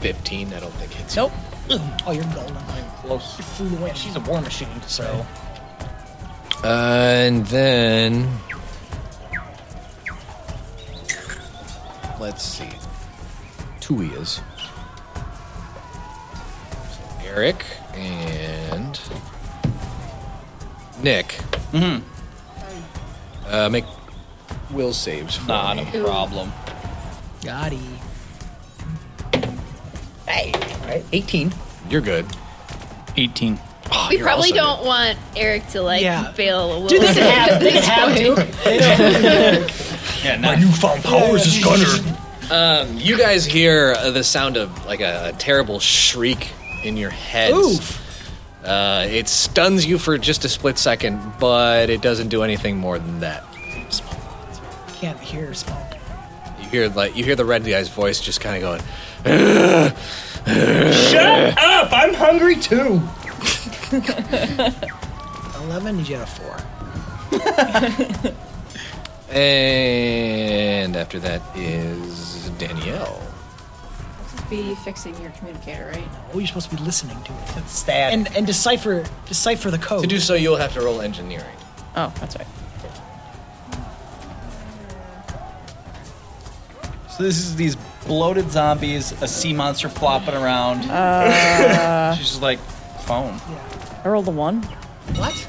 Speaker 7: Fifteen. I don't think hits.
Speaker 6: Nope.
Speaker 4: Oh, you're golden.
Speaker 3: Close.
Speaker 4: You flew away. She's
Speaker 6: a war machine, so.
Speaker 7: Uh, and then let's see. Tui is. Eric and Nick. Mm-hmm. Uh, make will saves for
Speaker 3: Not
Speaker 7: me.
Speaker 3: a problem.
Speaker 4: Gotti.
Speaker 6: Hey. All right. 18.
Speaker 7: You're good.
Speaker 3: 18.
Speaker 5: we probably don't want Eric to like
Speaker 4: Yeah.
Speaker 5: fail a little.
Speaker 4: Dude, they can have- they can have,
Speaker 3: Yeah, My newfound powers is gunner.
Speaker 7: Um, you guys hear uh, the sound of like a, a terrible shriek in your heads. Uh, it stuns you for just a split second, but it doesn't do anything more than that.
Speaker 4: Can't hear smoke.
Speaker 7: You hear like you hear the red guy's voice just kind of going. "Ugh, ugh."
Speaker 6: Shut up! I'm hungry too.
Speaker 4: 11, you had a 4.
Speaker 7: And after that is Danielle.
Speaker 8: be fixing your communicator, right?
Speaker 4: Oh, you're supposed to be listening to it. That's
Speaker 7: Stab.
Speaker 4: And and decipher decipher the code.
Speaker 7: To do so, you'll have to roll engineering.
Speaker 8: Oh, that's right.
Speaker 3: So this is these bloated zombies, a sea monster flopping around.
Speaker 8: Uh.
Speaker 3: She's just like, phone.
Speaker 8: I rolled a one.
Speaker 4: What?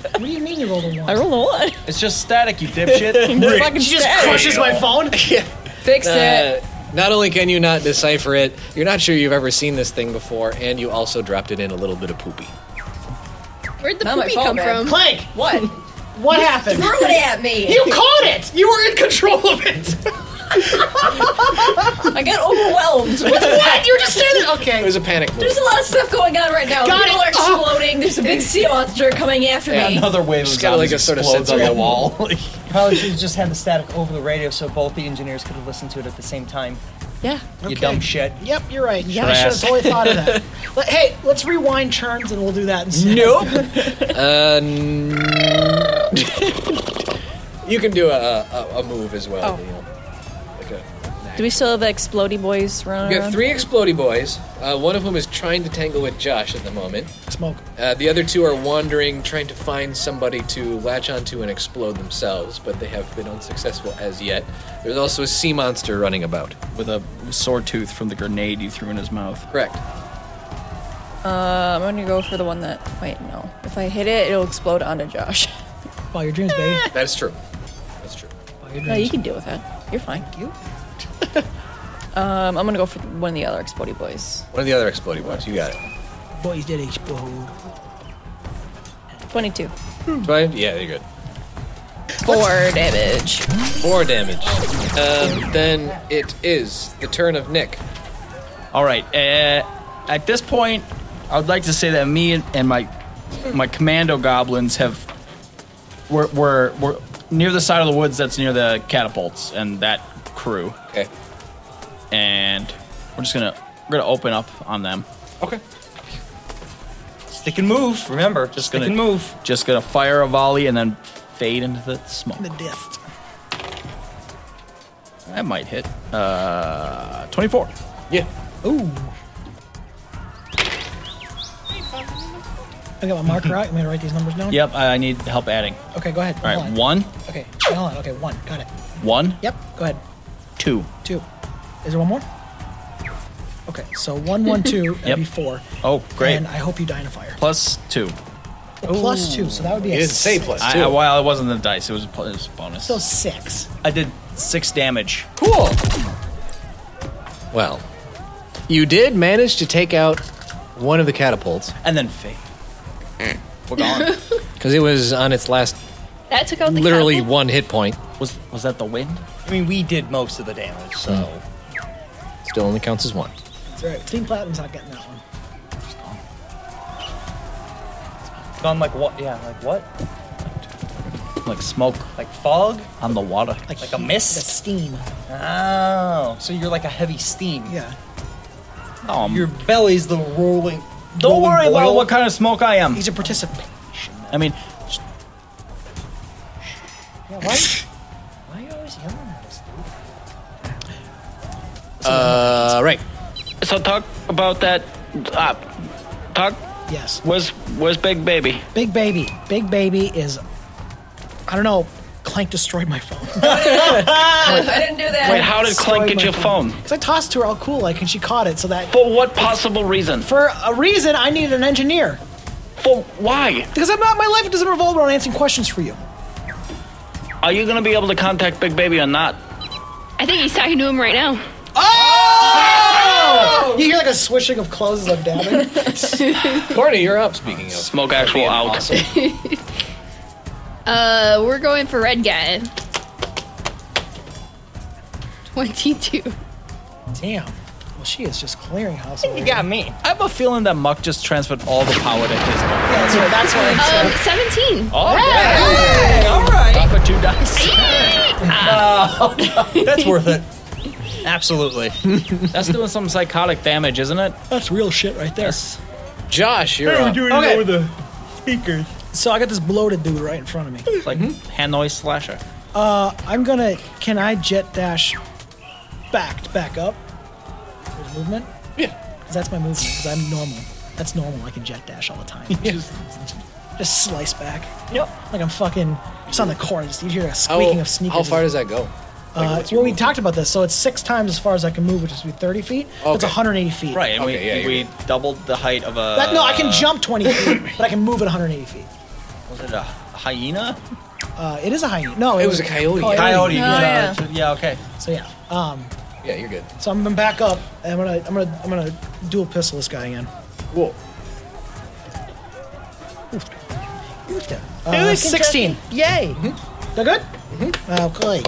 Speaker 8: what
Speaker 4: do you mean you rolled a one?
Speaker 8: I rolled a one.
Speaker 3: It's just static, you dipshit.
Speaker 8: Just fucking
Speaker 3: She
Speaker 8: static.
Speaker 4: phone.
Speaker 7: yeah.
Speaker 8: Fix
Speaker 7: Uh,
Speaker 8: it.
Speaker 7: Not only can you not decipher it, you're not sure you've ever seen this thing before, and you also dropped it in a little bit of poopy.
Speaker 5: Where'd the
Speaker 8: Not my
Speaker 5: poopy
Speaker 8: fault,
Speaker 5: come
Speaker 8: man.
Speaker 5: from?
Speaker 4: Plank!
Speaker 8: What?
Speaker 4: What happened?
Speaker 8: Threw it at me.
Speaker 4: You caught it. You were in control of it.
Speaker 8: I got overwhelmed.
Speaker 4: With what? You were just standing. Okay.
Speaker 7: It was a panic move.
Speaker 8: There's a lot of stuff going on right now.
Speaker 4: Got
Speaker 8: People
Speaker 4: it. Oh.
Speaker 8: are exploding. There's a big sea monster coming after me.
Speaker 3: Another wave
Speaker 7: She's
Speaker 3: of
Speaker 7: got, like,
Speaker 3: zombies
Speaker 7: a sort of
Speaker 3: explodes on
Speaker 7: sensory-
Speaker 3: the wall. Like,
Speaker 6: Probably should have just had the static over the radio so both the engineers could have listened to it at the same time.
Speaker 8: Yeah.
Speaker 6: You dumb shit.
Speaker 4: Yep, you're right. Yeah, I
Speaker 6: Trash.
Speaker 4: should have totally thought of that. Let- hey, let's rewind turns and we'll do that instead.
Speaker 7: Nope. Uh, n- you can do a, a, a move as well.
Speaker 8: Oh.
Speaker 7: Danielle. Like a-
Speaker 8: Do we still have the explodey boys running
Speaker 7: You
Speaker 8: around?
Speaker 7: have three explodey boys, uh, one of whom is trying to tangle with Josh at the moment.
Speaker 4: Smoke.
Speaker 7: Uh, the other two are wandering, trying to find somebody to latch onto and explode themselves, but they have been unsuccessful as yet. There's also a sea monster running about.
Speaker 3: With a sore tooth from the grenade you threw in his mouth.
Speaker 7: Correct.
Speaker 8: Uh, I'm gonna go for the one that. Wait, no. If I hit it, it'll explode onto Josh.
Speaker 4: Follow your dreams, baby.
Speaker 7: That is true. That's true.
Speaker 4: Follow your
Speaker 8: no, you
Speaker 4: dreams.
Speaker 8: can deal with that. You're fine. you. um, I'm gonna go for one of the other explodey boys.
Speaker 7: One of the other explodey boys. You got it.
Speaker 4: Boys did explode.
Speaker 8: 22.
Speaker 7: Right? Yeah, you're good.
Speaker 8: Four damage.
Speaker 7: Four damage. Um, then it is the turn of Nick.
Speaker 3: All right. Uh, at this point, I would like to say that me and, and my my commando goblins have we're, we're we're near the side of the woods that's near the catapults and that crew.
Speaker 7: Okay.
Speaker 3: And we're just gonna we're gonna open up on them.
Speaker 7: Okay.
Speaker 6: Stick and move. Remember, just stick
Speaker 3: gonna-
Speaker 6: and move.
Speaker 3: Just gonna fire a volley and then fade into the smoke.
Speaker 4: The dist.
Speaker 3: That might hit. Uh, twenty-four.
Speaker 7: Yeah.
Speaker 4: Ooh. I got my marker out. You want me to write these numbers down?
Speaker 3: Yep. I I need help adding.
Speaker 4: Okay, go ahead.
Speaker 3: All right. One.
Speaker 4: Okay, hold on. Okay, one. Got it.
Speaker 3: One.
Speaker 4: Yep, go ahead.
Speaker 3: Two.
Speaker 4: Two. Is there one more? Okay, so one, one, two, that'd
Speaker 3: Yep.
Speaker 4: be four.
Speaker 3: Oh, great.
Speaker 4: And I hope you die in a fire.
Speaker 3: Plus two.
Speaker 4: A plus two, so that would be
Speaker 7: You
Speaker 4: a
Speaker 7: didn't say
Speaker 4: six.
Speaker 7: plus two.
Speaker 3: I, I, well, it wasn't the dice. It was, a pl- it was a bonus.
Speaker 4: So six.
Speaker 3: I did six damage.
Speaker 7: Cool. Well, you did manage to take out one of the catapults
Speaker 3: And then fade. We're gone.
Speaker 7: because it was on its last,
Speaker 5: That took out the
Speaker 7: literally
Speaker 5: catapult?
Speaker 7: one hit point.
Speaker 3: was was that the wind? Hmm.
Speaker 6: I mean, we did most of the damage, so
Speaker 7: Still only counts as one.
Speaker 4: That's right. Team Platinum's not getting that one.
Speaker 6: gone like what? Yeah, like what?
Speaker 3: Like smoke
Speaker 6: Like fog?
Speaker 3: on the water.
Speaker 6: Like a
Speaker 4: heat,
Speaker 6: mist?
Speaker 4: Like a steam.
Speaker 6: Oh, so you're like a heavy steam.
Speaker 4: Yeah.
Speaker 3: Um,
Speaker 6: Your belly's the rolling.
Speaker 3: don't
Speaker 6: rolling
Speaker 3: worry about
Speaker 6: boil.
Speaker 3: what kind of smoke I am.
Speaker 4: He's a participant.
Speaker 3: I mean,
Speaker 6: Yeah, why? why are you always yelling at us, dude?
Speaker 7: Uh, right.
Speaker 2: So talk about that. Uh, talk.
Speaker 4: Yes.
Speaker 2: Where's Where's Big Baby?
Speaker 4: Big Baby. Big Baby is. I don't know. Clank destroyed my phone.
Speaker 8: I didn't do that.
Speaker 2: Wait, how did Clank
Speaker 4: Destroyed
Speaker 2: get
Speaker 4: my
Speaker 2: your phone?
Speaker 4: Because I tossed to her all cool like, and she caught it, so that.
Speaker 2: For what possible reason?
Speaker 4: For a reason, I needed an engineer.
Speaker 2: For why?
Speaker 4: Because I'm not, my life doesn't revolve around answering questions for you.
Speaker 2: Are you gonna be able to contact Big Baby or not?
Speaker 5: I think he's talking to him right now.
Speaker 4: You hear like a swishing of clothes as I'm dabbing.
Speaker 7: Courtney, you're up. Speaking of
Speaker 2: Smoke actual out.
Speaker 5: Uh, we're going for red guy. 22.
Speaker 4: Damn. Well, she is just clearing house. over
Speaker 6: You
Speaker 4: here.
Speaker 6: got me.
Speaker 3: I have a feeling that Muck just transferred all the power to his. Body.
Speaker 4: That's what, that's what I'm
Speaker 5: Um, 17.
Speaker 3: Oh,
Speaker 6: Hey, all right.
Speaker 3: Drop a two dice.
Speaker 6: That's worth it. Absolutely.
Speaker 3: That's doing some psychotic damage, isn't it?
Speaker 4: That's real shit right there.
Speaker 7: Josh, you're up.
Speaker 4: Okay.
Speaker 6: the speakers.
Speaker 4: So I got this bloated dude right in front of me.
Speaker 3: It's like Hanoi slasher.
Speaker 4: Uh, I'm gonna. Can I jet dash back back up? With movement. Yeah. Cause that's my movement. Cause I'm normal. That's normal. I can jet dash all the time. just, just slice back. Yep. Like I'm fucking just on the court. Just, you hear a squeaking
Speaker 7: How-
Speaker 4: of sneakers.
Speaker 7: How far does that go? Like,
Speaker 4: Uh,
Speaker 7: what's
Speaker 4: well, we talked about this, so it's six times as far as I can move, which is be 30 feet. That's
Speaker 3: Okay.
Speaker 4: 180 feet.
Speaker 3: Right, and we, we doubled the height of a.
Speaker 4: That- no, I can jump 20 feet, but I can move at 180 feet.
Speaker 3: Was it a hyena?
Speaker 4: Uh, it is a hyena. No, it, was,
Speaker 3: Coyote. yeah.
Speaker 4: Oh, yeah.
Speaker 3: yeah, okay.
Speaker 4: So yeah. Um,
Speaker 7: yeah, you're good.
Speaker 4: So I'm gonna back up, and I'm gonna, I'm gonna, I'm gonna dual pistol this guy again.
Speaker 7: Cool.
Speaker 4: Uh,
Speaker 11: Do it,
Speaker 4: 16.
Speaker 11: Kentucky.
Speaker 4: Yay. Mm-hmm. That good? Uh, Okay.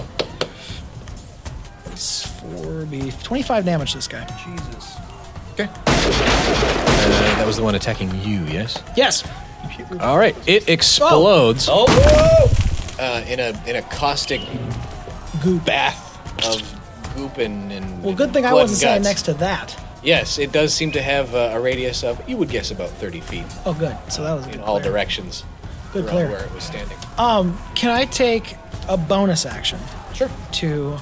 Speaker 4: It's four be 25 damage to this guy. Jesus.
Speaker 7: Uh, that was the one attacking you, yes?
Speaker 4: Yes.
Speaker 7: All right. It explodes. Oh. Uh, in a in a caustic
Speaker 4: goop
Speaker 7: bath of goop and, and
Speaker 4: Well, good thing I
Speaker 7: blood
Speaker 4: wasn't sitting
Speaker 7: and guts.
Speaker 4: next to that.
Speaker 7: Yes, it does seem to have uh, a radius of you would guess about thirty feet
Speaker 4: Oh, good. So that was
Speaker 7: in
Speaker 4: good.
Speaker 7: all
Speaker 4: clear.
Speaker 7: directions.
Speaker 4: Good
Speaker 7: around
Speaker 4: clear.
Speaker 7: Where it was standing.
Speaker 4: Um, can I take a bonus action? Sure. To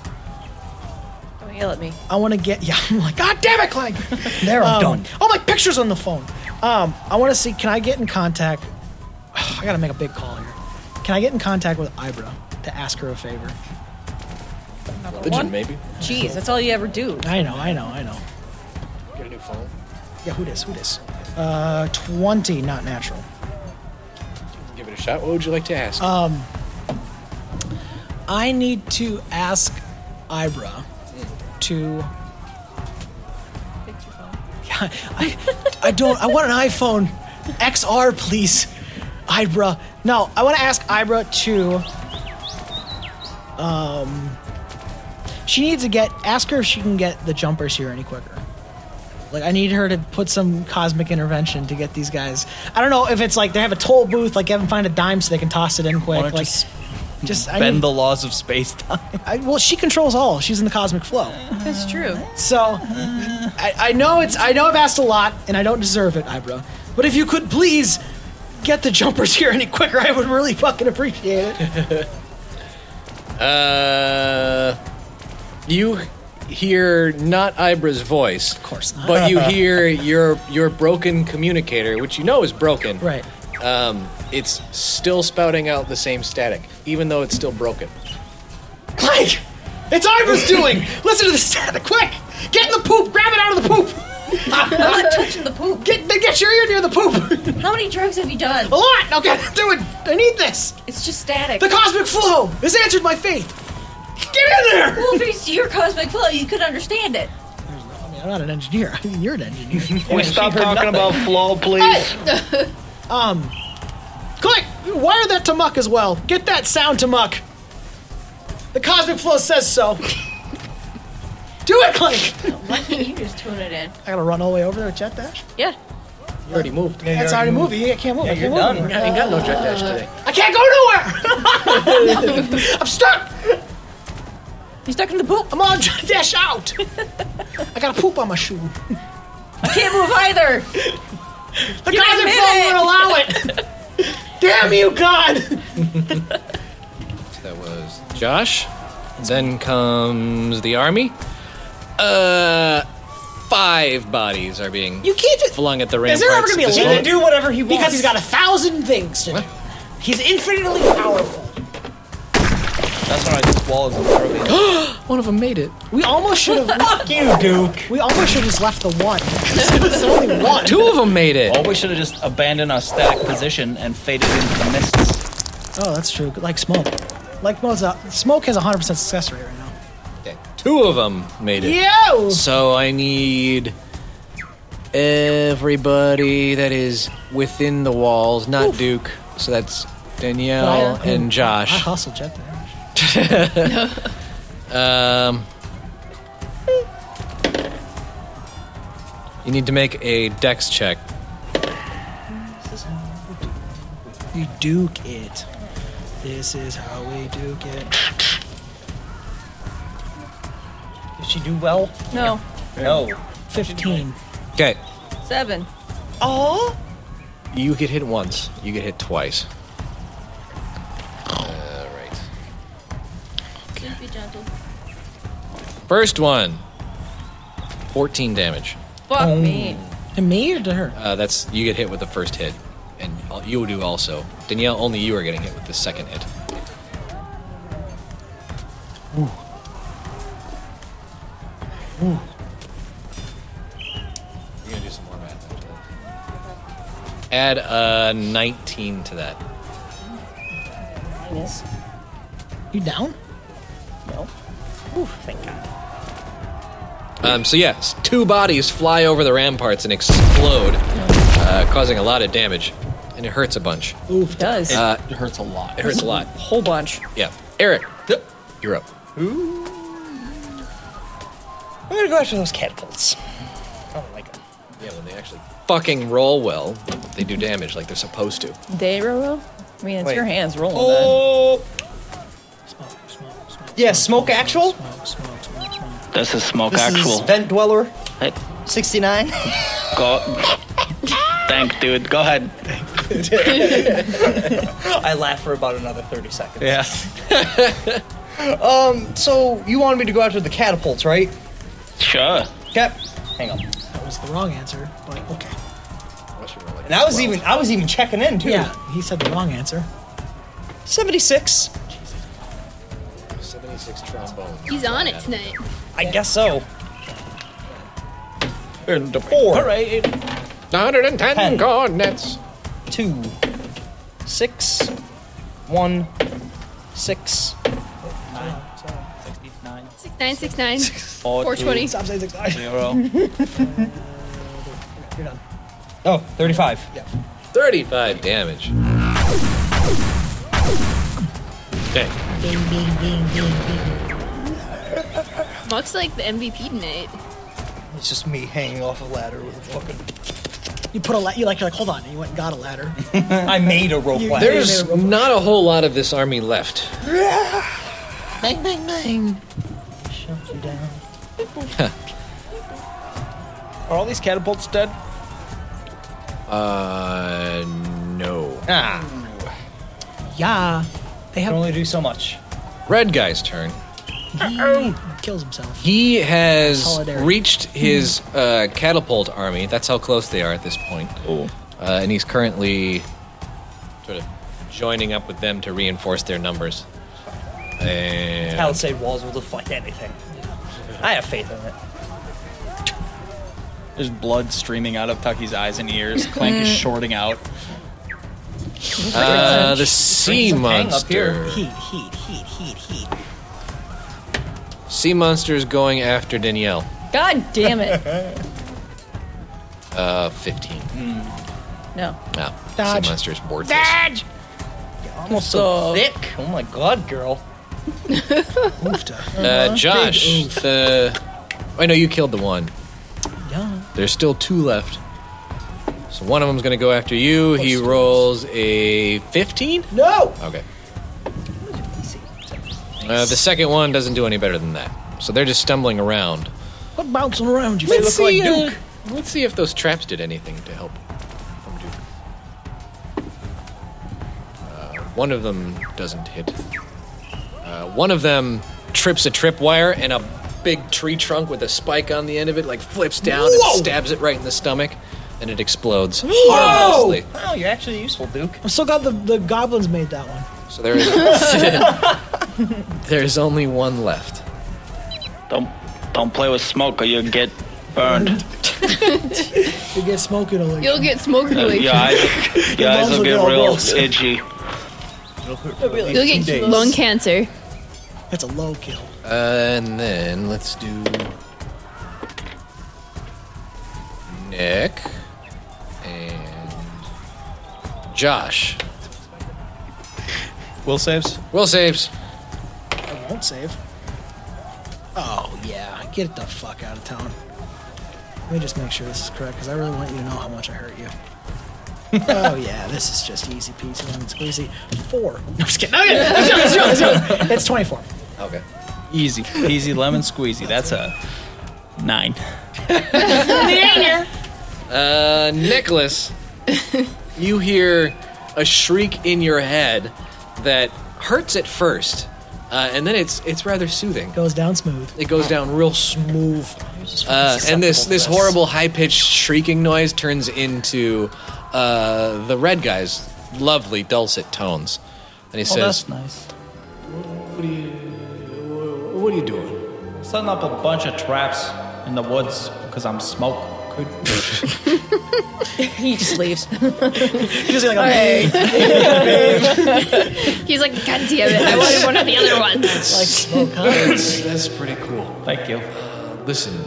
Speaker 8: Don't yell at me.
Speaker 4: I want to get yeah. I'm like, God damn it, Clank! there,
Speaker 8: I'm
Speaker 4: done. Oh, my picture's on the phone. Um, I want to see. Can I get in contact? I gotta make a big call here. Can I get in contact with Ibra to ask her a favor?
Speaker 8: Religion, One? maybe. Jeez, that's all you ever do.
Speaker 4: I know, I know, I know.
Speaker 7: Get a new phone.
Speaker 4: Yeah, who dis? Who dis? Uh, twenty, not natural.
Speaker 7: Give it a shot. What would you like to ask?
Speaker 4: Um, I need to ask Ibra to. Yeah, I, I don't. I want an iPhone XR, please, Ibra. No, I want to ask Ibra to. Um, she needs to get. Ask her if she can get the jumpers here any quicker. Like I need her to put some cosmic intervention to get these guys. I don't know if it's like they have a toll booth, like they haven't find a dime so they can toss it in quick.
Speaker 3: don't you
Speaker 4: Like
Speaker 3: s-
Speaker 4: just I
Speaker 3: Bend
Speaker 4: need-
Speaker 3: the laws of space time.
Speaker 4: I, well, she controls all. She's in the cosmic flow.
Speaker 8: Uh, That's true.
Speaker 4: So I, I know it's I know I've asked a lot and I don't deserve it, Ibra. But if you could please get the jumpers here any quicker, I would really fucking appreciate it.
Speaker 7: Uh, you hear not Ibra's voice, of
Speaker 4: course,
Speaker 7: not. but you hear your your broken communicator, which you know is broken.
Speaker 4: Right.
Speaker 7: Um, it's still spouting out the same static, even though it's still broken.
Speaker 4: Clank! It's Ibra's doing! Listen to the static, quick! Get in the poop! Grab it out of the poop!
Speaker 8: I'm not touching the poop.
Speaker 4: Get get your ear near the poop!
Speaker 8: How many drugs have you done? A
Speaker 4: lot! Okay, do it! I need this!
Speaker 8: It's just static.
Speaker 4: The cosmic flow has answered my faith! Get in there!
Speaker 8: Well, if it's your cosmic flow, you could understand it.
Speaker 4: I mean, I'm not an engineer. I mean, you're an engineer.
Speaker 2: Can we stop talking about flow, please?
Speaker 4: Hey! um, click. Wire that to Muck as well. Get that sound to Muck. The cosmic flow says so. Do it, Clink.
Speaker 8: Why can't you just tune it in?
Speaker 4: I gotta run all the way over there with jet dash.
Speaker 8: Yeah.
Speaker 7: You already moved.
Speaker 4: That's already moved. Yeah, I can't move.
Speaker 7: Yeah,
Speaker 4: I can't
Speaker 7: you're
Speaker 4: move
Speaker 7: done.
Speaker 4: anymore.
Speaker 7: I ain't got no jet dash today.
Speaker 4: I can't go nowhere. I'm stuck.
Speaker 8: You're stuck in the poop.
Speaker 4: I'm on jet dash out. I gotta poop on my shoe.
Speaker 8: I can't move either.
Speaker 4: The
Speaker 8: Give me a
Speaker 4: cosmic flow
Speaker 8: minute.
Speaker 4: won't allow it. Damn you, God.
Speaker 7: That was Josh. Then comes the army. Uh, five bodies are being
Speaker 4: You can't. do-
Speaker 7: flung at the ramparts.
Speaker 4: Is there ever gonna be a
Speaker 7: this
Speaker 4: limit?
Speaker 7: moment.
Speaker 4: do whatever he wants because he's got a thousand things to do. He's infinitely powerful.
Speaker 3: That's why this wall is impervious.
Speaker 4: one of them made it. We almost should have. Fuck
Speaker 3: you, Duke.
Speaker 4: We almost should have just left the one. There's only one.
Speaker 7: Two of them made it.
Speaker 3: Or we should have just abandoned our static position and faded into the mists.
Speaker 4: Oh, that's true. Like smoke. Like Moza, smoke has a hundred percent success rate right now.
Speaker 7: Two of them made it.
Speaker 4: Yo!
Speaker 7: So I need everybody that is within the walls, not Duke. So that's Danielle
Speaker 4: But I-
Speaker 7: and
Speaker 4: I
Speaker 7: Josh.
Speaker 4: hustle jet there.
Speaker 7: um, you need to make a dex check.
Speaker 4: We duke it. This is how we duke it. Did she do well?
Speaker 8: No.
Speaker 3: No.
Speaker 4: Fifteen.
Speaker 7: Okay.
Speaker 8: Seven.
Speaker 11: Oh,
Speaker 7: You get hit once. You get hit twice. All right.
Speaker 5: Please be gentle.
Speaker 7: First one. 14 damage.
Speaker 8: Fuck me.
Speaker 7: To me or to her? Uh, that's you get hit with the first hit, and al- you do also. Danielle, only you are getting hit with the second hit. You're gonna do some more math after that. Add a 19 to that.
Speaker 6: Minus.
Speaker 4: You down?
Speaker 6: No. Ooh, thank God.
Speaker 7: Um, so yes, two bodies fly over the ramparts and explode, uh, causing a lot of damage, and it hurts a bunch.
Speaker 8: Oof, does.
Speaker 7: Uh,
Speaker 3: it hurts a lot.
Speaker 7: It hurts a lot.
Speaker 8: Whole bunch.
Speaker 7: Yeah, Eric, you're up.
Speaker 6: I'm gonna go after those catapults. I don't like them.
Speaker 7: Yeah, when they actually. Fucking roll well. They do damage like they're supposed to.
Speaker 8: They roll? I mean, it's
Speaker 7: Wait.
Speaker 8: your hands rolling.
Speaker 6: Oh. Yeah, smoke actual.
Speaker 2: This is smoke
Speaker 6: This is
Speaker 2: actual.
Speaker 6: vent dweller.
Speaker 2: Hey,
Speaker 11: Sixty-nine.
Speaker 2: go. Thank, dude. Go ahead.
Speaker 6: I laugh for about another thirty seconds. Yeah. um. So you wanted me to go after the catapults, right?
Speaker 2: Sure.
Speaker 6: Okay. Hang on.
Speaker 4: That was the wrong answer, but okay.
Speaker 6: And I was even I was even checking in too.
Speaker 4: Yeah, he said the wrong answer.
Speaker 6: Seventy six.
Speaker 7: 76 trombone.
Speaker 5: He's on it tonight.
Speaker 6: I guess so. And the four.
Speaker 7: Alright. 110
Speaker 6: Ten.
Speaker 7: coordinates.
Speaker 6: Two. Six. One. Six.
Speaker 5: Six nine six nine.
Speaker 6: Four,
Speaker 5: Four twenty.
Speaker 6: two.
Speaker 4: Stop saying six.
Speaker 6: Zero.
Speaker 4: You're done.
Speaker 6: Oh, 35.
Speaker 7: 35 damage. Okay.
Speaker 10: Ding, ding, ding, ding, ding.
Speaker 5: Muck's like the MVP tonight.
Speaker 6: It's just me hanging off a ladder with a fucking.
Speaker 4: You put a la- you like you're like hold on, and you went and got a ladder.
Speaker 6: I made a rope
Speaker 4: You-
Speaker 6: ladder.
Speaker 7: There's not a whole lot of this army left.
Speaker 10: Bang, bang, bang.
Speaker 3: Are all these catapults dead?
Speaker 7: Uh, no.
Speaker 6: Ah.
Speaker 4: yeah, they
Speaker 6: Can
Speaker 4: have
Speaker 6: only do so much.
Speaker 7: Red guy's turn.
Speaker 4: he
Speaker 6: Um,
Speaker 4: kills himself.
Speaker 7: He has
Speaker 4: Solidarity.
Speaker 7: reached his uh, catapult army. That's how close they are at this point. Oh. Uh, and he's currently sort of joining up with them to reinforce their numbers. And
Speaker 6: Palisade walls will deflect anything. I have faith in it.
Speaker 3: There's blood streaming out of Tucky's eyes and ears. Clank is shorting out.
Speaker 7: uh, the sea
Speaker 6: Some hang up here.
Speaker 7: monster.
Speaker 6: Heat, heat, heat, heat, heat.
Speaker 7: Sea monster is going after Danielle.
Speaker 8: God damn it.
Speaker 7: Uh, 15.
Speaker 8: No.
Speaker 7: No.
Speaker 4: Dodge.
Speaker 7: Sea monster's worthless.
Speaker 6: Almost so thick. Oh my god, girl.
Speaker 4: Oofta.
Speaker 7: Uh, Josh, the. I know you killed the one.
Speaker 4: Yeah.
Speaker 7: There's still two left. So one of them's going to go after you. He rolls a 15?
Speaker 4: No.
Speaker 7: Okay. Uh, the second one doesn't do any better than that. So they're just stumbling around.
Speaker 4: What bouncing around you?
Speaker 7: Let's
Speaker 4: look
Speaker 7: see,
Speaker 4: like Duke.
Speaker 7: uh, let's see if those traps did anything to help from Duke. Uh, one of them doesn't hit. Uh, one of them trips a tripwire and a big tree trunk with a spike on the end of it, like flips down
Speaker 6: Whoa!
Speaker 7: and stabs it right in the stomach, and it explodes harmlessly.
Speaker 6: Oh, you're actually useful, Duke.
Speaker 4: I'm still glad the, the goblins made that one.
Speaker 7: So there is there is only one left.
Speaker 2: Don't don't play with smoke or you'll get burned.
Speaker 4: They get smoking a
Speaker 5: You'll get smoked
Speaker 2: Uh,
Speaker 5: away.
Speaker 2: your eyes, your eyes
Speaker 4: balls
Speaker 2: will
Speaker 4: will
Speaker 2: get
Speaker 4: get all
Speaker 2: real
Speaker 4: gross.
Speaker 2: itchy.
Speaker 5: You'll get lung cancer.
Speaker 4: That's a low kill.
Speaker 7: And then let's do Nick and Josh.
Speaker 3: Will saves.
Speaker 7: Will saves.
Speaker 4: I won't save. Oh yeah, get the fuck out of town. Let me just make sure this is correct because I really want you to know how much I hurt you. oh yeah, this is just easy peasy lemon squeezy. Four. No, I'm just kidding. No, yeah, it's, joking, it's, joking, it's, joking. It's 24.
Speaker 7: Okay.
Speaker 3: Easy, easy lemon squeezy. That's a nine.
Speaker 7: Uh, Nicholas. you hear a shriek in your head that hurts at first, uh, and then it's it's rather soothing.
Speaker 4: Goes down smooth.
Speaker 7: It goes down real smooth, uh, and this this horrible high pitched shrieking noise turns into uh, the red guy's lovely dulcet tones, and he
Speaker 3: oh,
Speaker 7: says,
Speaker 3: that's nice.
Speaker 7: What are you? What are you doing?
Speaker 3: Setting up a bunch of traps in the woods because I'm smoke. Could
Speaker 8: he just leaves.
Speaker 4: He's like,
Speaker 5: Alright. He's like, God damn it, I wanted one of the other ones.
Speaker 7: smoke. that's, that's pretty cool.
Speaker 3: Thank you.
Speaker 7: Listen,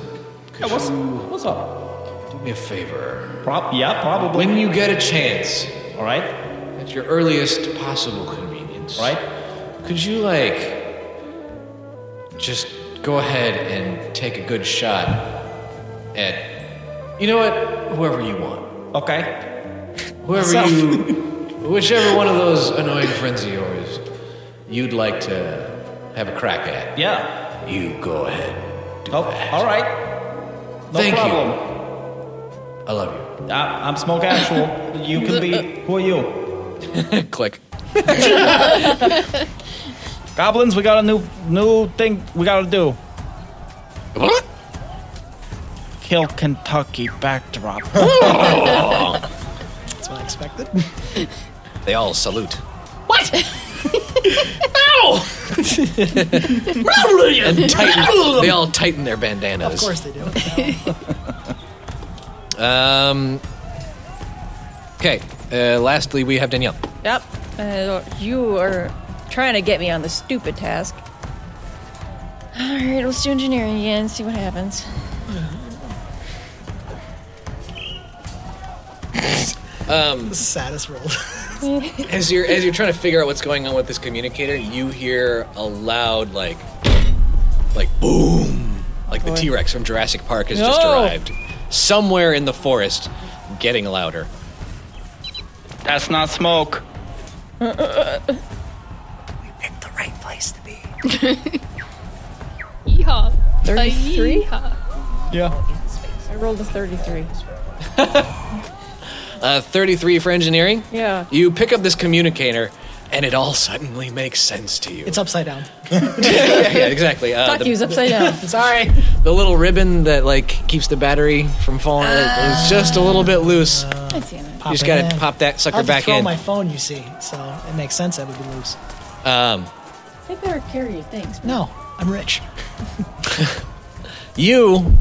Speaker 7: could
Speaker 3: what's-
Speaker 7: you
Speaker 3: what's up?
Speaker 7: do me a favor?
Speaker 3: Prob- yeah, probably.
Speaker 7: When you get a chance,
Speaker 3: all right,
Speaker 7: at your earliest possible convenience,
Speaker 3: all right.
Speaker 7: Could you like just go ahead and take a good shot at you know what? Whoever you want.
Speaker 3: Okay.
Speaker 7: Whoever you whichever one of those annoying friends of yours you'd like to have a crack at.
Speaker 3: Yeah.
Speaker 7: You go ahead. Do
Speaker 3: Oh,
Speaker 7: that.
Speaker 3: all right. No
Speaker 7: Thank you.
Speaker 3: problem.
Speaker 7: I love
Speaker 3: I, I'm smoke actual. You can be. Who are you?
Speaker 7: you. Click.
Speaker 3: Goblins, we got a new new thing we gotta do.
Speaker 7: What?
Speaker 3: Kill Kentucky backdrop.
Speaker 4: That's what I expected.
Speaker 7: They all salute. And tighten, they all tighten their bandanas.
Speaker 4: Of course they do.
Speaker 7: Um. Okay. Uh, lastly, we have Danielle.
Speaker 8: Yep. Uh, you are trying to get me on the stupid task. All right, let's do engineering again. See what happens.
Speaker 7: Um,
Speaker 4: The saddest roll.
Speaker 7: as you're as you're trying to figure out what's going on with this communicator, you hear a loud like, like boom, like the T Rex from Jurassic Park has just
Speaker 8: No.
Speaker 7: arrived somewhere in the forest, getting louder.
Speaker 2: That's not smoke.
Speaker 6: The right place to be.
Speaker 5: Yeehaw. A
Speaker 8: 33?
Speaker 5: yeehaw.
Speaker 3: yeah.
Speaker 8: I rolled a 33.
Speaker 7: Uh, Thirty-three for engineering.
Speaker 8: Yeah.
Speaker 7: You pick up this communicator, and it all suddenly makes sense to you.
Speaker 4: It's upside down.
Speaker 7: yeah, yeah, exactly. Uh,
Speaker 8: Fuck
Speaker 7: the-
Speaker 8: you's upside down.
Speaker 4: Sorry.
Speaker 7: the little ribbon that like keeps the battery from falling is just a little bit loose.
Speaker 8: I see it.
Speaker 7: you just
Speaker 4: Ah. it
Speaker 7: gotta
Speaker 4: in.
Speaker 7: pop that
Speaker 4: I
Speaker 7: sucker
Speaker 4: have to
Speaker 7: back
Speaker 4: throw
Speaker 7: in.
Speaker 4: my phone, you see, so it makes sense that would be loose.
Speaker 7: um,
Speaker 8: They better carry your things.
Speaker 4: No, I'm rich.
Speaker 7: you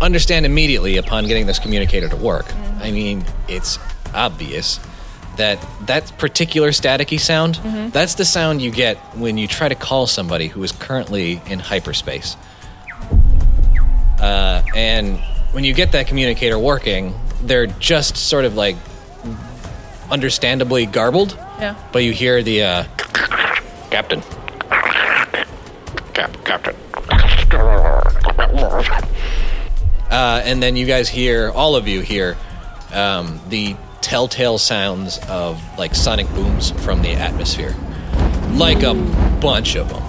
Speaker 7: understand immediately upon getting this communicator to work. I mean, it's obvious that that particular staticky sound that's the sound you get when you try to call somebody who is currently in hyperspace. Uh, and when you get that communicator working, they're just sort of like understandably garbled.
Speaker 8: Yeah.
Speaker 7: But you hear the uh,
Speaker 2: Captain. Cap- Captain.
Speaker 7: Uh, and then you guys hear, all of you hear, um, the telltale sounds of like sonic booms from the atmosphere. Like a bunch of them.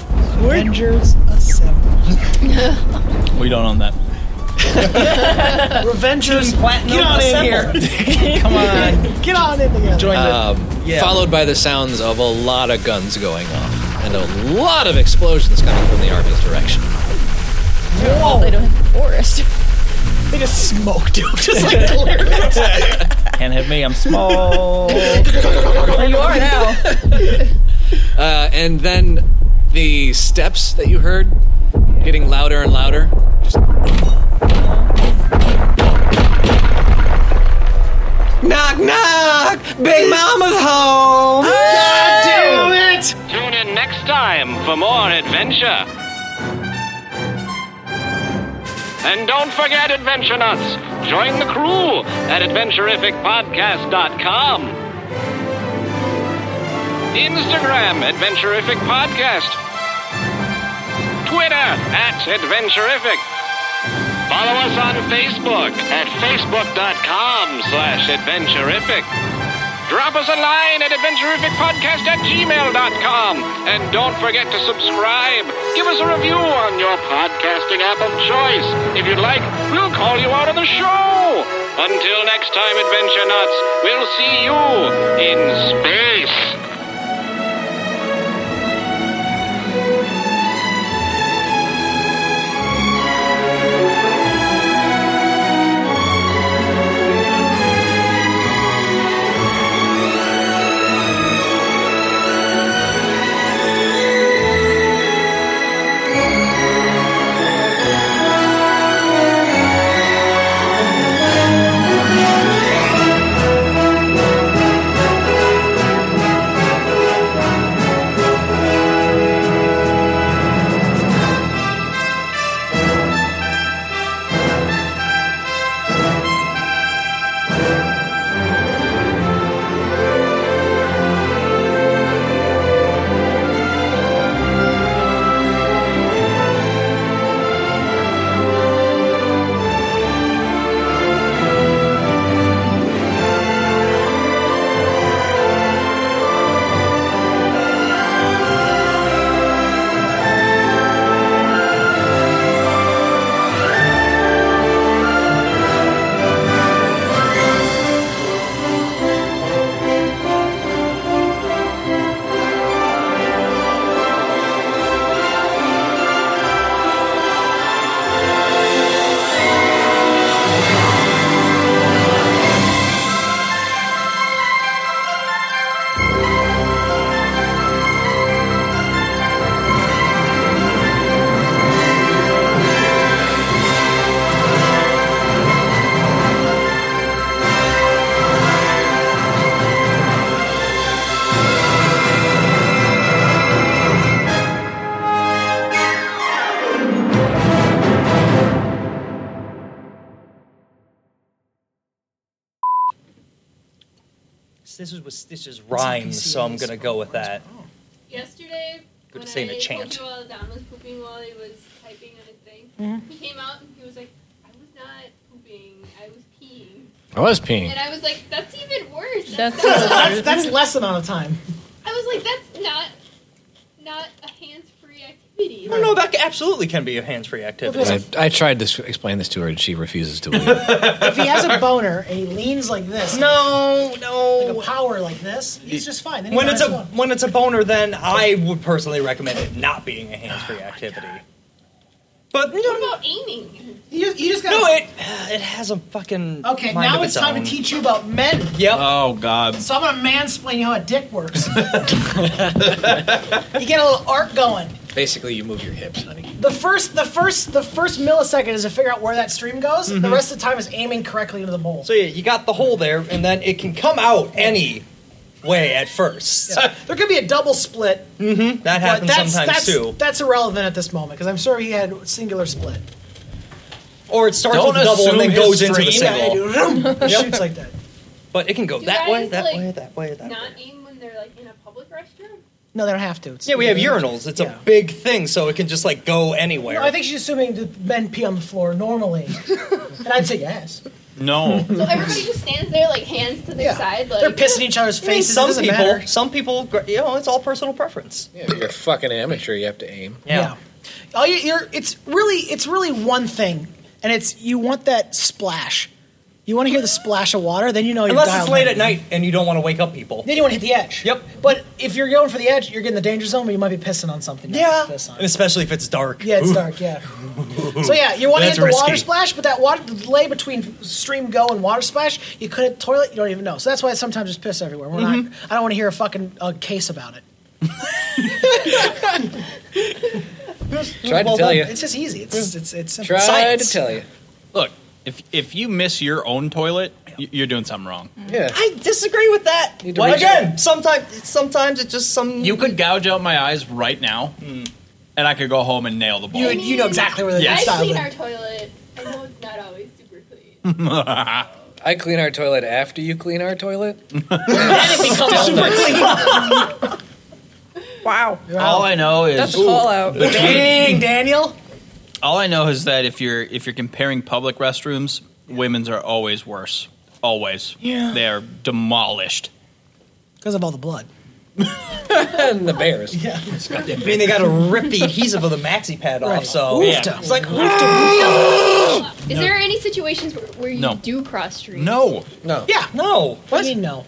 Speaker 4: Avengers Assemble.
Speaker 3: We don't own that.
Speaker 4: Revengers
Speaker 6: Platinum
Speaker 4: Get on in here.
Speaker 3: Come on.
Speaker 4: Get on in together.
Speaker 3: Join the.
Speaker 7: Um,
Speaker 3: Yeah.
Speaker 7: Followed by the sounds of a lot of guns going off and a lot of explosions coming from the army's direction.
Speaker 8: Well, they don't have the forest.
Speaker 4: They just smoked him. Just like glared at him.
Speaker 3: Can't hit me. I'm small.
Speaker 8: you are now.
Speaker 7: Uh, and then the steps that you heard getting louder and louder. Just... Knock, knock! Big Mama's home!
Speaker 1: Tune in next time for more adventure. And don't forget, Adventure Nuts, join the crew at AdventurificPodcast.com. Instagram, Adventurific Podcast. Twitter, at Adventurific. Follow us on Facebook at Facebook.com slash Adventurific. Drop us a line at adventurificpodcast at gmail.com. And don't forget to subscribe. Give us a review on your podcasting app of choice. If you'd like, we'll call you out on the show. Until next time, Adventure Nuts, we'll see you in space.
Speaker 6: Scissors was stitches rhymes, so I'm gonna go with that.
Speaker 5: Yesterday,
Speaker 6: Good
Speaker 5: when
Speaker 6: to say in
Speaker 5: I
Speaker 6: a
Speaker 5: told
Speaker 6: chant.
Speaker 5: you all Don was pooping while he was typing on his thing,
Speaker 8: Mhm.
Speaker 5: he came out and he was like, I was not pooping, I was peeing.
Speaker 7: I was peeing.
Speaker 5: And I was like, that's even worse.
Speaker 4: That's, that's, that's less amount of time.
Speaker 5: I was like, that's not not a hands-free activity.
Speaker 6: No, no, that absolutely can be a hands-free activity.
Speaker 7: I, I tried to s- explain this to her, and she refuses to believe. it.
Speaker 4: If he has a boner and he leans like this,
Speaker 6: no, no,
Speaker 4: like a power like this, he's just fine. Then he
Speaker 6: When it's a
Speaker 4: minus one.
Speaker 6: when it's a boner, then I would personally recommend it not being a hands-free activity. But no,
Speaker 5: What about aiming?
Speaker 4: You just, you just gotta.
Speaker 6: no, it it has a fucking
Speaker 4: Okay,
Speaker 6: mind
Speaker 4: now
Speaker 6: of
Speaker 4: it's time
Speaker 6: own.
Speaker 4: to teach you about men.
Speaker 6: Yep.
Speaker 3: Oh God.
Speaker 4: So I'm gonna mansplain you how a dick works. you get a little arc going.
Speaker 7: Basically, you move your hips, honey.
Speaker 4: The first, the first, the first millisecond is to figure out where that stream goes. The rest of the time is aiming correctly into the bowl.
Speaker 6: Mm-hmm. So yeah, you got the hole there, and then it can come out any way at first.
Speaker 4: there could be a double split.
Speaker 6: Mm-hmm. That
Speaker 4: but
Speaker 6: happens
Speaker 4: that's,
Speaker 6: sometimes
Speaker 4: that's,
Speaker 6: too.
Speaker 4: That's irrelevant at this moment because I'm sure he had singular split.
Speaker 6: Or it starts
Speaker 7: Don't
Speaker 6: with double and then
Speaker 7: assume his
Speaker 6: goes into the
Speaker 7: stream.
Speaker 4: Yeah,
Speaker 6: single.
Speaker 4: it
Speaker 6: Yep.
Speaker 4: shoots like that.
Speaker 6: But it can go
Speaker 5: Do
Speaker 6: that way,
Speaker 5: guys,
Speaker 6: that
Speaker 5: like,
Speaker 6: way, that way, that way.
Speaker 5: Not aim when they're like in a public restroom.
Speaker 4: No, they don't have to. It's-
Speaker 6: Yeah, we have urinals. It's
Speaker 4: Yeah.
Speaker 6: a big thing, so it can just like go anywhere.
Speaker 4: No, I think she's assuming that men pee on the floor normally, and I'd say yes.
Speaker 3: No.
Speaker 5: So everybody just stands there like hands to their
Speaker 4: Yeah.
Speaker 5: side, like
Speaker 4: They're pissing each other's
Speaker 6: I mean,
Speaker 4: faces. it
Speaker 6: some
Speaker 4: doesn't
Speaker 6: people,
Speaker 4: matter.
Speaker 6: some people, gr- you know, it's all personal preference.
Speaker 7: Yeah, if you're a fucking amateur. You have to aim.
Speaker 4: Yeah. All you, you're, it's really it's really one thing, and it's you want that splash. You want to hear the splash of water, then you know you're
Speaker 6: Unless
Speaker 4: dialed
Speaker 6: it's late
Speaker 4: in.
Speaker 6: at night and you don't want to wake up people.
Speaker 4: Then you want to hit the edge.
Speaker 6: Yep.
Speaker 4: But if you're going for the edge, you're getting the danger zone, but you might be pissing on something. you
Speaker 6: Yeah.
Speaker 4: don't piss on.
Speaker 6: And especially if it's dark.
Speaker 4: Yeah, it's
Speaker 6: Ooh.
Speaker 4: dark. Yeah. So yeah, you want to hit
Speaker 6: That's
Speaker 4: the water
Speaker 6: risky.
Speaker 4: splash, but that water the delay between stream go and water splash, you could hit toilet. You don't even know. So that's why sometimes there's piss everywhere. We're not. I don't want to hear a fucking uh, case about it.
Speaker 7: Tried
Speaker 6: Well
Speaker 7: to tell
Speaker 6: done.
Speaker 7: you.
Speaker 4: It's just easy. It's it's it's simple.
Speaker 7: Tried
Speaker 6: science.
Speaker 7: to tell you.
Speaker 3: Look, if if you miss your own toilet, y- you're doing something wrong.
Speaker 7: Yeah.
Speaker 6: I disagree with that.
Speaker 7: Need to reach
Speaker 6: Again, sometimes sometimes it's just some
Speaker 3: You could gouge out my eyes right now,
Speaker 6: Mm.
Speaker 3: and I could go home and nail the ball.
Speaker 4: You, you know exactly where the
Speaker 3: Yes.
Speaker 5: I
Speaker 4: style
Speaker 5: clean
Speaker 4: is.
Speaker 5: our toilet. I know it's not always super clean.
Speaker 7: I clean our toilet after you clean our toilet.
Speaker 8: Wow.
Speaker 3: all I know is
Speaker 8: That's a fallout.
Speaker 4: Dang, Daniel.
Speaker 3: All I know is that if you're if you're comparing public restrooms, women's are always worse. Always.
Speaker 8: Yeah.
Speaker 3: They are demolished.
Speaker 4: Because of all the blood.
Speaker 7: and the bears.
Speaker 4: Yeah.
Speaker 6: I mean, they got to rip the adhesive of the maxi pad off,
Speaker 4: Right.
Speaker 6: so
Speaker 4: Oof-ta.
Speaker 6: it's like
Speaker 5: Is
Speaker 6: No.
Speaker 5: there any situations where, where you
Speaker 6: No.
Speaker 5: do cross street?
Speaker 3: No.
Speaker 7: No.
Speaker 6: Yeah. No.
Speaker 4: What? do you mean no?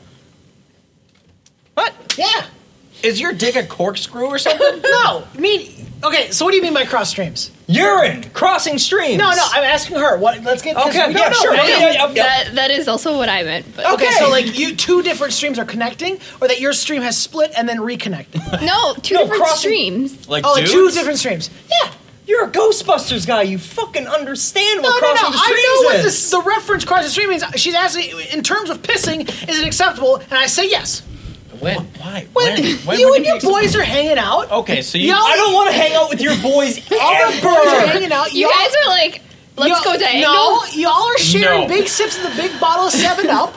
Speaker 6: What?
Speaker 4: Yeah.
Speaker 6: Is your dick a corkscrew or something?
Speaker 4: no. I mean, okay. So what do you mean by cross streams?
Speaker 6: urine crossing streams.
Speaker 4: No, no. I'm asking her. What? Let's get. 'cause-
Speaker 6: Okay,
Speaker 4: No,
Speaker 6: yeah,
Speaker 4: no,
Speaker 6: sure,
Speaker 4: no,
Speaker 6: yeah,
Speaker 4: no.
Speaker 6: yeah, yeah, yeah.
Speaker 5: That, that is also what I meant. But
Speaker 4: Okay. so like you two different streams are connecting, or that your stream has split and then reconnected.
Speaker 5: no, two different streams.
Speaker 3: Like
Speaker 4: oh, like
Speaker 3: dudes?
Speaker 4: two different streams. Yeah.
Speaker 6: You're a Ghostbusters guy. You fucking understand
Speaker 4: No,
Speaker 6: what
Speaker 4: no, no.
Speaker 6: crossing the streams
Speaker 4: I know what
Speaker 6: is.
Speaker 4: this, the reference crossing stream means. She's asking in terms of pissing, is it acceptable? And I say yes.
Speaker 7: When?
Speaker 3: Why?
Speaker 4: When,
Speaker 3: when
Speaker 4: you
Speaker 3: would
Speaker 4: and your boys are hanging out.
Speaker 3: Okay, so you.
Speaker 4: Y'all-
Speaker 6: I don't want to hang out with your boys
Speaker 4: All the boys are
Speaker 6: ever.
Speaker 4: hanging out.
Speaker 5: You
Speaker 4: Y'all-
Speaker 5: guys are like, let's
Speaker 4: Y'all-
Speaker 5: go diagonal.
Speaker 4: No, y'all are sharing
Speaker 3: No.
Speaker 4: big sips of the big bottle of Seven Up.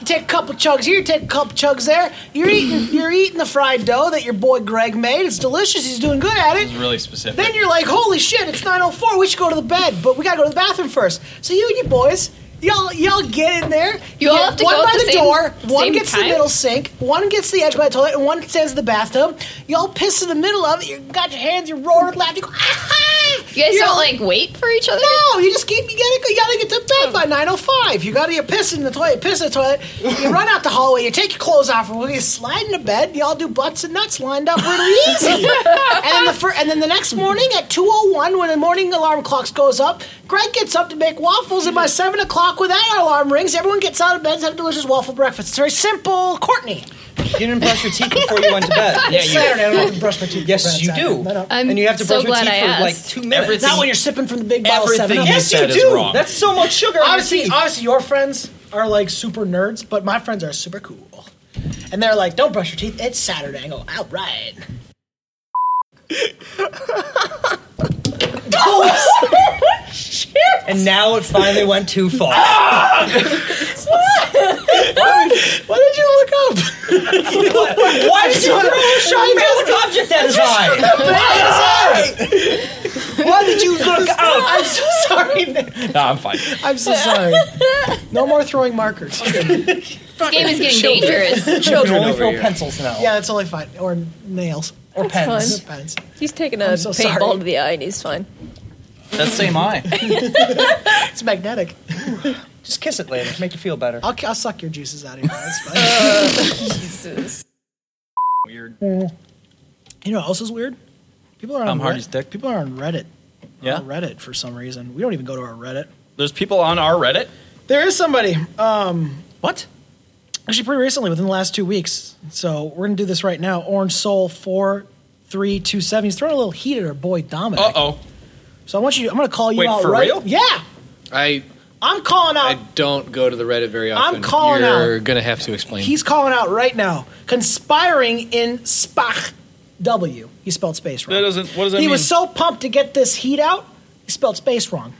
Speaker 4: You take a couple chugs here, take a couple chugs there. You're eating, you're eating the fried dough that your boy Greg made. It's delicious. He's doing good at
Speaker 3: It's
Speaker 4: it.
Speaker 3: really specific.
Speaker 4: Then you're like, holy shit, it's 9:04. We should go to the bed, but we gotta go to the bathroom first. So you and your boys. Y'all, y'all get in there.
Speaker 5: You all
Speaker 4: get
Speaker 5: have to
Speaker 4: one
Speaker 5: go at
Speaker 4: by
Speaker 5: the
Speaker 4: the,
Speaker 5: same-
Speaker 4: door, one
Speaker 5: same
Speaker 4: gets
Speaker 5: time?
Speaker 4: the middle sink, one gets the edge by the toilet, and one stands in the bathtub. Y'all piss in the middle of it. You got your hands, you're roaring, laughing. You go, ah!
Speaker 5: You guys don't like wait for each other?
Speaker 4: No, you just keep you gotta you gotta get to bed by nine oh five. You gotta you piss in the toilet, piss in the toilet. You run out the hallway, you take your clothes off, and you slide into bed. Y'all do butts and nuts lined up really easy. and then the fir- and then the next morning at two oh one, when the morning alarm clock goes up, Greg gets up to make waffles, and by seven o'clock, when that alarm rings, everyone gets out of bed and have a delicious waffle breakfast. It's very simple, Courtney.
Speaker 6: You didn't brush your teeth before you went to bed.
Speaker 4: Yeah, you- Saturday, I don't have to brush my teeth before
Speaker 6: Yes,
Speaker 4: it's
Speaker 6: you
Speaker 4: Saturday.
Speaker 6: do.
Speaker 4: No, no.
Speaker 5: I'm
Speaker 6: and you have to
Speaker 5: so
Speaker 6: brush your
Speaker 5: glad
Speaker 6: teeth
Speaker 5: I
Speaker 6: for like
Speaker 5: asked.
Speaker 6: two minutes.
Speaker 3: Everything-
Speaker 4: Not when you're sipping from the big bottle. of
Speaker 3: Everything
Speaker 4: 7-Up.
Speaker 3: you
Speaker 6: yes, you
Speaker 3: said is
Speaker 6: do.
Speaker 3: wrong.
Speaker 6: That's so much sugar on your
Speaker 4: obviously,
Speaker 6: teeth.
Speaker 4: obviously, your friends are like super nerds, but my friends are super cool. And they're like, don't brush your teeth. It's Saturday. I go, all right.
Speaker 6: And now it finally went too far.
Speaker 4: What did you look up?
Speaker 6: Why did you throw a shiny metallic object at his eye?
Speaker 4: Why did you look up? I'm so sorry. Nick.
Speaker 3: No, I'm fine.
Speaker 4: I'm so sorry. No more throwing markers.
Speaker 5: This game is getting dangerous.
Speaker 6: You
Speaker 4: Children.
Speaker 6: only throw pencils now.
Speaker 4: Yeah, that's only fine. Or nails.
Speaker 6: Or pens.
Speaker 8: fine.
Speaker 4: Pens.
Speaker 8: He's taking a
Speaker 4: so
Speaker 8: paintball
Speaker 4: sorry.
Speaker 8: to the eye and he's fine.
Speaker 3: That same eye.
Speaker 4: It's magnetic.
Speaker 6: Just kiss it later. Make you feel better.
Speaker 4: I'll, I'll suck your juices out of your mouth. It's fine.
Speaker 3: Weird.
Speaker 4: You know what else is weird? People are on
Speaker 3: I'm hard
Speaker 4: Red-
Speaker 3: as dick.
Speaker 4: People are on Reddit.
Speaker 3: Yeah.
Speaker 4: On Reddit for some reason. We don't even go to our Reddit.
Speaker 3: There's people on our Reddit.
Speaker 4: There is somebody. Um,
Speaker 3: What?
Speaker 4: actually, pretty recently, within the last two weeks. So we're gonna do this right now. Orange Soul four three two seven. He's throwing a little heat at our boy Dominic.
Speaker 3: Uh oh.
Speaker 4: So I want you. I'm gonna call you
Speaker 3: Wait,
Speaker 4: out
Speaker 3: for
Speaker 4: right.
Speaker 3: real?
Speaker 4: Yeah,
Speaker 7: I
Speaker 4: I'm calling
Speaker 7: I
Speaker 4: out.
Speaker 7: don't go to the Reddit very often.
Speaker 4: calling
Speaker 7: You're
Speaker 4: out.
Speaker 7: gonna have to explain.
Speaker 4: he's calling out right now. Conspiring in Spach W. He spelled space wrong.
Speaker 3: That doesn't. What does that
Speaker 4: he
Speaker 3: mean?
Speaker 4: was so pumped to get this heat out. He spelled space wrong.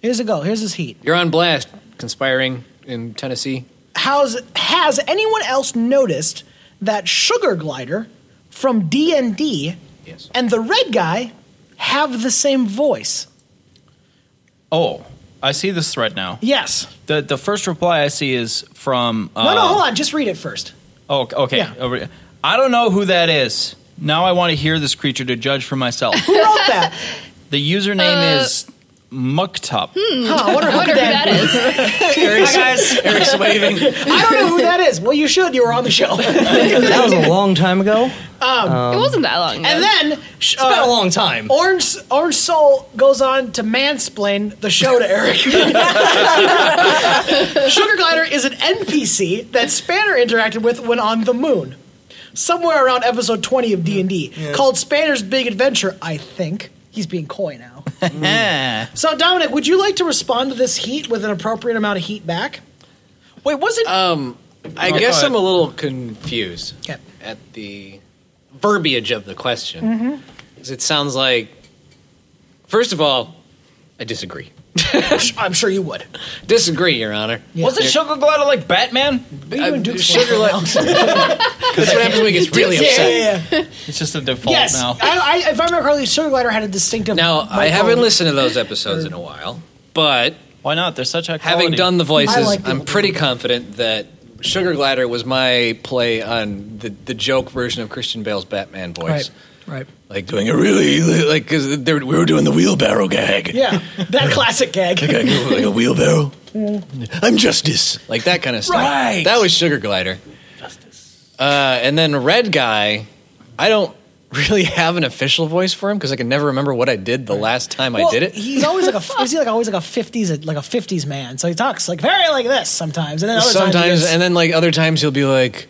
Speaker 4: Here's a go. Here's his heat.
Speaker 7: You're on blast conspiring in Tennessee.
Speaker 4: How's, has anyone else noticed that Sugar Glider from D&D
Speaker 7: Yes.
Speaker 4: and the red guy have the same voice?
Speaker 3: oh, I see this thread now.
Speaker 4: Yes.
Speaker 3: The the first reply I see is from. Uh,
Speaker 4: No, no, hold on. Just read it first.
Speaker 3: Oh, okay.
Speaker 4: Yeah.
Speaker 3: Over- I don't know who that is. Now I want to hear this creature to judge for myself.
Speaker 4: Who wrote that?
Speaker 3: the username
Speaker 4: Uh,
Speaker 3: is Muktup.
Speaker 4: huh, I wonder
Speaker 5: I
Speaker 4: who
Speaker 5: wonder who
Speaker 4: that
Speaker 5: that
Speaker 4: is.
Speaker 5: is.
Speaker 6: Hi, guys.
Speaker 7: Eric's waving.
Speaker 4: I don't know who that is. Well, you should. You were on the show. and
Speaker 6: That was a long time ago.
Speaker 4: Um,
Speaker 5: it wasn't that long. ago.
Speaker 4: then sh-
Speaker 6: It's been a
Speaker 4: uh,
Speaker 6: long time.
Speaker 4: Orange, Orange Soul goes on to mansplain the show to Eric. Sugar Glider is an NPC that Spanner interacted with when on the moon, somewhere around episode 20 of D&D, called Spanner's Big Adventure, I think. He's being coy now.
Speaker 7: Mm.
Speaker 4: so, Dominic, would you like to respond to this heat with an appropriate amount of heat back?
Speaker 3: Wait, was it?
Speaker 7: Um, I
Speaker 3: Oh, go
Speaker 7: guess
Speaker 3: ahead.
Speaker 7: I'm a little confused
Speaker 4: Okay.
Speaker 7: at the verbiage of the question.
Speaker 4: Mm-hmm.
Speaker 7: 'Cause It sounds like, first of all, I disagree.
Speaker 4: I'm sure you would.
Speaker 7: Disagree, Your Honor.
Speaker 3: Wasn't Sugar Glider like Batman?
Speaker 4: What are you doing,
Speaker 7: Uh,
Speaker 4: Duke's
Speaker 7: sugar
Speaker 4: Lair?
Speaker 7: li- That's what happens when he gets really
Speaker 4: Yeah, yeah,
Speaker 7: upset.
Speaker 4: yeah, yeah.
Speaker 3: It's just a default
Speaker 4: Yes.
Speaker 3: now.
Speaker 4: I, I, if I remember correctly, Sugar Glider had a distinctive.
Speaker 7: Now, I
Speaker 4: micro-
Speaker 7: haven't listened to those episodes in a while, but
Speaker 3: Why not? They're such a
Speaker 7: having done the
Speaker 4: I
Speaker 7: voices,
Speaker 4: like the
Speaker 7: I'm
Speaker 4: old
Speaker 7: pretty confident that Sugar Glider was my play on the, the joke version of Christian Bale's Batman voice.
Speaker 4: Right, right.
Speaker 7: Like doing a really like because we were doing the wheelbarrow gag,
Speaker 4: Yeah, that classic gag.
Speaker 7: like, a, like a wheelbarrow. I'm justice, like that kind of stuff.
Speaker 4: Right.
Speaker 7: That was Sugar Glider. Justice. Uh, and then Red Guy, I don't really have an official voice for him because I can never remember what I did the last time I
Speaker 4: Well,
Speaker 7: did it.
Speaker 4: He's always like a is he like always like a fifties like a fifties man. So he talks like very like this sometimes, and then other
Speaker 7: Sometimes,
Speaker 4: times he is-
Speaker 7: and then like other times he'll be like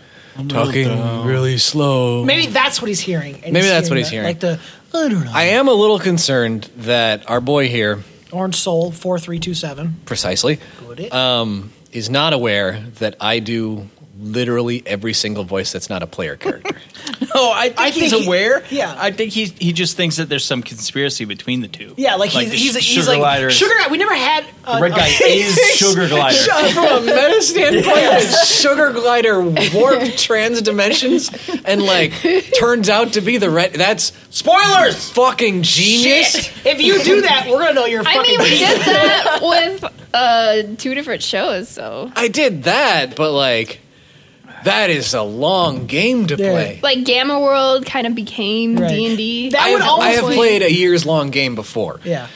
Speaker 7: talking really slow.
Speaker 4: maybe that's what he's hearing. and
Speaker 7: Maybe that's what he's
Speaker 4: the-
Speaker 7: hearing.
Speaker 4: Like the I don't know
Speaker 7: I am a little concerned that our boy here,
Speaker 4: Orange Soul four three two seven.
Speaker 7: precisely, um, is not aware that I do literally every single voice that's not a player character.
Speaker 3: No, Oh, I think, he's
Speaker 4: think he-
Speaker 3: aware.
Speaker 4: yeah.
Speaker 3: I think he's he just thinks that there's some conspiracy between the two.
Speaker 4: Yeah, like,
Speaker 3: the
Speaker 4: he's he's,
Speaker 3: Sh-
Speaker 4: he's
Speaker 3: Sugar
Speaker 4: like
Speaker 3: Glider.
Speaker 4: sugar. Glider- We never had
Speaker 3: The red guy is Sugar Glider.
Speaker 7: From a meta standpoint,
Speaker 4: Yes.
Speaker 7: it's Sugar Glider warped trans dimensions and like turns out to be the red. That's spoilers. Fucking genius.
Speaker 4: If you do that, we're gonna know you're.
Speaker 5: I mean, we did that with uh, two different shows, so.
Speaker 7: I did that, but like that is a long game to play.
Speaker 5: Like Gamma World kind of became D and D.
Speaker 7: I have, I have played a years long game before.
Speaker 4: Yeah.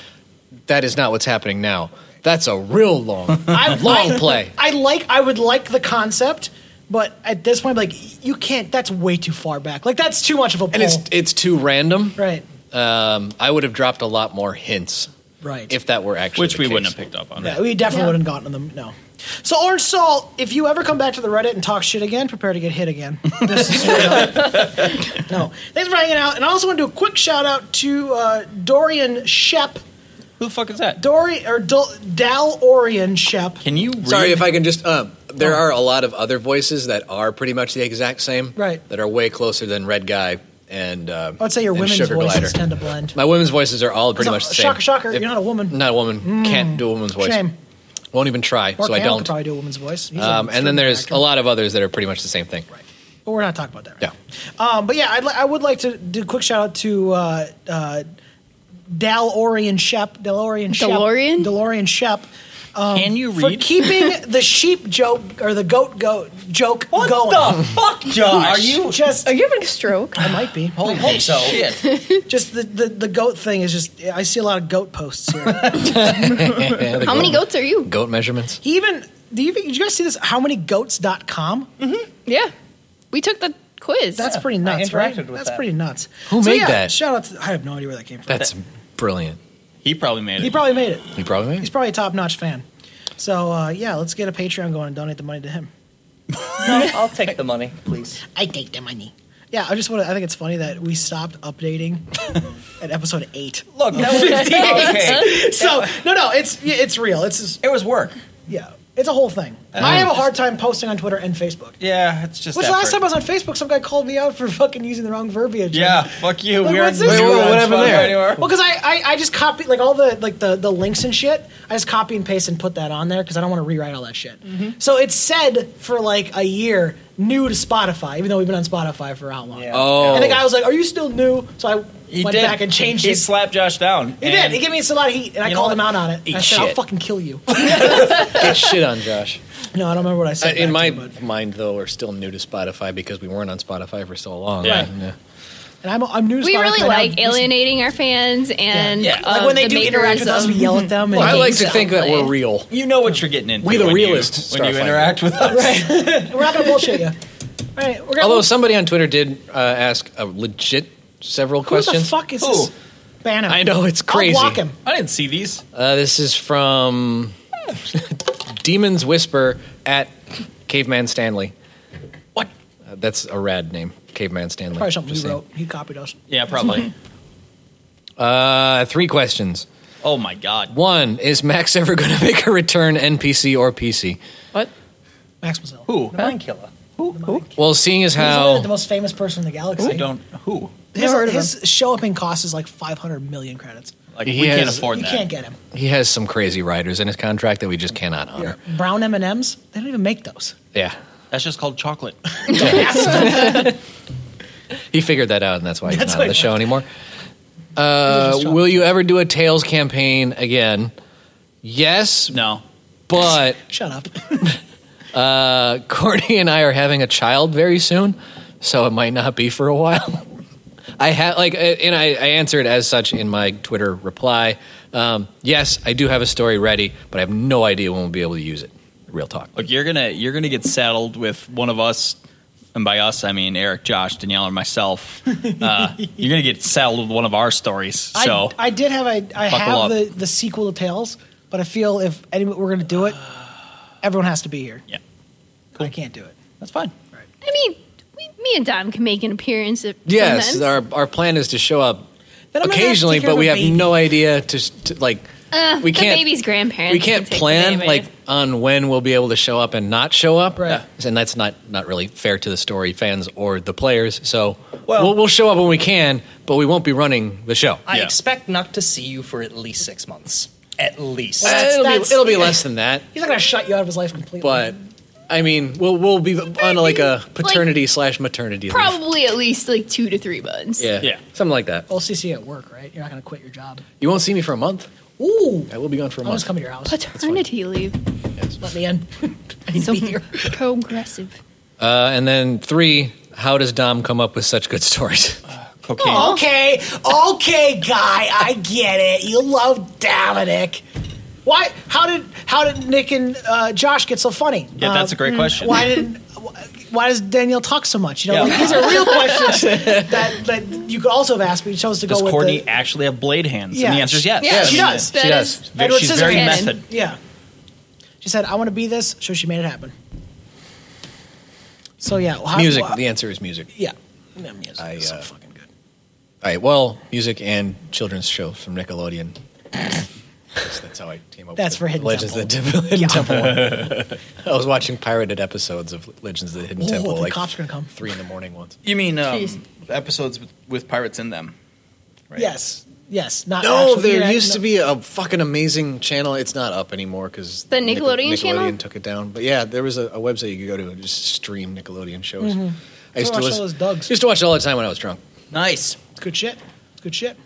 Speaker 7: That is not what's happening now. That's a real long, long
Speaker 4: I-
Speaker 7: play.
Speaker 4: I like. I would like the concept, but at this point, like you can't. That's way too far back. Like that's too much of a. Pull.
Speaker 7: And it's it's too random.
Speaker 4: right,
Speaker 7: Um, I would have dropped a lot more hints
Speaker 4: right.
Speaker 7: if that were actually
Speaker 3: Which
Speaker 7: the
Speaker 3: we
Speaker 7: case.
Speaker 3: wouldn't have picked up on.
Speaker 4: yeah, we definitely
Speaker 5: Yeah.
Speaker 4: wouldn't gotten them. No. So Orange Soul, if you ever come back to the Reddit and talk shit again, prepare to get hit again. This is straight up. No. Thanks for hanging out, and I also want to do a quick shout out to uh, Dorian Shep,
Speaker 3: Who the fuck is that?
Speaker 4: Dory or Dal, Dal Orion Shep.
Speaker 3: Can you? Read?
Speaker 7: Sorry if I can just. Um, there are a lot of other voices that are pretty much the exact same.
Speaker 4: Right.
Speaker 7: That are way closer than Red Guy and. Uh,
Speaker 4: I'd say your
Speaker 7: and
Speaker 4: women's
Speaker 7: Sugar
Speaker 4: voices
Speaker 7: Glider.
Speaker 4: tend to blend.
Speaker 7: My women's voices are all pretty
Speaker 4: So,
Speaker 7: much the same.
Speaker 4: Shocker, shocker!
Speaker 7: If-
Speaker 4: you're not a woman. Hmm.
Speaker 7: Not a woman. Can't do a woman's voice.
Speaker 4: Shame.
Speaker 7: Won't even try,
Speaker 4: Mark
Speaker 7: so I
Speaker 4: Hamill
Speaker 7: don't.
Speaker 4: could probably do a woman's voice. He's a
Speaker 7: Um, and then
Speaker 4: extremely
Speaker 7: there's
Speaker 4: actor.
Speaker 7: a lot of others that are pretty much the same thing.
Speaker 4: But we're not talking about that. Right
Speaker 7: Yeah.
Speaker 4: now. Um, but yeah, I'd li- I would like to do a quick shout out to uh, uh, Dal Orion Shep. Dal Orion Shep.
Speaker 5: DeLorean?
Speaker 4: DeLorean Shep. Um,
Speaker 3: Can you
Speaker 4: For
Speaker 3: read?
Speaker 4: keeping the sheep joke or the goat goat joke
Speaker 6: What
Speaker 4: going.
Speaker 6: the fuck, Josh?
Speaker 3: Are you?
Speaker 4: Just
Speaker 8: Are you having a stroke?
Speaker 4: I might be.
Speaker 6: Holy hope so.
Speaker 3: Shit.
Speaker 4: Just the, the, the goat thing is just I see a lot of goat posts here.
Speaker 7: Yeah, the
Speaker 5: How
Speaker 7: goat-
Speaker 5: many goats are you?
Speaker 7: Goat measurements.
Speaker 4: he even do you think- did you guys see this how many goats.com?
Speaker 5: Yeah, we took the quiz.
Speaker 4: That's pretty
Speaker 6: I
Speaker 4: nuts, right?
Speaker 6: interacted with
Speaker 4: That's
Speaker 6: that.
Speaker 4: pretty nuts.
Speaker 7: Who
Speaker 4: So
Speaker 7: made
Speaker 4: yeah,
Speaker 7: that?
Speaker 4: Shout out to I have no idea where that came from.
Speaker 7: That's brilliant.
Speaker 3: He probably made it.
Speaker 4: He probably made it.
Speaker 7: You probably
Speaker 4: He's probably a top notch fan. So uh, yeah, let's get a Patreon going and donate the money to him.
Speaker 6: No, I'll take the money, please.
Speaker 4: I take the money. Yeah, I just want to. I think it's funny that we stopped updating at episode eight.
Speaker 6: Look, that was 58.
Speaker 4: So no, no, it's yeah, it's real. It's just,
Speaker 6: It was work.
Speaker 4: yeah, it's a whole thing. I have a hard time posting on Twitter and Facebook.
Speaker 3: Yeah, it's just.
Speaker 4: Which last time
Speaker 3: effort.
Speaker 4: I was on Facebook, some guy called me out for fucking using the wrong verbiage.
Speaker 3: Yeah, fuck you.
Speaker 4: Like,
Speaker 3: we aren't
Speaker 4: what's this?
Speaker 3: doing
Speaker 4: Wait,
Speaker 7: what
Speaker 3: that
Speaker 7: happened
Speaker 3: fucking
Speaker 7: there?
Speaker 3: anymore.
Speaker 4: Well, because I, I I just copy like all the like the the links and shit. I just copy and paste and put that on there because I don't want to rewrite all that shit. So it said for like a year new to Spotify, even though we've been on Spotify for how long?
Speaker 6: Yeah.
Speaker 7: Oh.
Speaker 4: And the guy was like, "Are you still new?" So I
Speaker 3: He
Speaker 4: went
Speaker 3: did.
Speaker 4: back and changed
Speaker 3: He
Speaker 4: it.
Speaker 3: slapped Josh down.
Speaker 4: he did. He gave me a lot of heat, and I
Speaker 3: You know
Speaker 4: called him
Speaker 3: what?
Speaker 4: out on it.
Speaker 3: Eat
Speaker 4: I said, "I'll
Speaker 7: shit.
Speaker 4: fucking kill you."
Speaker 7: Get shit on Josh.
Speaker 4: no, I don't remember what I
Speaker 7: Uh,
Speaker 4: said.
Speaker 7: in
Speaker 4: back
Speaker 7: my
Speaker 4: to him, but-
Speaker 7: mind, though, we're still new to Spotify because we weren't on Spotify for so long.
Speaker 3: Yeah.
Speaker 4: and I'm, I'm new. To
Speaker 5: we
Speaker 4: Spotify
Speaker 5: really
Speaker 4: now.
Speaker 5: like alienating our fans and
Speaker 4: Yeah.
Speaker 5: uh,
Speaker 4: like when they
Speaker 5: the
Speaker 4: do interact with
Speaker 5: makers
Speaker 4: us, we
Speaker 5: of-
Speaker 4: yell at them. And
Speaker 7: I like to
Speaker 5: Games
Speaker 7: think that we're real.
Speaker 3: You know what you're getting into.
Speaker 7: We the
Speaker 3: when you-
Speaker 7: realists,
Speaker 3: when you
Speaker 7: Starfighter.
Speaker 3: interact with us.
Speaker 4: we're not gonna bullshit you. All right, we're gonna.
Speaker 7: Although somebody on Twitter did uh, ask a legit several
Speaker 4: who the
Speaker 7: questions.
Speaker 4: fuck is
Speaker 3: Who?
Speaker 4: this? Banner.
Speaker 7: I know it's crazy.
Speaker 4: I'll block him.
Speaker 3: I didn't see these.
Speaker 7: Uh, this is from Demons Whisper at Caveman Stanley. What? Uh, that's a rad name, Caveman Stanley.
Speaker 4: Probably something
Speaker 7: Just
Speaker 4: he
Speaker 7: saying.
Speaker 4: wrote. He copied us.
Speaker 3: Yeah, probably.
Speaker 7: Uh, three questions.
Speaker 3: oh my god.
Speaker 7: One is Max ever going to make a return, NPC or PC?
Speaker 8: What?
Speaker 4: Max Mazzel.
Speaker 3: Who?
Speaker 6: The mind killer.
Speaker 7: Well, seeing as
Speaker 4: He's literally the
Speaker 7: how
Speaker 4: most famous person in the galaxy.
Speaker 3: I don't. Who?
Speaker 4: His, his show up in cost is like 500 million credits.
Speaker 3: Like
Speaker 7: He
Speaker 3: we can't
Speaker 7: has-
Speaker 3: afford
Speaker 4: You
Speaker 3: that.
Speaker 4: can't get him.
Speaker 7: he has some crazy writers in his contract that we just cannot honor.
Speaker 4: Brown M and M's. They don't even make those.
Speaker 7: Yeah.
Speaker 3: That's just called chocolate.
Speaker 7: He figured that out, and that's why he's
Speaker 4: That's
Speaker 7: not on
Speaker 4: why-
Speaker 7: the show anymore.
Speaker 4: just
Speaker 7: Uh,
Speaker 4: chocolate.
Speaker 7: will you ever do a Tails campaign again? Yes,
Speaker 3: No.
Speaker 7: but
Speaker 4: Shut up.
Speaker 7: Uh, Courtney and I are having a child very soon, so it might not be for a while. I have like, uh, and I, I answered as such in my Twitter reply. Um, yes, I do have a story ready, but I have no idea when we'll be able to use it. Real talk.
Speaker 3: Look, you're gonna you're gonna get saddled with one of us, and by us I mean Eric, Josh, Danielle, or myself. Uh, you're gonna get saddled with one of our stories. So
Speaker 4: I, I did have I, I
Speaker 3: Buckle
Speaker 4: have
Speaker 3: up.
Speaker 4: the, the sequel to Tales, but I feel if any, we're going to do it, everyone has to be here.
Speaker 3: Yeah,
Speaker 4: I can't do it.
Speaker 3: That's fine.
Speaker 5: I mean, we, me and Dom can make an appearance. If,
Speaker 7: Yes,
Speaker 5: sometimes.
Speaker 7: our our plan is to show up
Speaker 5: Then I'm gonna have to
Speaker 7: occasionally,
Speaker 5: take care
Speaker 7: but
Speaker 5: of
Speaker 7: we
Speaker 5: a
Speaker 7: have
Speaker 5: baby.
Speaker 7: no idea to, s- to like
Speaker 5: Uh,
Speaker 7: We can't-
Speaker 5: the baby's grandparents.
Speaker 7: we
Speaker 5: can
Speaker 7: can't
Speaker 5: take the
Speaker 7: plan
Speaker 5: baby.
Speaker 7: like on when we'll be able to show up and not show up,
Speaker 5: Right.
Speaker 7: And that's not not really fair to the story fans or the players. So we'll, we'll show up when we can, but we won't be running the show.
Speaker 6: I expect not to see you for at least six months. At least.
Speaker 7: Uh, it'll, be, it'll be less than that,
Speaker 4: He's not going to shut you out of his life completely.
Speaker 7: but I mean, we'll we'll be on like a paternity slash maternity. leave.
Speaker 5: probably at least like two to three months.
Speaker 7: Yeah, something like that.
Speaker 4: OCC at work, right? You're not going to quit your job.
Speaker 7: You won't see me for a month.
Speaker 4: Ooh,
Speaker 7: I will be gone for a
Speaker 4: I'll
Speaker 7: month.
Speaker 4: just come to your house.
Speaker 5: Paternity leave.
Speaker 4: Let me in.
Speaker 5: so progressive.
Speaker 7: Uh, and then three, how does Dom come up with such good stories?
Speaker 4: Okay, okay, guy, I get it. You love Dominic. Why? How did how did Nick and uh, Josh get so funny?
Speaker 3: Yeah, that's
Speaker 4: Uh,
Speaker 3: a great question.
Speaker 4: Why did why does Danielle talk so much? You know,
Speaker 3: Yeah.
Speaker 4: like, these are real questions that, that you could also have asked, but you chose to
Speaker 3: Does
Speaker 4: go with
Speaker 3: Courtney
Speaker 4: the.
Speaker 3: actually have blade hands? And the answer is yes.
Speaker 4: Yeah, she does.
Speaker 3: She does. Very- She's very method.
Speaker 4: Yeah. She said, "I want to be this," so she made it happen. So yeah, how-
Speaker 7: music.
Speaker 4: wha-
Speaker 7: the answer is music.
Speaker 4: yeah.
Speaker 7: I, uh, fucking good. All right. Well, music and children's shows from Nickelodeon. That's how I came up.
Speaker 4: That's
Speaker 7: with
Speaker 4: for Hidden
Speaker 7: Legends of
Speaker 4: Temple.
Speaker 7: the Hidden
Speaker 4: Yeah.
Speaker 7: Temple. I was watching pirated episodes of Legends of the Hidden
Speaker 4: Whoa,
Speaker 7: Temple,
Speaker 4: the
Speaker 7: like
Speaker 4: cops are gonna come.
Speaker 7: three in the morning once.
Speaker 3: You mean
Speaker 4: um, Jeez.
Speaker 3: episodes with, with pirates in them?
Speaker 4: Yes, yes. Not
Speaker 7: no,
Speaker 4: actually-
Speaker 7: there
Speaker 4: yeah,
Speaker 7: used
Speaker 4: no.
Speaker 7: to be a fucking amazing channel. It's not up anymore because
Speaker 5: The Nickelodeon channel?
Speaker 7: took it down. But yeah, there was a, a website you could go to and just stream Nickelodeon shows.
Speaker 4: Mhm.
Speaker 7: I used
Speaker 4: So watch
Speaker 7: to listen.
Speaker 4: all those Dugs.
Speaker 7: Used to watch it all the time when I was drunk.
Speaker 3: Nice.
Speaker 4: It's good shit. It's good shit.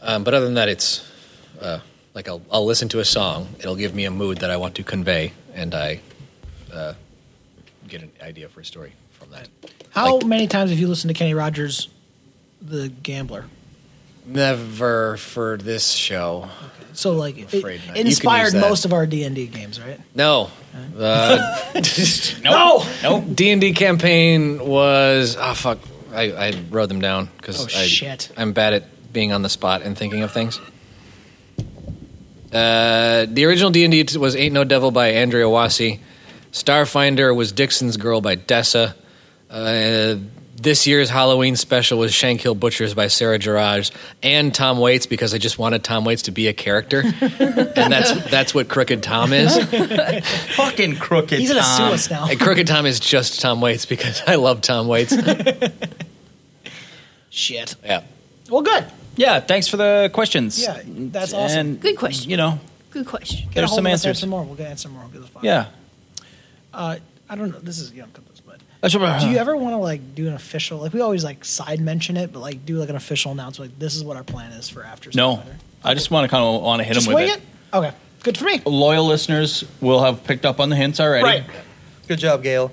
Speaker 7: Um, but other than that, it's uh, like I'll, I'll listen to a song. It'll give me a mood that I want to convey, and I uh, get an idea for a story from that.
Speaker 4: How many times have you listened to Kenny Rogers, The Gambler?
Speaker 7: Never for this show.
Speaker 4: So like, it,
Speaker 7: afraid
Speaker 4: it
Speaker 7: not. You can use
Speaker 4: inspired
Speaker 7: that.
Speaker 4: most of our D and D games, right?
Speaker 7: No. Uh, no. D and D campaign was ah fuck. I, I wrote them down because
Speaker 4: Oh,
Speaker 7: I
Speaker 4: shit.
Speaker 7: I'm bad at being on the spot and thinking of things. Uh, the original D and D was Ain't No Devil by Andrea Wassi. Starfinder was Dixon's Girl by Dessa. Uh, this year's Halloween special was Shank Hill Butchers by Sarah Garage and Tom Waits because I just wanted Tom Waits to be a character, and that's that's what Crooked Tom is.
Speaker 3: Fucking crooked. um,
Speaker 4: He's gonna sue Tom. us now.
Speaker 7: And Crooked Tom is just Tom Waits because I love Tom Waits.
Speaker 4: Shit.
Speaker 7: yeah.
Speaker 4: Well, good.
Speaker 3: Yeah. Thanks for the questions.
Speaker 4: Yeah, that's awesome.
Speaker 3: And,
Speaker 5: Good question.
Speaker 3: You know,
Speaker 5: Good question.
Speaker 4: Get a
Speaker 3: There's
Speaker 4: hold
Speaker 3: some
Speaker 4: of us,
Speaker 3: answers.
Speaker 4: Answer more. We'll get answer more. We'll get this file.
Speaker 3: yeah.
Speaker 4: Uh, I don't know. This is you don't cut this, but
Speaker 3: That's
Speaker 7: Uh-huh.
Speaker 3: what-
Speaker 4: do you ever want to like do an official? Like we always like side mention it, but like do like an official announcement. Like this is what our plan is for after.
Speaker 3: No, I just want to kind of want to hit
Speaker 4: Just
Speaker 3: him with
Speaker 4: wing it. Okay, good for me.
Speaker 3: Loyal listeners will have picked up on the hints already.
Speaker 4: Right.
Speaker 6: Good job, Gail.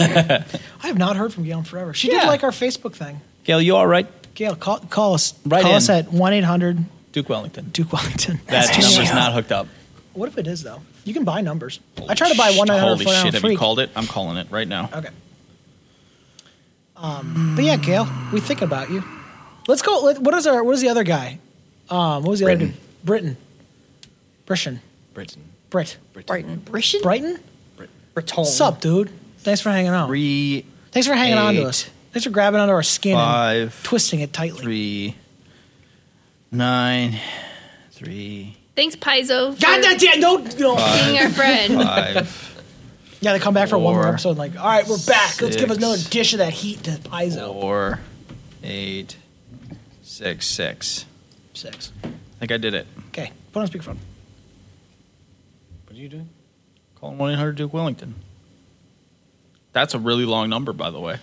Speaker 4: I have not heard from Gail in forever. She
Speaker 3: Yeah.
Speaker 4: did like our Facebook thing.
Speaker 3: Gail, you all right?
Speaker 4: Gail, call, call us.
Speaker 3: Right
Speaker 4: call
Speaker 3: in.
Speaker 4: us at one eight hundred
Speaker 3: Duke Wellington.
Speaker 4: Duke Wellington.
Speaker 3: That number's not hooked up.
Speaker 4: What if it is though? You can buy numbers. I try to buy one nine hundred
Speaker 3: Holy
Speaker 4: for
Speaker 3: shit!
Speaker 4: an
Speaker 3: Have
Speaker 4: free.
Speaker 3: you called it? I'm calling it right now.
Speaker 4: Okay. Um, but yeah, Gail, we think about you. Let's go. Let, what is our? What is the other guy? Um, what was the other dude? Britain. Britain.
Speaker 7: Britain.
Speaker 4: Brit.
Speaker 5: Brighton. Britain?
Speaker 4: Brighton.
Speaker 6: Breton.
Speaker 4: Sup, dude? Thanks for hanging on.
Speaker 3: Oh. Three,
Speaker 4: Thanks for hanging on to
Speaker 3: eight,
Speaker 4: us. Thanks for grabbing onto our skin
Speaker 3: five,
Speaker 4: and twisting it tightly.
Speaker 3: three, nine, three,
Speaker 5: Thanks, Paizo. for
Speaker 4: God that damn! No, no.
Speaker 5: being our friend.
Speaker 3: five,
Speaker 4: Yeah, they come back for one more
Speaker 3: Four,
Speaker 4: episode. And like, all right, we're back. let Let's give us
Speaker 3: six,
Speaker 4: another dish of that heat to Paizo.
Speaker 3: four, eight, six, six.
Speaker 4: Six.
Speaker 3: I think I did it.
Speaker 4: Okay, put on speakerphone.
Speaker 7: What are you doing?
Speaker 3: Calling one eight hundred Duke Wellington. That's a really long number, by the way.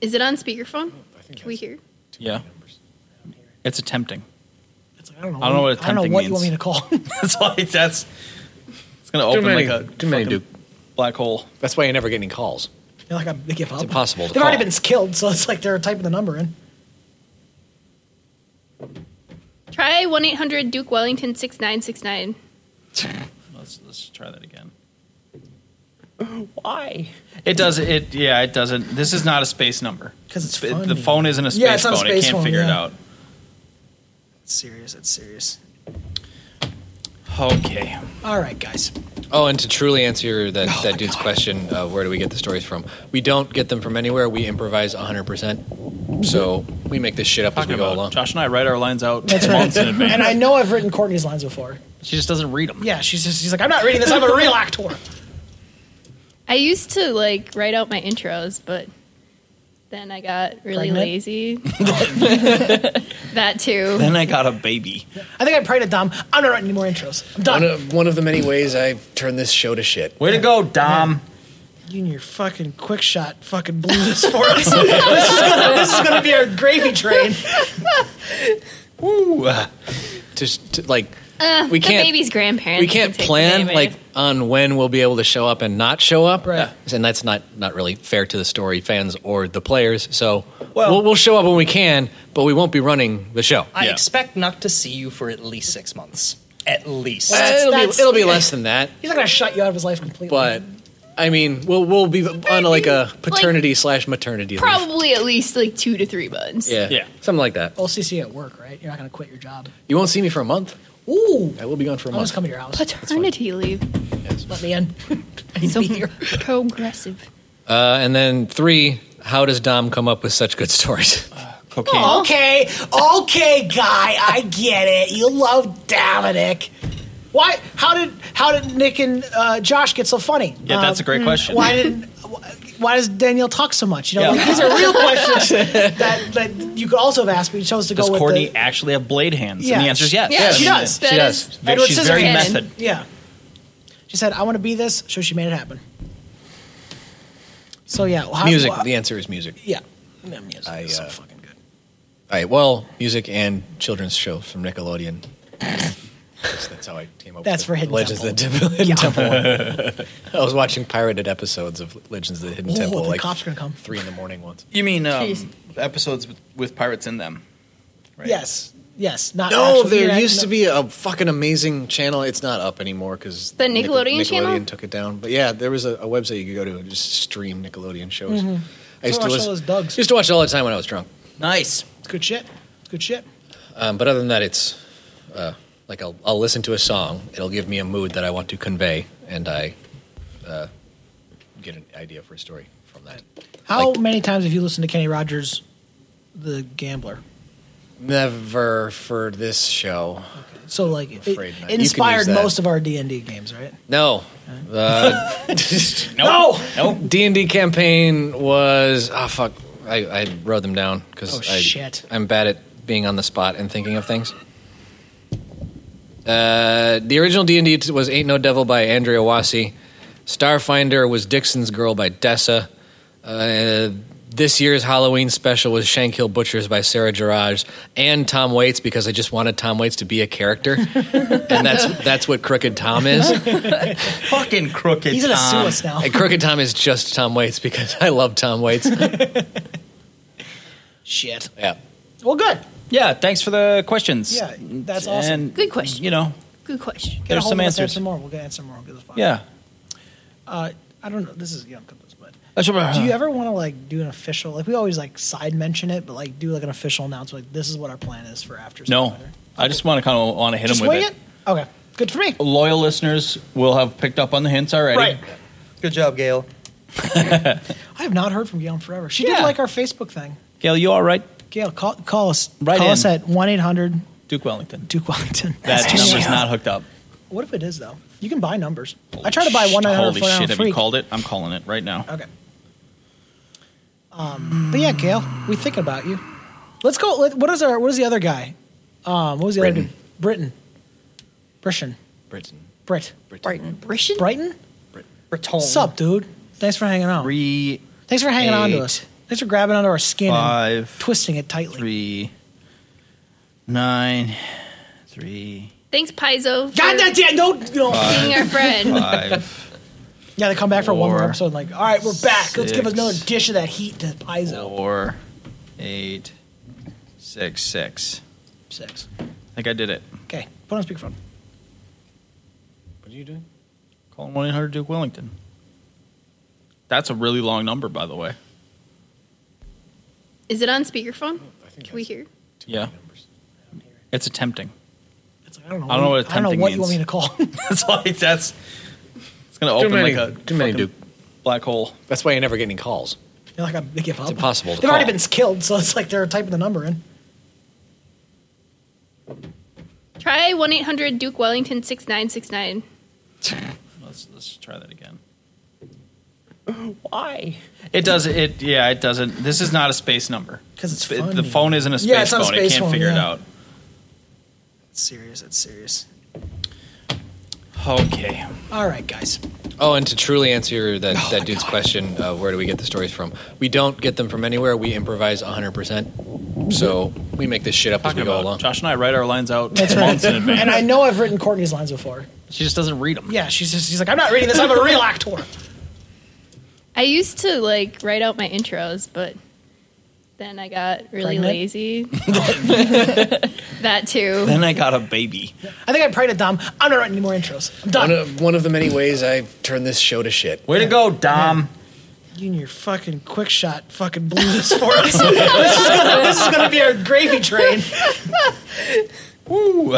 Speaker 5: Is it on speakerphone?
Speaker 7: Oh, I think
Speaker 5: Can we hear?
Speaker 3: Yeah, it's attempting.
Speaker 4: It's like, I don't know.
Speaker 3: I don't know what
Speaker 4: I don't know
Speaker 3: tempting
Speaker 4: what you want me
Speaker 3: means.
Speaker 4: to call.
Speaker 3: It's like that's. It's gonna
Speaker 7: Too
Speaker 3: open
Speaker 7: many-
Speaker 3: like a
Speaker 7: too many
Speaker 3: fucking black hole.
Speaker 7: That's why you never get any calls.
Speaker 4: They're like, I'm, they give up. It's
Speaker 7: impossible to
Speaker 4: They've already
Speaker 7: call.
Speaker 4: been killed, so it's like they're typing the number in.
Speaker 5: Try 1 800 Duke Wellington 6969.
Speaker 3: Let's let's try that again.
Speaker 6: Why?
Speaker 3: It does it. Yeah, it doesn't. This is not a space number
Speaker 4: 'Cause it's
Speaker 3: Sp- the
Speaker 4: funny.
Speaker 3: phone isn't a space
Speaker 4: Yeah, it's
Speaker 3: phone.
Speaker 4: not a
Speaker 3: it
Speaker 4: space
Speaker 3: can't
Speaker 4: phone,
Speaker 3: figure it
Speaker 4: yeah.
Speaker 3: out.
Speaker 4: It's serious. It's serious.
Speaker 3: Okay.
Speaker 4: All right, guys.
Speaker 7: Oh, and to truly answer that, that dude's question, uh, where do we get the stories from? We don't get them from anywhere. We improvise 100%. So we make this shit up as we go along.
Speaker 3: Josh and I write our lines out
Speaker 7: That's
Speaker 3: months in advance.
Speaker 4: And I know I've written Courtney's lines before.
Speaker 3: She just doesn't read them.
Speaker 4: Yeah, she's just she's like, I'm not reading this. I'm a real actor.
Speaker 5: I used to like write out my intros, but then I got really
Speaker 4: Pregnant?
Speaker 5: lazy. that too.
Speaker 3: Then I got a baby.
Speaker 4: I think I prayed to Dom. I'm not writing any more intros. I'm done.
Speaker 7: One of, one of the many ways I've turned this show to shit.
Speaker 3: Way to go, Dom.
Speaker 4: You and your fucking quick shot fucking blew this for us. this, is gonna, this is gonna be our gravy train.
Speaker 7: Woo! Just to, like,
Speaker 5: Uh,
Speaker 7: We can't-
Speaker 5: the baby's grandparents.
Speaker 7: we can't
Speaker 5: can take the
Speaker 7: plan
Speaker 5: baby.
Speaker 7: like on when we'll be able to show up and not show up, right. and that's not not really fair to the story fans or the players. So we'll, we'll show up when we can, but we won't be running the show.
Speaker 6: I expect not to see you for at least six months. At least.
Speaker 7: Well, it'll, be, it'll be less than that,
Speaker 4: He's not gonna shut you out of his life completely.
Speaker 7: but I mean, we'll we'll be on like a paternity slash maternity. leave.
Speaker 5: probably at least like two to three months.
Speaker 7: Yeah, yeah, something like that.
Speaker 4: OCC at work, right? You're not gonna quit your job.
Speaker 7: You won't see me for a month.
Speaker 4: Ooh,
Speaker 7: I will be gone for a
Speaker 4: I'll just
Speaker 7: month.
Speaker 4: come to your house.
Speaker 5: Paternity leave.
Speaker 4: Let me in.
Speaker 5: so progressive.
Speaker 7: Uh, and then three. How does Dom come up with such good stories?
Speaker 3: Cocaine.
Speaker 4: Okay, okay, guy, I get it. You love Dominic. Why? How did how did Nick and uh, Josh get so funny?
Speaker 3: Yeah, that's a great
Speaker 4: mm,
Speaker 3: question.
Speaker 4: Why did why does Danielle talk so much? You know,
Speaker 3: Yeah.
Speaker 4: like, these are real questions that, that you could also have asked, but you chose to
Speaker 3: Does
Speaker 4: go with
Speaker 3: Courtney
Speaker 4: the.
Speaker 3: actually have blade hands? And the answer is yes.
Speaker 4: Yeah, she does.
Speaker 3: She does. Ve-
Speaker 4: Edward
Speaker 3: She's very
Speaker 4: Scissorhands.
Speaker 3: method.
Speaker 4: Yeah. She said, "I want to be this," so she made it happen. So yeah, well, how-
Speaker 7: music.
Speaker 4: wha-
Speaker 7: the answer is music.
Speaker 4: yeah.
Speaker 7: I, uh, All right. Well, music and children's shows from Nickelodeon. that's, that's how I came up.
Speaker 4: That's
Speaker 7: with
Speaker 4: for Hidden
Speaker 7: Legends
Speaker 4: Temple.
Speaker 7: of the Hidden
Speaker 4: Yeah.
Speaker 7: Temple. one. I was watching pirated episodes of Legends of the Hidden
Speaker 4: Oh,
Speaker 7: Temple,
Speaker 4: the
Speaker 7: like
Speaker 4: cops are gonna come.
Speaker 7: three in the morning once.
Speaker 3: You mean um,
Speaker 4: Jeez.
Speaker 3: episodes with, with pirates in them?
Speaker 4: Yes, yes. Not
Speaker 7: No,
Speaker 4: actual-
Speaker 7: there
Speaker 4: Uh, yeah,
Speaker 7: used
Speaker 4: no.
Speaker 7: to be a fucking amazing channel. It's not up anymore because
Speaker 5: The Nickelodeon channel?
Speaker 7: took it down. But yeah, there was a, a website you could go to and just stream Nickelodeon shows.
Speaker 4: Mhm.
Speaker 7: I used
Speaker 4: So
Speaker 7: to
Speaker 4: I watched
Speaker 7: listen-
Speaker 4: all those Dugs.
Speaker 7: used to watch it all the time when I was drunk.
Speaker 3: Nice.
Speaker 4: It's good shit. It's good shit.
Speaker 7: Um, but other than that, it's uh, like I'll, I'll listen to a song. It'll give me a mood that I want to convey, and I uh, get an idea for a story from that.
Speaker 4: How many times have you listened to Kenny Rogers, The Gambler?
Speaker 7: Never for this show.
Speaker 4: So like, it,
Speaker 7: afraid
Speaker 4: it
Speaker 7: not. You can use
Speaker 4: inspired
Speaker 7: that.
Speaker 4: most of our D and D games, right?
Speaker 7: No. Uh,
Speaker 4: No.
Speaker 3: Nope.
Speaker 7: D and D campaign was oh fuck. I, I wrote them down because
Speaker 4: Oh,
Speaker 7: I
Speaker 4: shit.
Speaker 7: I'm bad at being on the spot and thinking of things. Uh, the original D and D was Ain't No Devil by Andrea Wassi. Starfinder was Dixon's Girl by Dessa. Uh, this year's Halloween special was Shank Hill Butchers by Sarah Gerage and Tom Waits because I just wanted Tom Waits to be a character, and that's that's what Crooked Tom is.
Speaker 3: Fucking crooked.
Speaker 4: He's gonna sue
Speaker 3: Tom.
Speaker 4: us now.
Speaker 7: And Crooked Tom is just Tom Waits because I love Tom Waits.
Speaker 4: Shit.
Speaker 7: yeah.
Speaker 4: Well, good.
Speaker 3: Yeah, thanks for the questions.
Speaker 4: Yeah, that's awesome.
Speaker 3: And,
Speaker 5: Good question.
Speaker 3: you know,
Speaker 5: Good question.
Speaker 4: Get a
Speaker 3: there's
Speaker 4: hold
Speaker 3: some
Speaker 4: of us,
Speaker 3: answers.
Speaker 4: Answer more. We'll get answer more. We'll get this fun.
Speaker 3: Yeah.
Speaker 4: Uh, I don't know. This is you don't cut this, but
Speaker 3: That's what-
Speaker 7: Uh-huh.
Speaker 4: do you ever want to like do an official? Like we always like side mention it, but like do like an official announcement. Like this is what our plan is for after.
Speaker 3: No. I just want to kind of want to hit
Speaker 4: Just
Speaker 3: him with
Speaker 4: wing it. Okay. Good for me.
Speaker 3: Loyal listeners will have picked up on the hints already.
Speaker 4: Right.
Speaker 6: Good job, Gail.
Speaker 4: I have not heard from Gail in forever. She
Speaker 3: Yeah.
Speaker 4: did like our Facebook thing.
Speaker 3: Gail, you all right?
Speaker 4: Gail, call, call us.
Speaker 3: Right
Speaker 4: call
Speaker 3: in.
Speaker 4: us at one eight hundred
Speaker 3: Duke Wellington.
Speaker 4: Duke Wellington.
Speaker 3: That number's not hooked up.
Speaker 4: What if it is though? You can buy numbers. I try to buy one nine hundred
Speaker 3: Holy
Speaker 4: for
Speaker 3: shit, have
Speaker 4: free.
Speaker 3: you called it? I'm calling it right now.
Speaker 4: Okay. Um, but yeah, Gail, we thinking about you. Let's go. Let, what is our? What is the other guy? Um, what was the other dude? Britain. Britain.
Speaker 7: Britain.
Speaker 4: Brit.
Speaker 8: Brighton.
Speaker 5: Britain?
Speaker 4: Brighton.
Speaker 6: Breton.
Speaker 4: What's up, dude? Thanks for hanging out.
Speaker 3: Three,
Speaker 4: Thanks for hanging on to us. Thanks for grabbing onto our skin
Speaker 3: five,
Speaker 4: and twisting it tightly.
Speaker 3: three, nine, three,
Speaker 5: Thanks, Paizo. for
Speaker 4: God, that's it. No, no.
Speaker 5: Being our friend.
Speaker 4: yeah, they come back for one more
Speaker 3: four,
Speaker 4: episode. Like, all right, we're back. Let's give
Speaker 3: six,
Speaker 4: another dish of that heat to Paizo.
Speaker 3: Four, eight, six, six.
Speaker 4: Six.
Speaker 3: I think I did it.
Speaker 4: Okay, put on speakerphone.
Speaker 7: What are you doing?
Speaker 3: Calling one eight hundred Duke Wellington. That's a really long number, by the way.
Speaker 5: Is it on speakerphone? Can we hear?
Speaker 3: Yeah. It's attempting.
Speaker 4: I don't know.
Speaker 3: I don't know what
Speaker 4: I don't know
Speaker 3: attempting
Speaker 4: what you want me
Speaker 3: means.
Speaker 4: to call.
Speaker 3: it's like that's. It's gonna
Speaker 7: Too
Speaker 3: open
Speaker 7: many-
Speaker 3: like a
Speaker 7: too many
Speaker 3: fucking black hole.
Speaker 7: That's why you never get any calls.
Speaker 4: They're like, I'm, they give up.
Speaker 7: impossible to
Speaker 4: They've already
Speaker 7: call.
Speaker 4: been killed, so it's like they're typing the number in.
Speaker 5: Try 1 800 Duke Wellington 6969.
Speaker 3: Let's let's try that again.
Speaker 6: Why?
Speaker 3: It does. It yeah. It doesn't. This is not a space number
Speaker 4: 'Cause it's
Speaker 3: It-
Speaker 4: funny.
Speaker 3: the phone isn't a space
Speaker 4: Yeah, it's not
Speaker 3: phone.
Speaker 4: a
Speaker 3: it
Speaker 4: space
Speaker 3: can't
Speaker 4: phone,
Speaker 3: figure it
Speaker 4: yeah.
Speaker 3: out.
Speaker 4: It's serious. It's serious.
Speaker 3: Okay.
Speaker 4: All right, guys.
Speaker 7: Oh, and to truly answer that, that dude's question, uh, where do we get the stories from? We don't get them from anywhere. We improvise 100%. So we make this shit up as we go along.
Speaker 3: Josh and I write our lines out
Speaker 4: That's
Speaker 3: months in
Speaker 4: right.
Speaker 3: advance.
Speaker 4: and I know I've written Courtney's lines before.
Speaker 3: She just doesn't read them.
Speaker 4: Yeah, she's just she's like, I'm not reading this. I'm a real actor.
Speaker 5: I used to like write out my intros, but then I got really
Speaker 4: Pregnant?
Speaker 5: lazy. that too.
Speaker 3: Then I got a baby.
Speaker 4: I think I'm pregnant, Dom. I'm not writing any more intros. I'm done.
Speaker 7: One of, one of the many ways I've turned this show to shit.
Speaker 3: Way to go, Dom.
Speaker 4: You and your fucking quick shot fucking blew this for us. this, is gonna, this is gonna be our gravy train.
Speaker 3: Ooh.